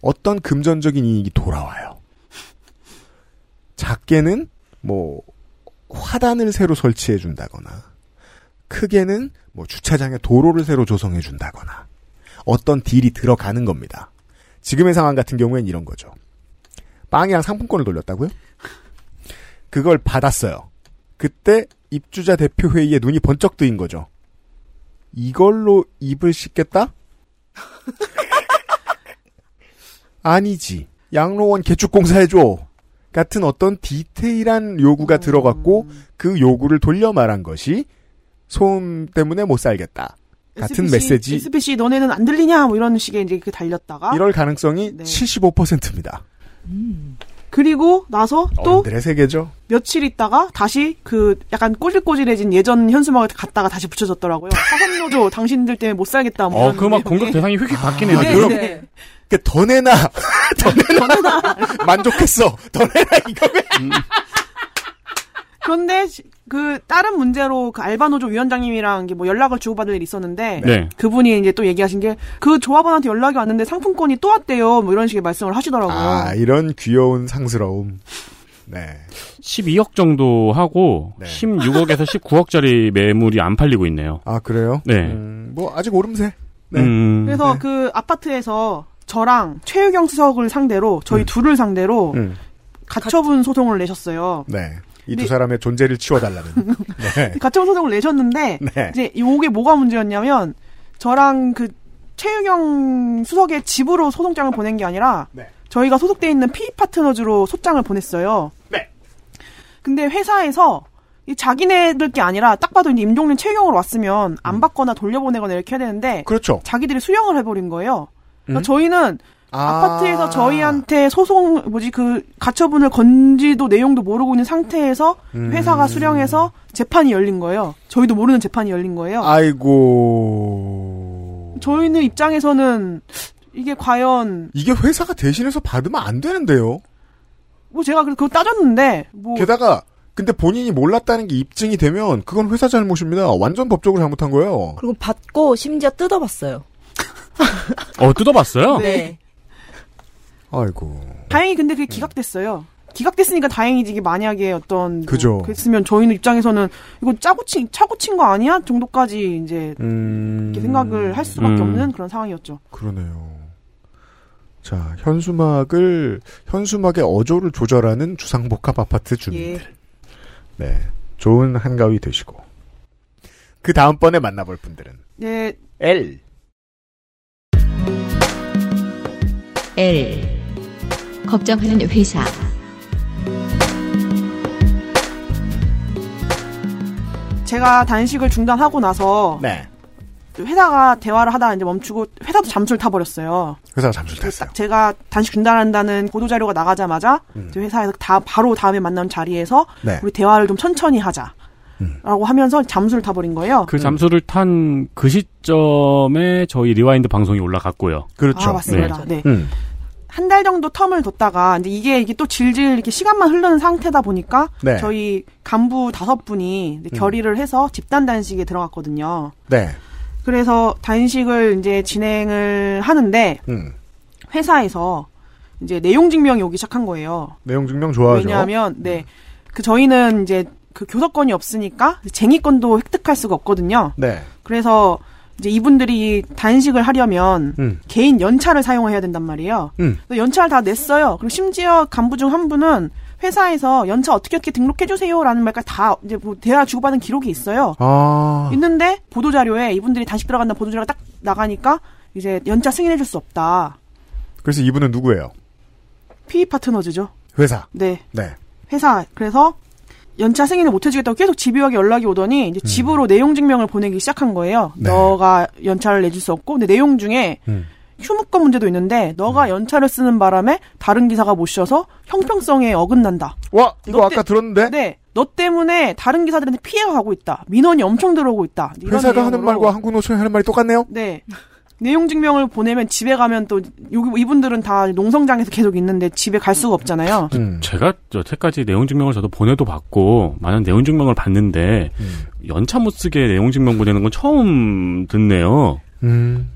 어떤 금전적인 이익이 돌아와요. 작게는 뭐 화단을 새로 설치해 준다거나 크게는 뭐 주차장에 도로를 새로 조성해 준다거나 어떤 딜이 들어가는 겁니다. 지금의 상황 같은 경우엔 이런 거죠. 빵이랑 상품권을 돌렸다고요? 그걸 받았어요. 그때 입주자 대표 회의에 눈이 번쩍 뜨인 거죠. 이걸로 입을 씻겠다? 아니지. 양로원 개축공사해줘. 같은 어떤 디테일한 요구가 들어갔고 그 요구를 돌려 말한 것이 소음 때문에 못 살겠다. 같은
SPC
메시지
SPC 너네는 안 들리냐? 뭐 이런 식의 이제 이렇게 달렸다가.
이럴 가능성이
네.
75%입니다.
그리고 나서 또
어른들의 세계죠.
며칠 있다가 다시 그 약간 꼬질꼬질해진 예전 현수막을 갔다가 다시 붙여졌더라고요. 사관노조 당신들 때문에 못 살겠다. 뭐
어,
이런
그 막
내용이.
공격 대상이 휙휙 바뀌네요.
네,
그럼
네.
그러니까 더 내놔. 더 내놔. 만족했어. 더 내놔 이거면.
그런데 시- 그 다른 문제로 그 알바노조 위원장님이랑 이게 뭐 연락을 주고받을 일이 있었는데
네.
그분이 이제 또 얘기하신 게 그 조합원한테 연락이 왔는데 상품권이 또 왔대요. 뭐 이런 식의 말씀을 하시더라고요.
아 이런 귀여운 상스러움. 네.
12억 정도 하고 16억에서 19억짜리 매물이 안 팔리고 있네요.
아 그래요?
네.
음, 뭐 아직 오름세. 네.
음.
그래서 그 아파트에서 저랑 최유경 수석을 상대로 저희 둘을 상대로
음.
가처분 소송을 내셨어요.
네. 이 두 사람의 존재를 치워달라는. 네.
가처분 소송을 내셨는데
네.
이제 요게 뭐가 문제였냐면 저랑 그 최유경 수석의 집으로 소송장을 보낸 게 아니라
네.
저희가 소속돼 있는 피 파트너즈로 소장을 보냈어요.
네.
근데 회사에서 이 자기네들 게 아니라 딱 봐도 이제 임종린 최경으로 왔으면 안 받거나 돌려보내거나 이렇게 해야 되는데
음. 그렇죠.
자기들이 수령을 해버린 거예요. 그러니까
음?
저희는
아.
아파트에서 저희한테 소송 뭐지 그 가처분을 건지도 내용도 모르고 있는 상태에서
음.
회사가 수령해서 재판이 열린 거예요. 저희도 모르는 재판이 열린 거예요.
아. 아이고.
저희는 입장에서는 이게 과연
이게 회사가 대신해서 받으면 안 되는데요.
뭐 제가 그거 따졌는데 뭐
게다가 근데 본인이 몰랐다는 게 입증이 되면 그건 회사 잘못입니다. 완전 법적으로 잘못한 거예요.
그리고 받고 심지어 뜯어봤어요.
어, 뜯어봤어요?
네.
아이고.
다행히 근데 그게 기각됐어요. 기각됐으니까 다행이지 이게 만약에 어떤
그죠.
뭐 그랬으면 저희는 입장에서는 이거 짜고 친 차고 친 거 아니야 정도까지 이제
음.
이렇게 생각을 할 수밖에
음.
없는 그런 상황이었죠.
그러네요. 자, 현수막을 현수막의 어조를 조절하는 주상복합 아파트 주민.
예.
네. 좋은 한가위 되시고. 그 다음번에 만나볼 분들은
예.
L.
L. 걱정하는 회사.
제가 단식을 중단하고 나서
네.
회사가 대화를 하다 이제 멈추고 회사도 잠수를 타버렸어요.
회사 잠수 탔어요.
딱 제가 단식 중단한다는 보도 자료가 나가자마자 이제 회사에서 다 바로 다음에 만난 자리에서
네.
우리 대화를 좀 천천히 하자라고 하면서 잠수를 타버린 거예요.
그 잠수를 탄 그 시점에 저희 리와인드 방송이 올라갔고요.
그렇죠. 아, 맞습니다. 네.
음.
한 달 정도 텀을 뒀다가 이제 이게 이게 또 질질 이렇게 시간만 흐르는 상태다 보니까
네.
저희 간부 다섯 분이 이제
음.
결의를 해서 집단 단식에 들어갔거든요.
네.
그래서 단식을 이제 진행을 하는데
음.
회사에서 이제 내용 증명이 오기 시작한 거예요.
내용 증명 좋아하죠.
왜냐하면 네. 그 저희는 이제 그 교섭권이 없으니까 쟁의권도 획득할 수가 없거든요.
네.
그래서 이제 이분들이 단식을 하려면
음.
개인 연차를 사용해야 된단 말이에요.
음.
그래서 연차를 다 냈어요. 그리고 심지어 간부 중 한 분은 회사에서 연차 어떻게 어떻게 등록해 주세요라는 말까지 다 이제 뭐 대화 주고받은 기록이 있어요.
아.
있는데 보도 자료에 이분들이 단식 들어간다 보도 자료가 딱 나가니까 이제 연차 승인해 줄 수 없다.
그래서 이분은 누구예요?
PE 파트너즈죠.
회사.
네.
네.
회사 그래서 연차 승인을 못 해주겠다고 계속 집요하게 연락이 오더니 이제 집으로 내용 증명을 보내기 시작한 거예요.
음. 네.
너가 연차를 내줄 수 없고 근데 내용 중에
음.
휴무권 문제도 있는데 너가 연차를 쓰는 바람에 다른 기사가 못 쉬어서 형평성에 어긋난다.
와 이거 아까 들었는데?
네. 너 때문에 다른 기사들한테 피해가 가고 있다. 민원이 엄청 들어오고 있다. 이런
회사가 하는
내용으로
말과 한국 노총이 하는 말이 똑같네요.
네. 내용 증명을 보내면 집에 가면 또 여기 이분들은 다 농성장에서 계속 있는데 집에 갈 수가 없잖아요.
음.
제가 여태까지 내용 증명을 저도 보내도 받고 많은 내용 증명을 받는데 연차 못 쓰게 내용 증명 보내는 건 처음 듣네요.
음.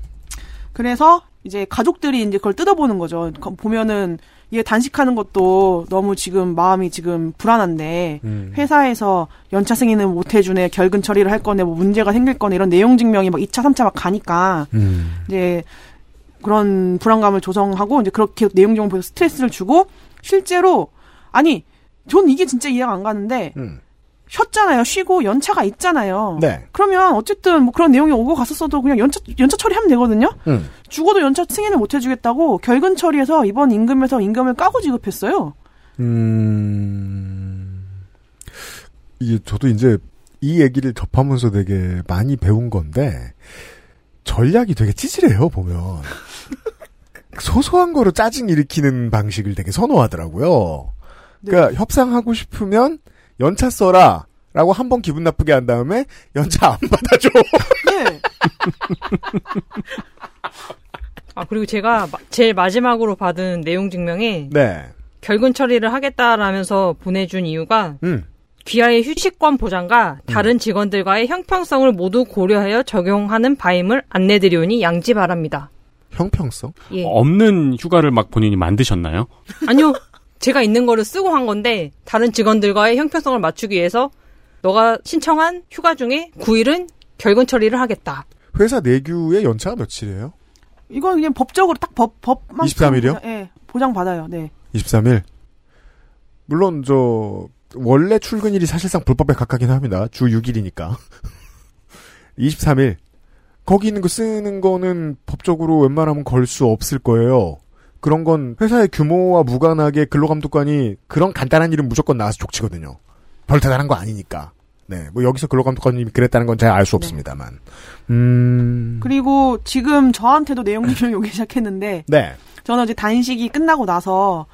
그래서 이제 가족들이 이제 그걸 뜯어보는 거죠. 거- 보면은 얘 단식하는 것도 너무 지금 마음이 지금 불안한데
음.
회사에서 연차 승인을 못 해주네, 결근 처리를 할 거네, 뭐 문제가 생길 거네 이런 내용 증명이 막 2차, 3차 막 가니까
음.
이제 그런 불안감을 조성하고 이제 그렇게 내용 증명 보면서 스트레스를 주고 실제로 아니 전 이게 진짜 이해가 안 가는데
음.
쉬었잖아요. 쉬고 연차가 있잖아요.
네.
그러면 어쨌든 뭐 그런 내용이 오고 갔었어도 그냥 연차 연차 처리하면 되거든요.
음.
죽어도 연차 승인을 못 해주겠다고 결근 처리해서 이번 임금에서 임금을 까고 지급했어요.
음. 이게 저도 이제 이 얘기를 접하면서 되게 많이 배운 건데 전략이 되게 찌질해요 보면 소소한 거로 짜증 일으키는 방식을 되게 선호하더라고요. 그러니까 협상하고 싶으면 연차 써라. 라고 한 번 기분 나쁘게 한 다음에 연차 안 받아줘.
네.
아 그리고 제가 마- 제일 마지막으로 받은 내용 증명에
네.
결근 처리를 하겠다라면서 보내준 이유가
음.
귀하의 휴식권 보장과 다른 직원들과의 형평성을 모두 고려하여 적용하는 바임을 안내드리오니 양지 바랍니다.
형평성?
예.
없는 휴가를 막 본인이 만드셨나요?
아니요. 제가 있는 거를 쓰고 한 건데 다른 직원들과의 형평성을 맞추기 위해서 너가 신청한 휴가 중에 9일은 결근 처리를 하겠다.
회사 내규의 연차가 며칠이에요?
이건 그냥 법적으로 딱 법 법만
23일 이요?
보장- 예, 보장 받아요. 네.
23일. 물론 저 원래 출근일이 사실상 불법에 가깝긴 합니다. 주 6일이니까. 23일. 거기 있는 거 쓰는 거는 법적으로 웬만하면 걸 수 없을 거예요. 그런 건 회사의 규모와 무관하게 근로감독관이 그런 간단한 일은 무조건 나와서 족치거든요. 별 대단한 거 아니니까. 네, 뭐 여기서 근로감독관님이 그랬다는 건 잘 알 수 없습니다만. 음.
그리고 지금 저한테도 내용들을 오기 시작했는데
네.
저는 이제 단식이 끝나고 나서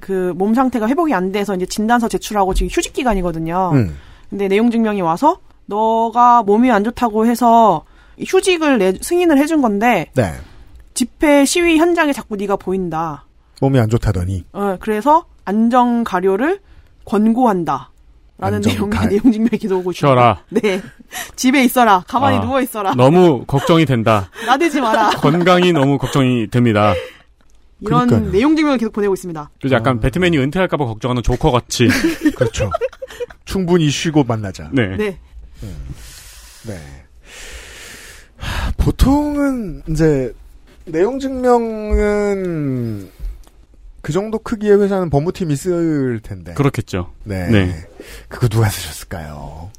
그 몸 상태가 회복이 안 돼서 이제 진단서 제출하고 지금 휴직 기간이거든요.
음.
근데 내용 증명이 와서 너가 몸이 안 좋다고 해서 휴직을 내- 승인을 해준 건데
네.
집회 시위 현장에 자꾸 네가 보인다.
몸이 안 좋다더니.
어, 그래서 안정 가료를 권고한다. 라는
안정
내용의
가-
내용 증명이 들어오고 있어요.
쉬어라.
네. 집에 있어라. 가만히
아,
누워 있어라.
너무 걱정이 된다.
나대지 마라.
건강이 너무 걱정이 됩니다.
이런
그러니까요.
내용 증명을 계속 보내고 있습니다.
그래서 약간 배트맨이 은퇴할까봐 걱정하는 조커 같이.
그렇죠. 충분히 쉬고 만나자.
네.
네.
네. 하, 보통은 이제 내용 증명은 그 정도 크기의 회사는 법무팀이 쓸 텐데.
그렇겠죠.
네. 그거 누가 쓰셨을까요?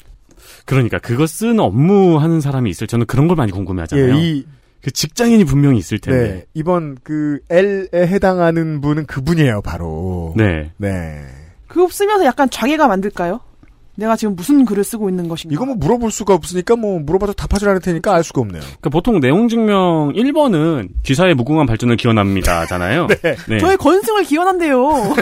그러니까 그거 쓴 업무 하는 사람이 있을 저는 그런 걸 많이 궁금해하잖아요.
예, 이-
그 직장인이 분명히 있을 텐데.
네. 이번 그 L에 해당하는 분은 그분이에요, 바로.
네.
네.
그거 쓰면서 약간 좌개가 만들까요? 내가 지금 무슨 글을 쓰고 있는 것인가?
이거 뭐 물어볼 수가 없으니까 뭐 물어봐도 답하지 않을 테니까 알 수가 없네요.
그러니까 보통 내용 증명 1번은 기사의 무궁한 발전을 기원합니다잖아요. 네.
저의 건승을 기원한대요.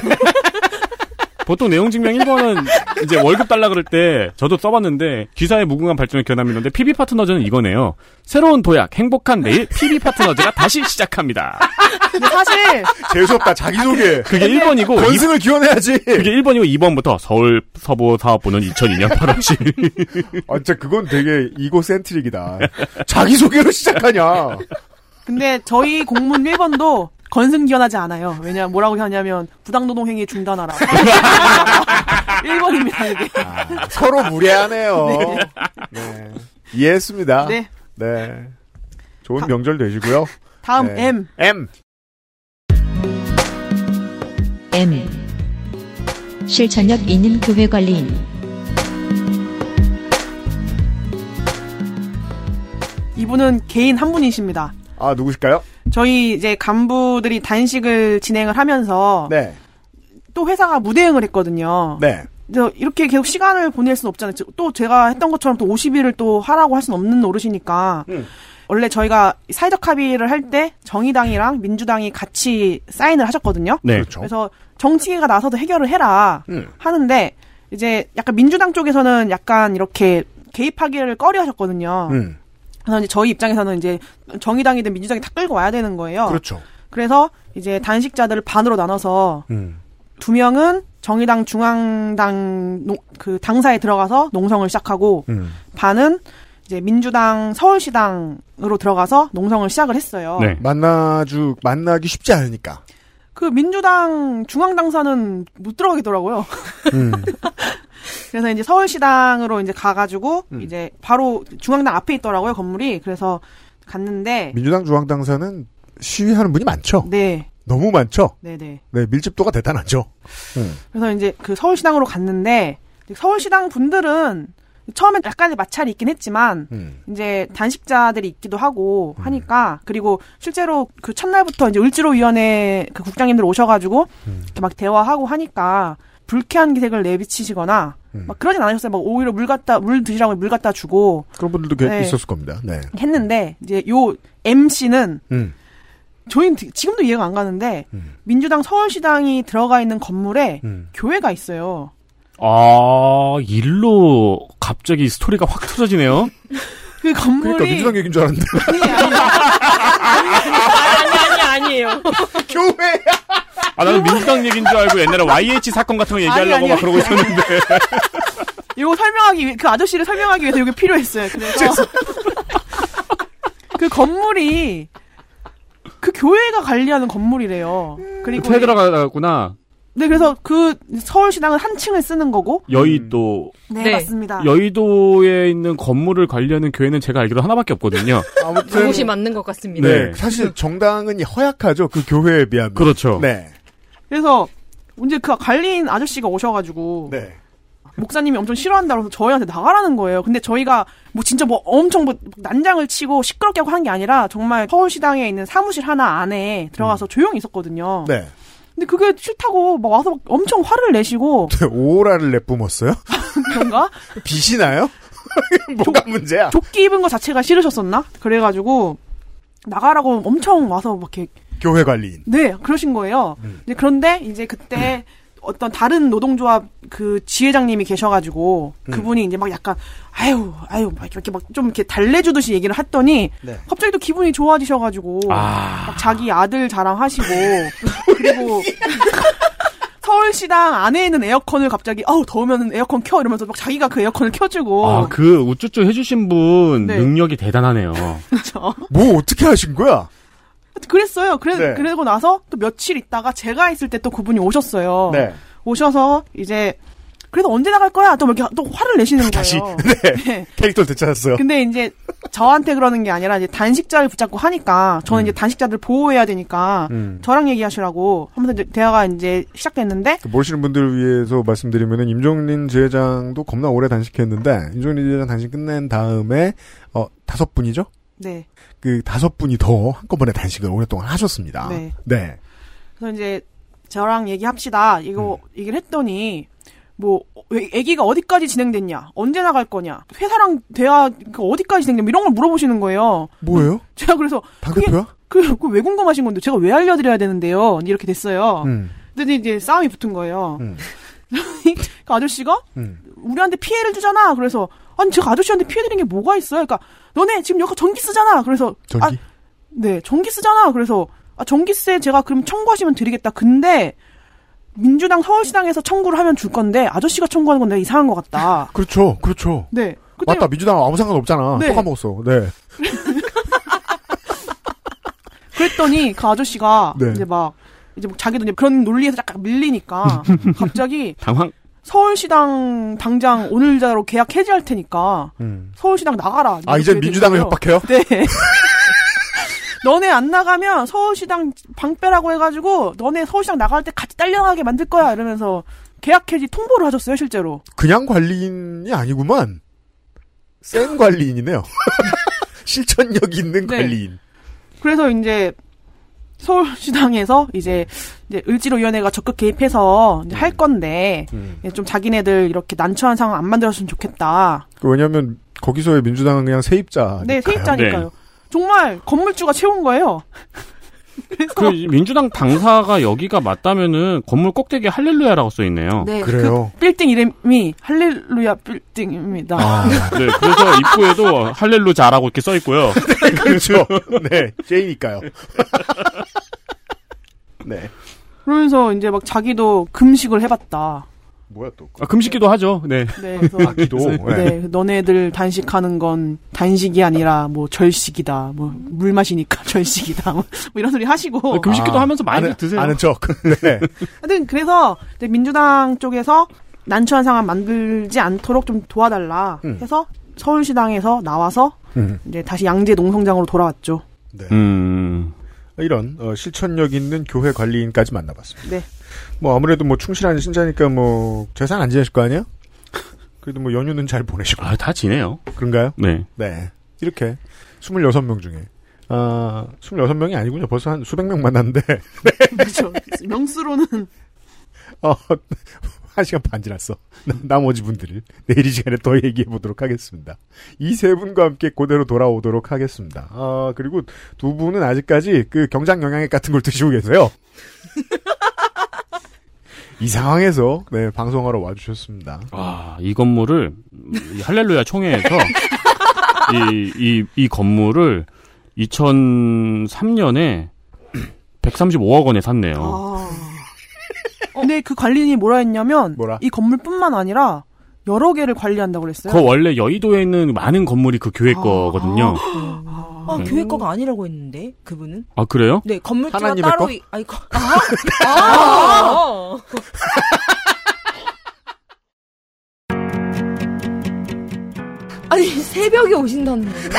보통 내용 증명 1번은 이제 월급 달라 그럴 때 저도 써봤는데 기사의 무궁한 발전을 기원합니다인데 PB 파트너즈는 이거네요. 새로운 도약, 행복한 내일 PB 파트너즈가 다시 시작합니다.
근데 사실
재수없다, 자기소개.
그게 1번이고.
건승을 아, 기원해야지.
그게 1번이고 2번부터 서울 서부사업부는 2002년 8월 10일.
아, 진짜 그건 되게 이고센트릭이다. 자기소개로 시작하냐.
근데 저희 공문 1번도 건승 기원하지 않아요. 왜냐 뭐라고 하냐면 부당노동 행위 중단하라. 1번입니다 이게.
아. 서로 무례하네요. 네. 이해했습니다.
네. 아.
네. 좋은 명절 되시고요.
다음
네.
M.
M.
M. 실천력 있는 교회 관리인.
이분은 개인 한 분이십니다.
아, 누구실까요?
저희 이제 간부들이 단식을 진행을 하면서
네.
또 회사가 무대행을 했거든요.
네.
그래서 이렇게 계속 시간을 보낼 수는 없잖아요. 또 제가 했던 것처럼 또 50일을 또 하라고 할 수는 없는 노릇이니까
음.
원래 저희가 사회적 합의를 할 때 정의당이랑 민주당이 같이 사인을 하셨거든요.
네. 그렇죠.
래서 정치계가 나서도 해결을 해라
음.
하는데 이제 약간 민주당 쪽에서는 약간 이렇게 개입하기를 꺼려하셨거든요.
음.
그래서 이제 저희 입장에서는 이제 정의당이든 민주당이 다 끌고 와야 되는 거예요.
그렇죠.
그래서 이제 단식자들을 반으로 나눠서
음.
두 명은 정의당 중앙당 농- 그 당사에 들어가서 농성을 시작하고
음.
반은 이제 민주당 서울시당으로 들어가서 농성을 시작을 했어요.
네.
네.
만나주 만나기 쉽지 않으니까.
그 민주당 중앙당사는 못 들어가겠더라고요.
음.
그래서 이제 서울시당으로 이제 가가지고
음.
이제 바로 중앙당 앞에 있더라고요 건물이. 그래서 갔는데
민주당 중앙당사는 시위하는 분이 많죠.
네,
너무 많죠.
네, 네.
네, 밀집도가 대단하죠. 음.
그래서 이제 그 서울시당으로 갔는데 서울시당 분들은 처음에 약간의 마찰이 있긴 했지만
음.
이제 단식자들이 있기도 하고 하니까 그리고 실제로 그 첫날부터 이제 을지로위원회 그 국장님들 오셔가지고 이렇게 막 대화하고 하니까 불쾌한 기색을 내비치시거나 막 그러진 않으셨어요. 막 오히려 물 갖다 물 드시라고 물 갖다 주고
그런 분들도 꽤
네.
있었을 겁니다. 네.
했는데 이제 요 MC는
음.
저희는 지- 지금도 이해가 안 가는데 민주당 서울시당이 들어가 있는 건물에 교회가 있어요.
아, 일로 갑자기 스토리가 확 터져지네요.
그 건물이
그러니까 민주당
얘기인 줄 알았는데.
아니 아니에요.
교회.
아, 나는 민주당 얘기인 줄 알고 옛날에 YH 사건 같은 거 얘기하려고
아니, 아니,
막 그러고
아니.
있었는데.
이거 설명하기 위해 그 아저씨를 설명하기 위해서 이게 필요했어요. 그래서 그 건물이 그 교회가 관리하는 건물이래요. 그리고
퇴 들어가구나.
네 그래서 그 서울시당은 한 층을 쓰는 거고
여의도.
네, 맞습니다.
여의도에 있는 건물을 관리하는 교회는 제가 알기로 하나밖에 없거든요.
아무튼
그곳이 맞는 것 같습니다.
네. 사실 정당은 허약하죠. 그 교회에 비하면.
그렇죠.
네.
그래서 이제 그 관리인 아저씨가 오셔가지고
네.
목사님이 엄청 싫어한다고 해서 저희한테 나가라는 거예요. 근데 저희가 뭐 진짜 뭐 엄청 뭐 난장을 치고 시끄럽게 하고 하는 게 아니라 정말 서울시당에 있는 사무실 하나 안에
음.
들어가서 조용히 있었거든요.
네.
근데 그게 싫다고 막 와서 막 엄청 화를 내시고
오라를 내뿜었어요?
그런가?
빛이 나요? 뭐가 문제야?
조끼 입은 거 자체가 싫으셨었나? 그래가지고 나가라고 엄청 와서 막 이렇게
교회 관리인.
네, 그러신 거예요.
음.
이제 그런데 이제 그때 어떤 다른 노동조합 그 지회장님이 계셔가지고
음.
그분이 이제 막 약간 아유 아유 막 이렇게 막 좀 이렇게 달래주듯이 얘기를 했더니
네.
갑자기 또 기분이 좋아지셔가지고
아.
막 자기 아들 자랑하시고 그리고 서울시당 안에 있는 에어컨을 갑자기 아우 더우면 에어컨 켜 이러면서 막 자기가 그 에어컨을 켜주고
아, 그 우쭈쭈 해주신 분
네.
능력이 대단하네요.
그렇죠.
뭐 어떻게 하신 거야?
그랬어요. 그래,
네.
그러고 나서 또 며칠 있다가 제가 있을 때 또 그분이 오셨어요.
네.
오셔서 이제 그래도 언제 나갈 거야? 또 막 이렇게 또 화를 내시는 거예요.
아, 다시 네. 캐릭터를 되찾았어요.
근데 이제 저한테 그러는 게 아니라 이제 단식자를 붙잡고 하니까 저는 이제 단식자들 보호해야 되니까
음.
저랑 얘기하시라고 하면서 이제 대화가 이제 시작됐는데
그 모르시는 분들을 위해서 말씀드리면은 임종린 지회장도 겁나 오래 단식했는데 임종린 지회장 단식 끝낸 다음에 어 다섯 분이죠?
네.
그 다섯 분이 더 한꺼번에 단식을 오랫동안 하셨습니다.
네.
네.
그래서 이제 저랑 얘기합시다. 이거
음.
얘기를 했더니 뭐 어, 애기가 어디까지 진행됐냐? 언제 나갈 거냐? 회사랑 대화 그 어디까지 진행됐냐? 이런 걸 물어보시는 거예요.
뭐예요?
제가 그래서
당대표야?
그, 그 왜 궁금하신 건데 제가 왜 알려드려야 되는데요? 이렇게 됐어요.
음.
근데 이제 싸움이 붙은 거예요.
음.
그 아저씨가
음.
우리한테 피해를 주잖아. 그래서 아니 제가 아저씨한테 피해 드리는 게 뭐가 있어요? 그러니까 너네 지금 여기 전기 쓰잖아. 그래서 아,
전기?
네, 전기 쓰잖아. 그래서 아, 전기세 제가 그럼 청구하시면 드리겠다. 근데 민주당 서울시당에서 청구를 하면 줄 건데 아저씨가 청구하는 건 내가 이상한 것 같다.
그렇죠. 그렇죠.
네. 그때
맞다. 민주당 아무 상관 없잖아.
네.
또 까먹었어. 네.
그랬더니 그 아저씨가
네.
이제 막 이제 막 자기도 이제 그런 논리에서 약간 밀리니까 갑자기
당황.
서울시당 당장 오늘자로 계약 해지할 테니까
음.
서울시당 나가라.
아, 이제 민주당을 협박해요?
네. 너네 안 나가면 서울시당 방패라고 해가지고 너네 서울시당 나갈 때 같이 딸려나게 만들 거야 이러면서 계약 해지 통보를 하셨어요 실제로.
그냥 관리인이 아니구만. 센 관리인이네요. 실천력 있는
네.
관리인.
그래서 이제 서울시당에서 이제, 이제 을지로위원회가 적극 개입해서 이제 할 건데
음.
예, 좀 자기네들 이렇게 난처한 상황 안 만들었으면 좋겠다.
그 왜냐면 거기서의 민주당은 그냥 세입자.
네, 세입자니까요. 정말 건물주가 채운 거예요.
그 민주당 당사가 여기가 맞다면은 건물 꼭대기 할렐루야라고 써 있네요.
그 빌딩 이름이 할렐루야 빌딩입니다.
네, 그래서 입구에도 할렐루자라고 이렇게 써 있고요.
그렇죠. 네, 제이니까요. 네.
그러면서 이제 막 자기도 금식을 해봤다.
뭐야 또.
아, 금식기도 하죠. 네.
네,
아,
그래서- 네, 너네들 단식하는 건 단식이 아니라 뭐 절식이다. 뭐 물 마시니까 절식이다. 뭐 이런 소리 하시고.
아, 네, 금식기도 하면서 많이 드세요.
아는 척. 네.
하여튼 그래서 이제 민주당 쪽에서 난처한 상황 만들지 않도록 좀 도와달라
음.
해서 서울시당에서 나와서
네.
음.
이제 다시 양재 농성장으로 돌아왔죠.
음.
이런 어, 실천력 있는 교회 관리인까지 만나봤습니다.
네.
뭐 아무래도 뭐 충실한 신자니까 뭐 재산 안 지내실 거 아니야? 그래도 뭐 연휴는 잘 보내시고.
아, 다 지내요.
그런가요?
네.
네. 이렇게 26명 중에 아, 26명이 아니군요. 벌써 한 수백 명 만났는데.
그렇죠. 명수로는
어, 한 시간 반 지났어. 나- 나머지 분들을 내일 이 시간에 더 얘기해 보도록 하겠습니다. 이 세 분과 함께 그대로 돌아오도록 하겠습니다. 아, 그리고 두 분은 아직까지 그 경장 영양액 같은 걸 드시고 계세요. 이 상황에서 네, 방송하러 와주셨습니다.
아, 이 건물을 음, 이 할렐루야 총회에서 이, 이, 이 건물을 2003년에 135억 원에 샀네요.
근데 그 관리인이 뭐라 했냐면 이 건물뿐만 아니라 여러 개를 관리한다고 그랬어요.
그 원래 여의도에 있는 많은 건물이 그 교회 거거든요.
아,
네.
교회 거가 아니라고 했는데 그분은.
아, 그래요?
네, 건물주가
하나님의
따로
거?
이- 아이 거. 아!
어.
아! 아니, 새벽에 오신다는 거예요.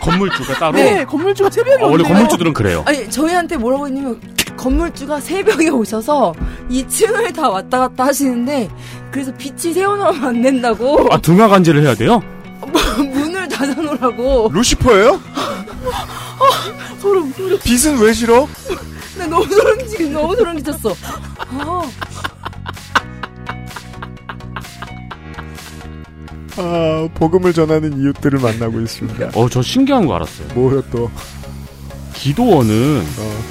건물주가 따로?
네, 건물주가 새벽에
아, 원래
오세요.
건물주들은 그래요.
아니, 저희한테 뭐라고 했냐면 건물주가 새벽에 오셔서 2층을 다 왔다 갔다 하시는데 그래서 빛이 세워놓으면 안 된다고
아 등하 관제를 해야 돼요?
문을 닫아놓으라고
루시퍼예요?
아, 소름
빛은 왜 싫어?
나 너무 소름 지금 너무 소름 끼쳤어 아.
아, 복음을 전하는 이웃들을 만나고 있습니다.
어, 저 신기한 거 알았어요.
뭐요 또?
기도원은 어.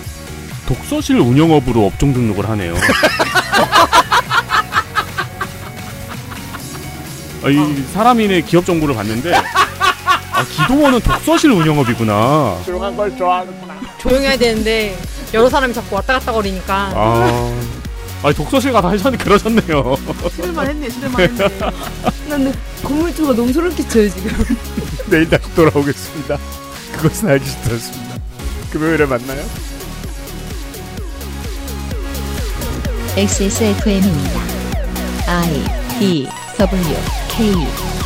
독서실 운영업으로 업종 등록을 하네요. 아, 이 사람인의 기업 정보를 봤는데 아, 기도원은 독서실 운영업이구나.
조용한 걸 좋아하는구나.
조용해야 되는데 여러 사람이 자꾸 왔다 갔다 거리니까
아, 아 독서실 가서 하셨 그러셨네요.
싫을만 했네, 싫을만 했네.
난 건물주가 너무 소름 끼쳐요 지금.
내일 다시 돌아오겠습니다. 그것은 알기 싫었습니다. 금요일에 만나요.
XSFM입니다. I D W E, K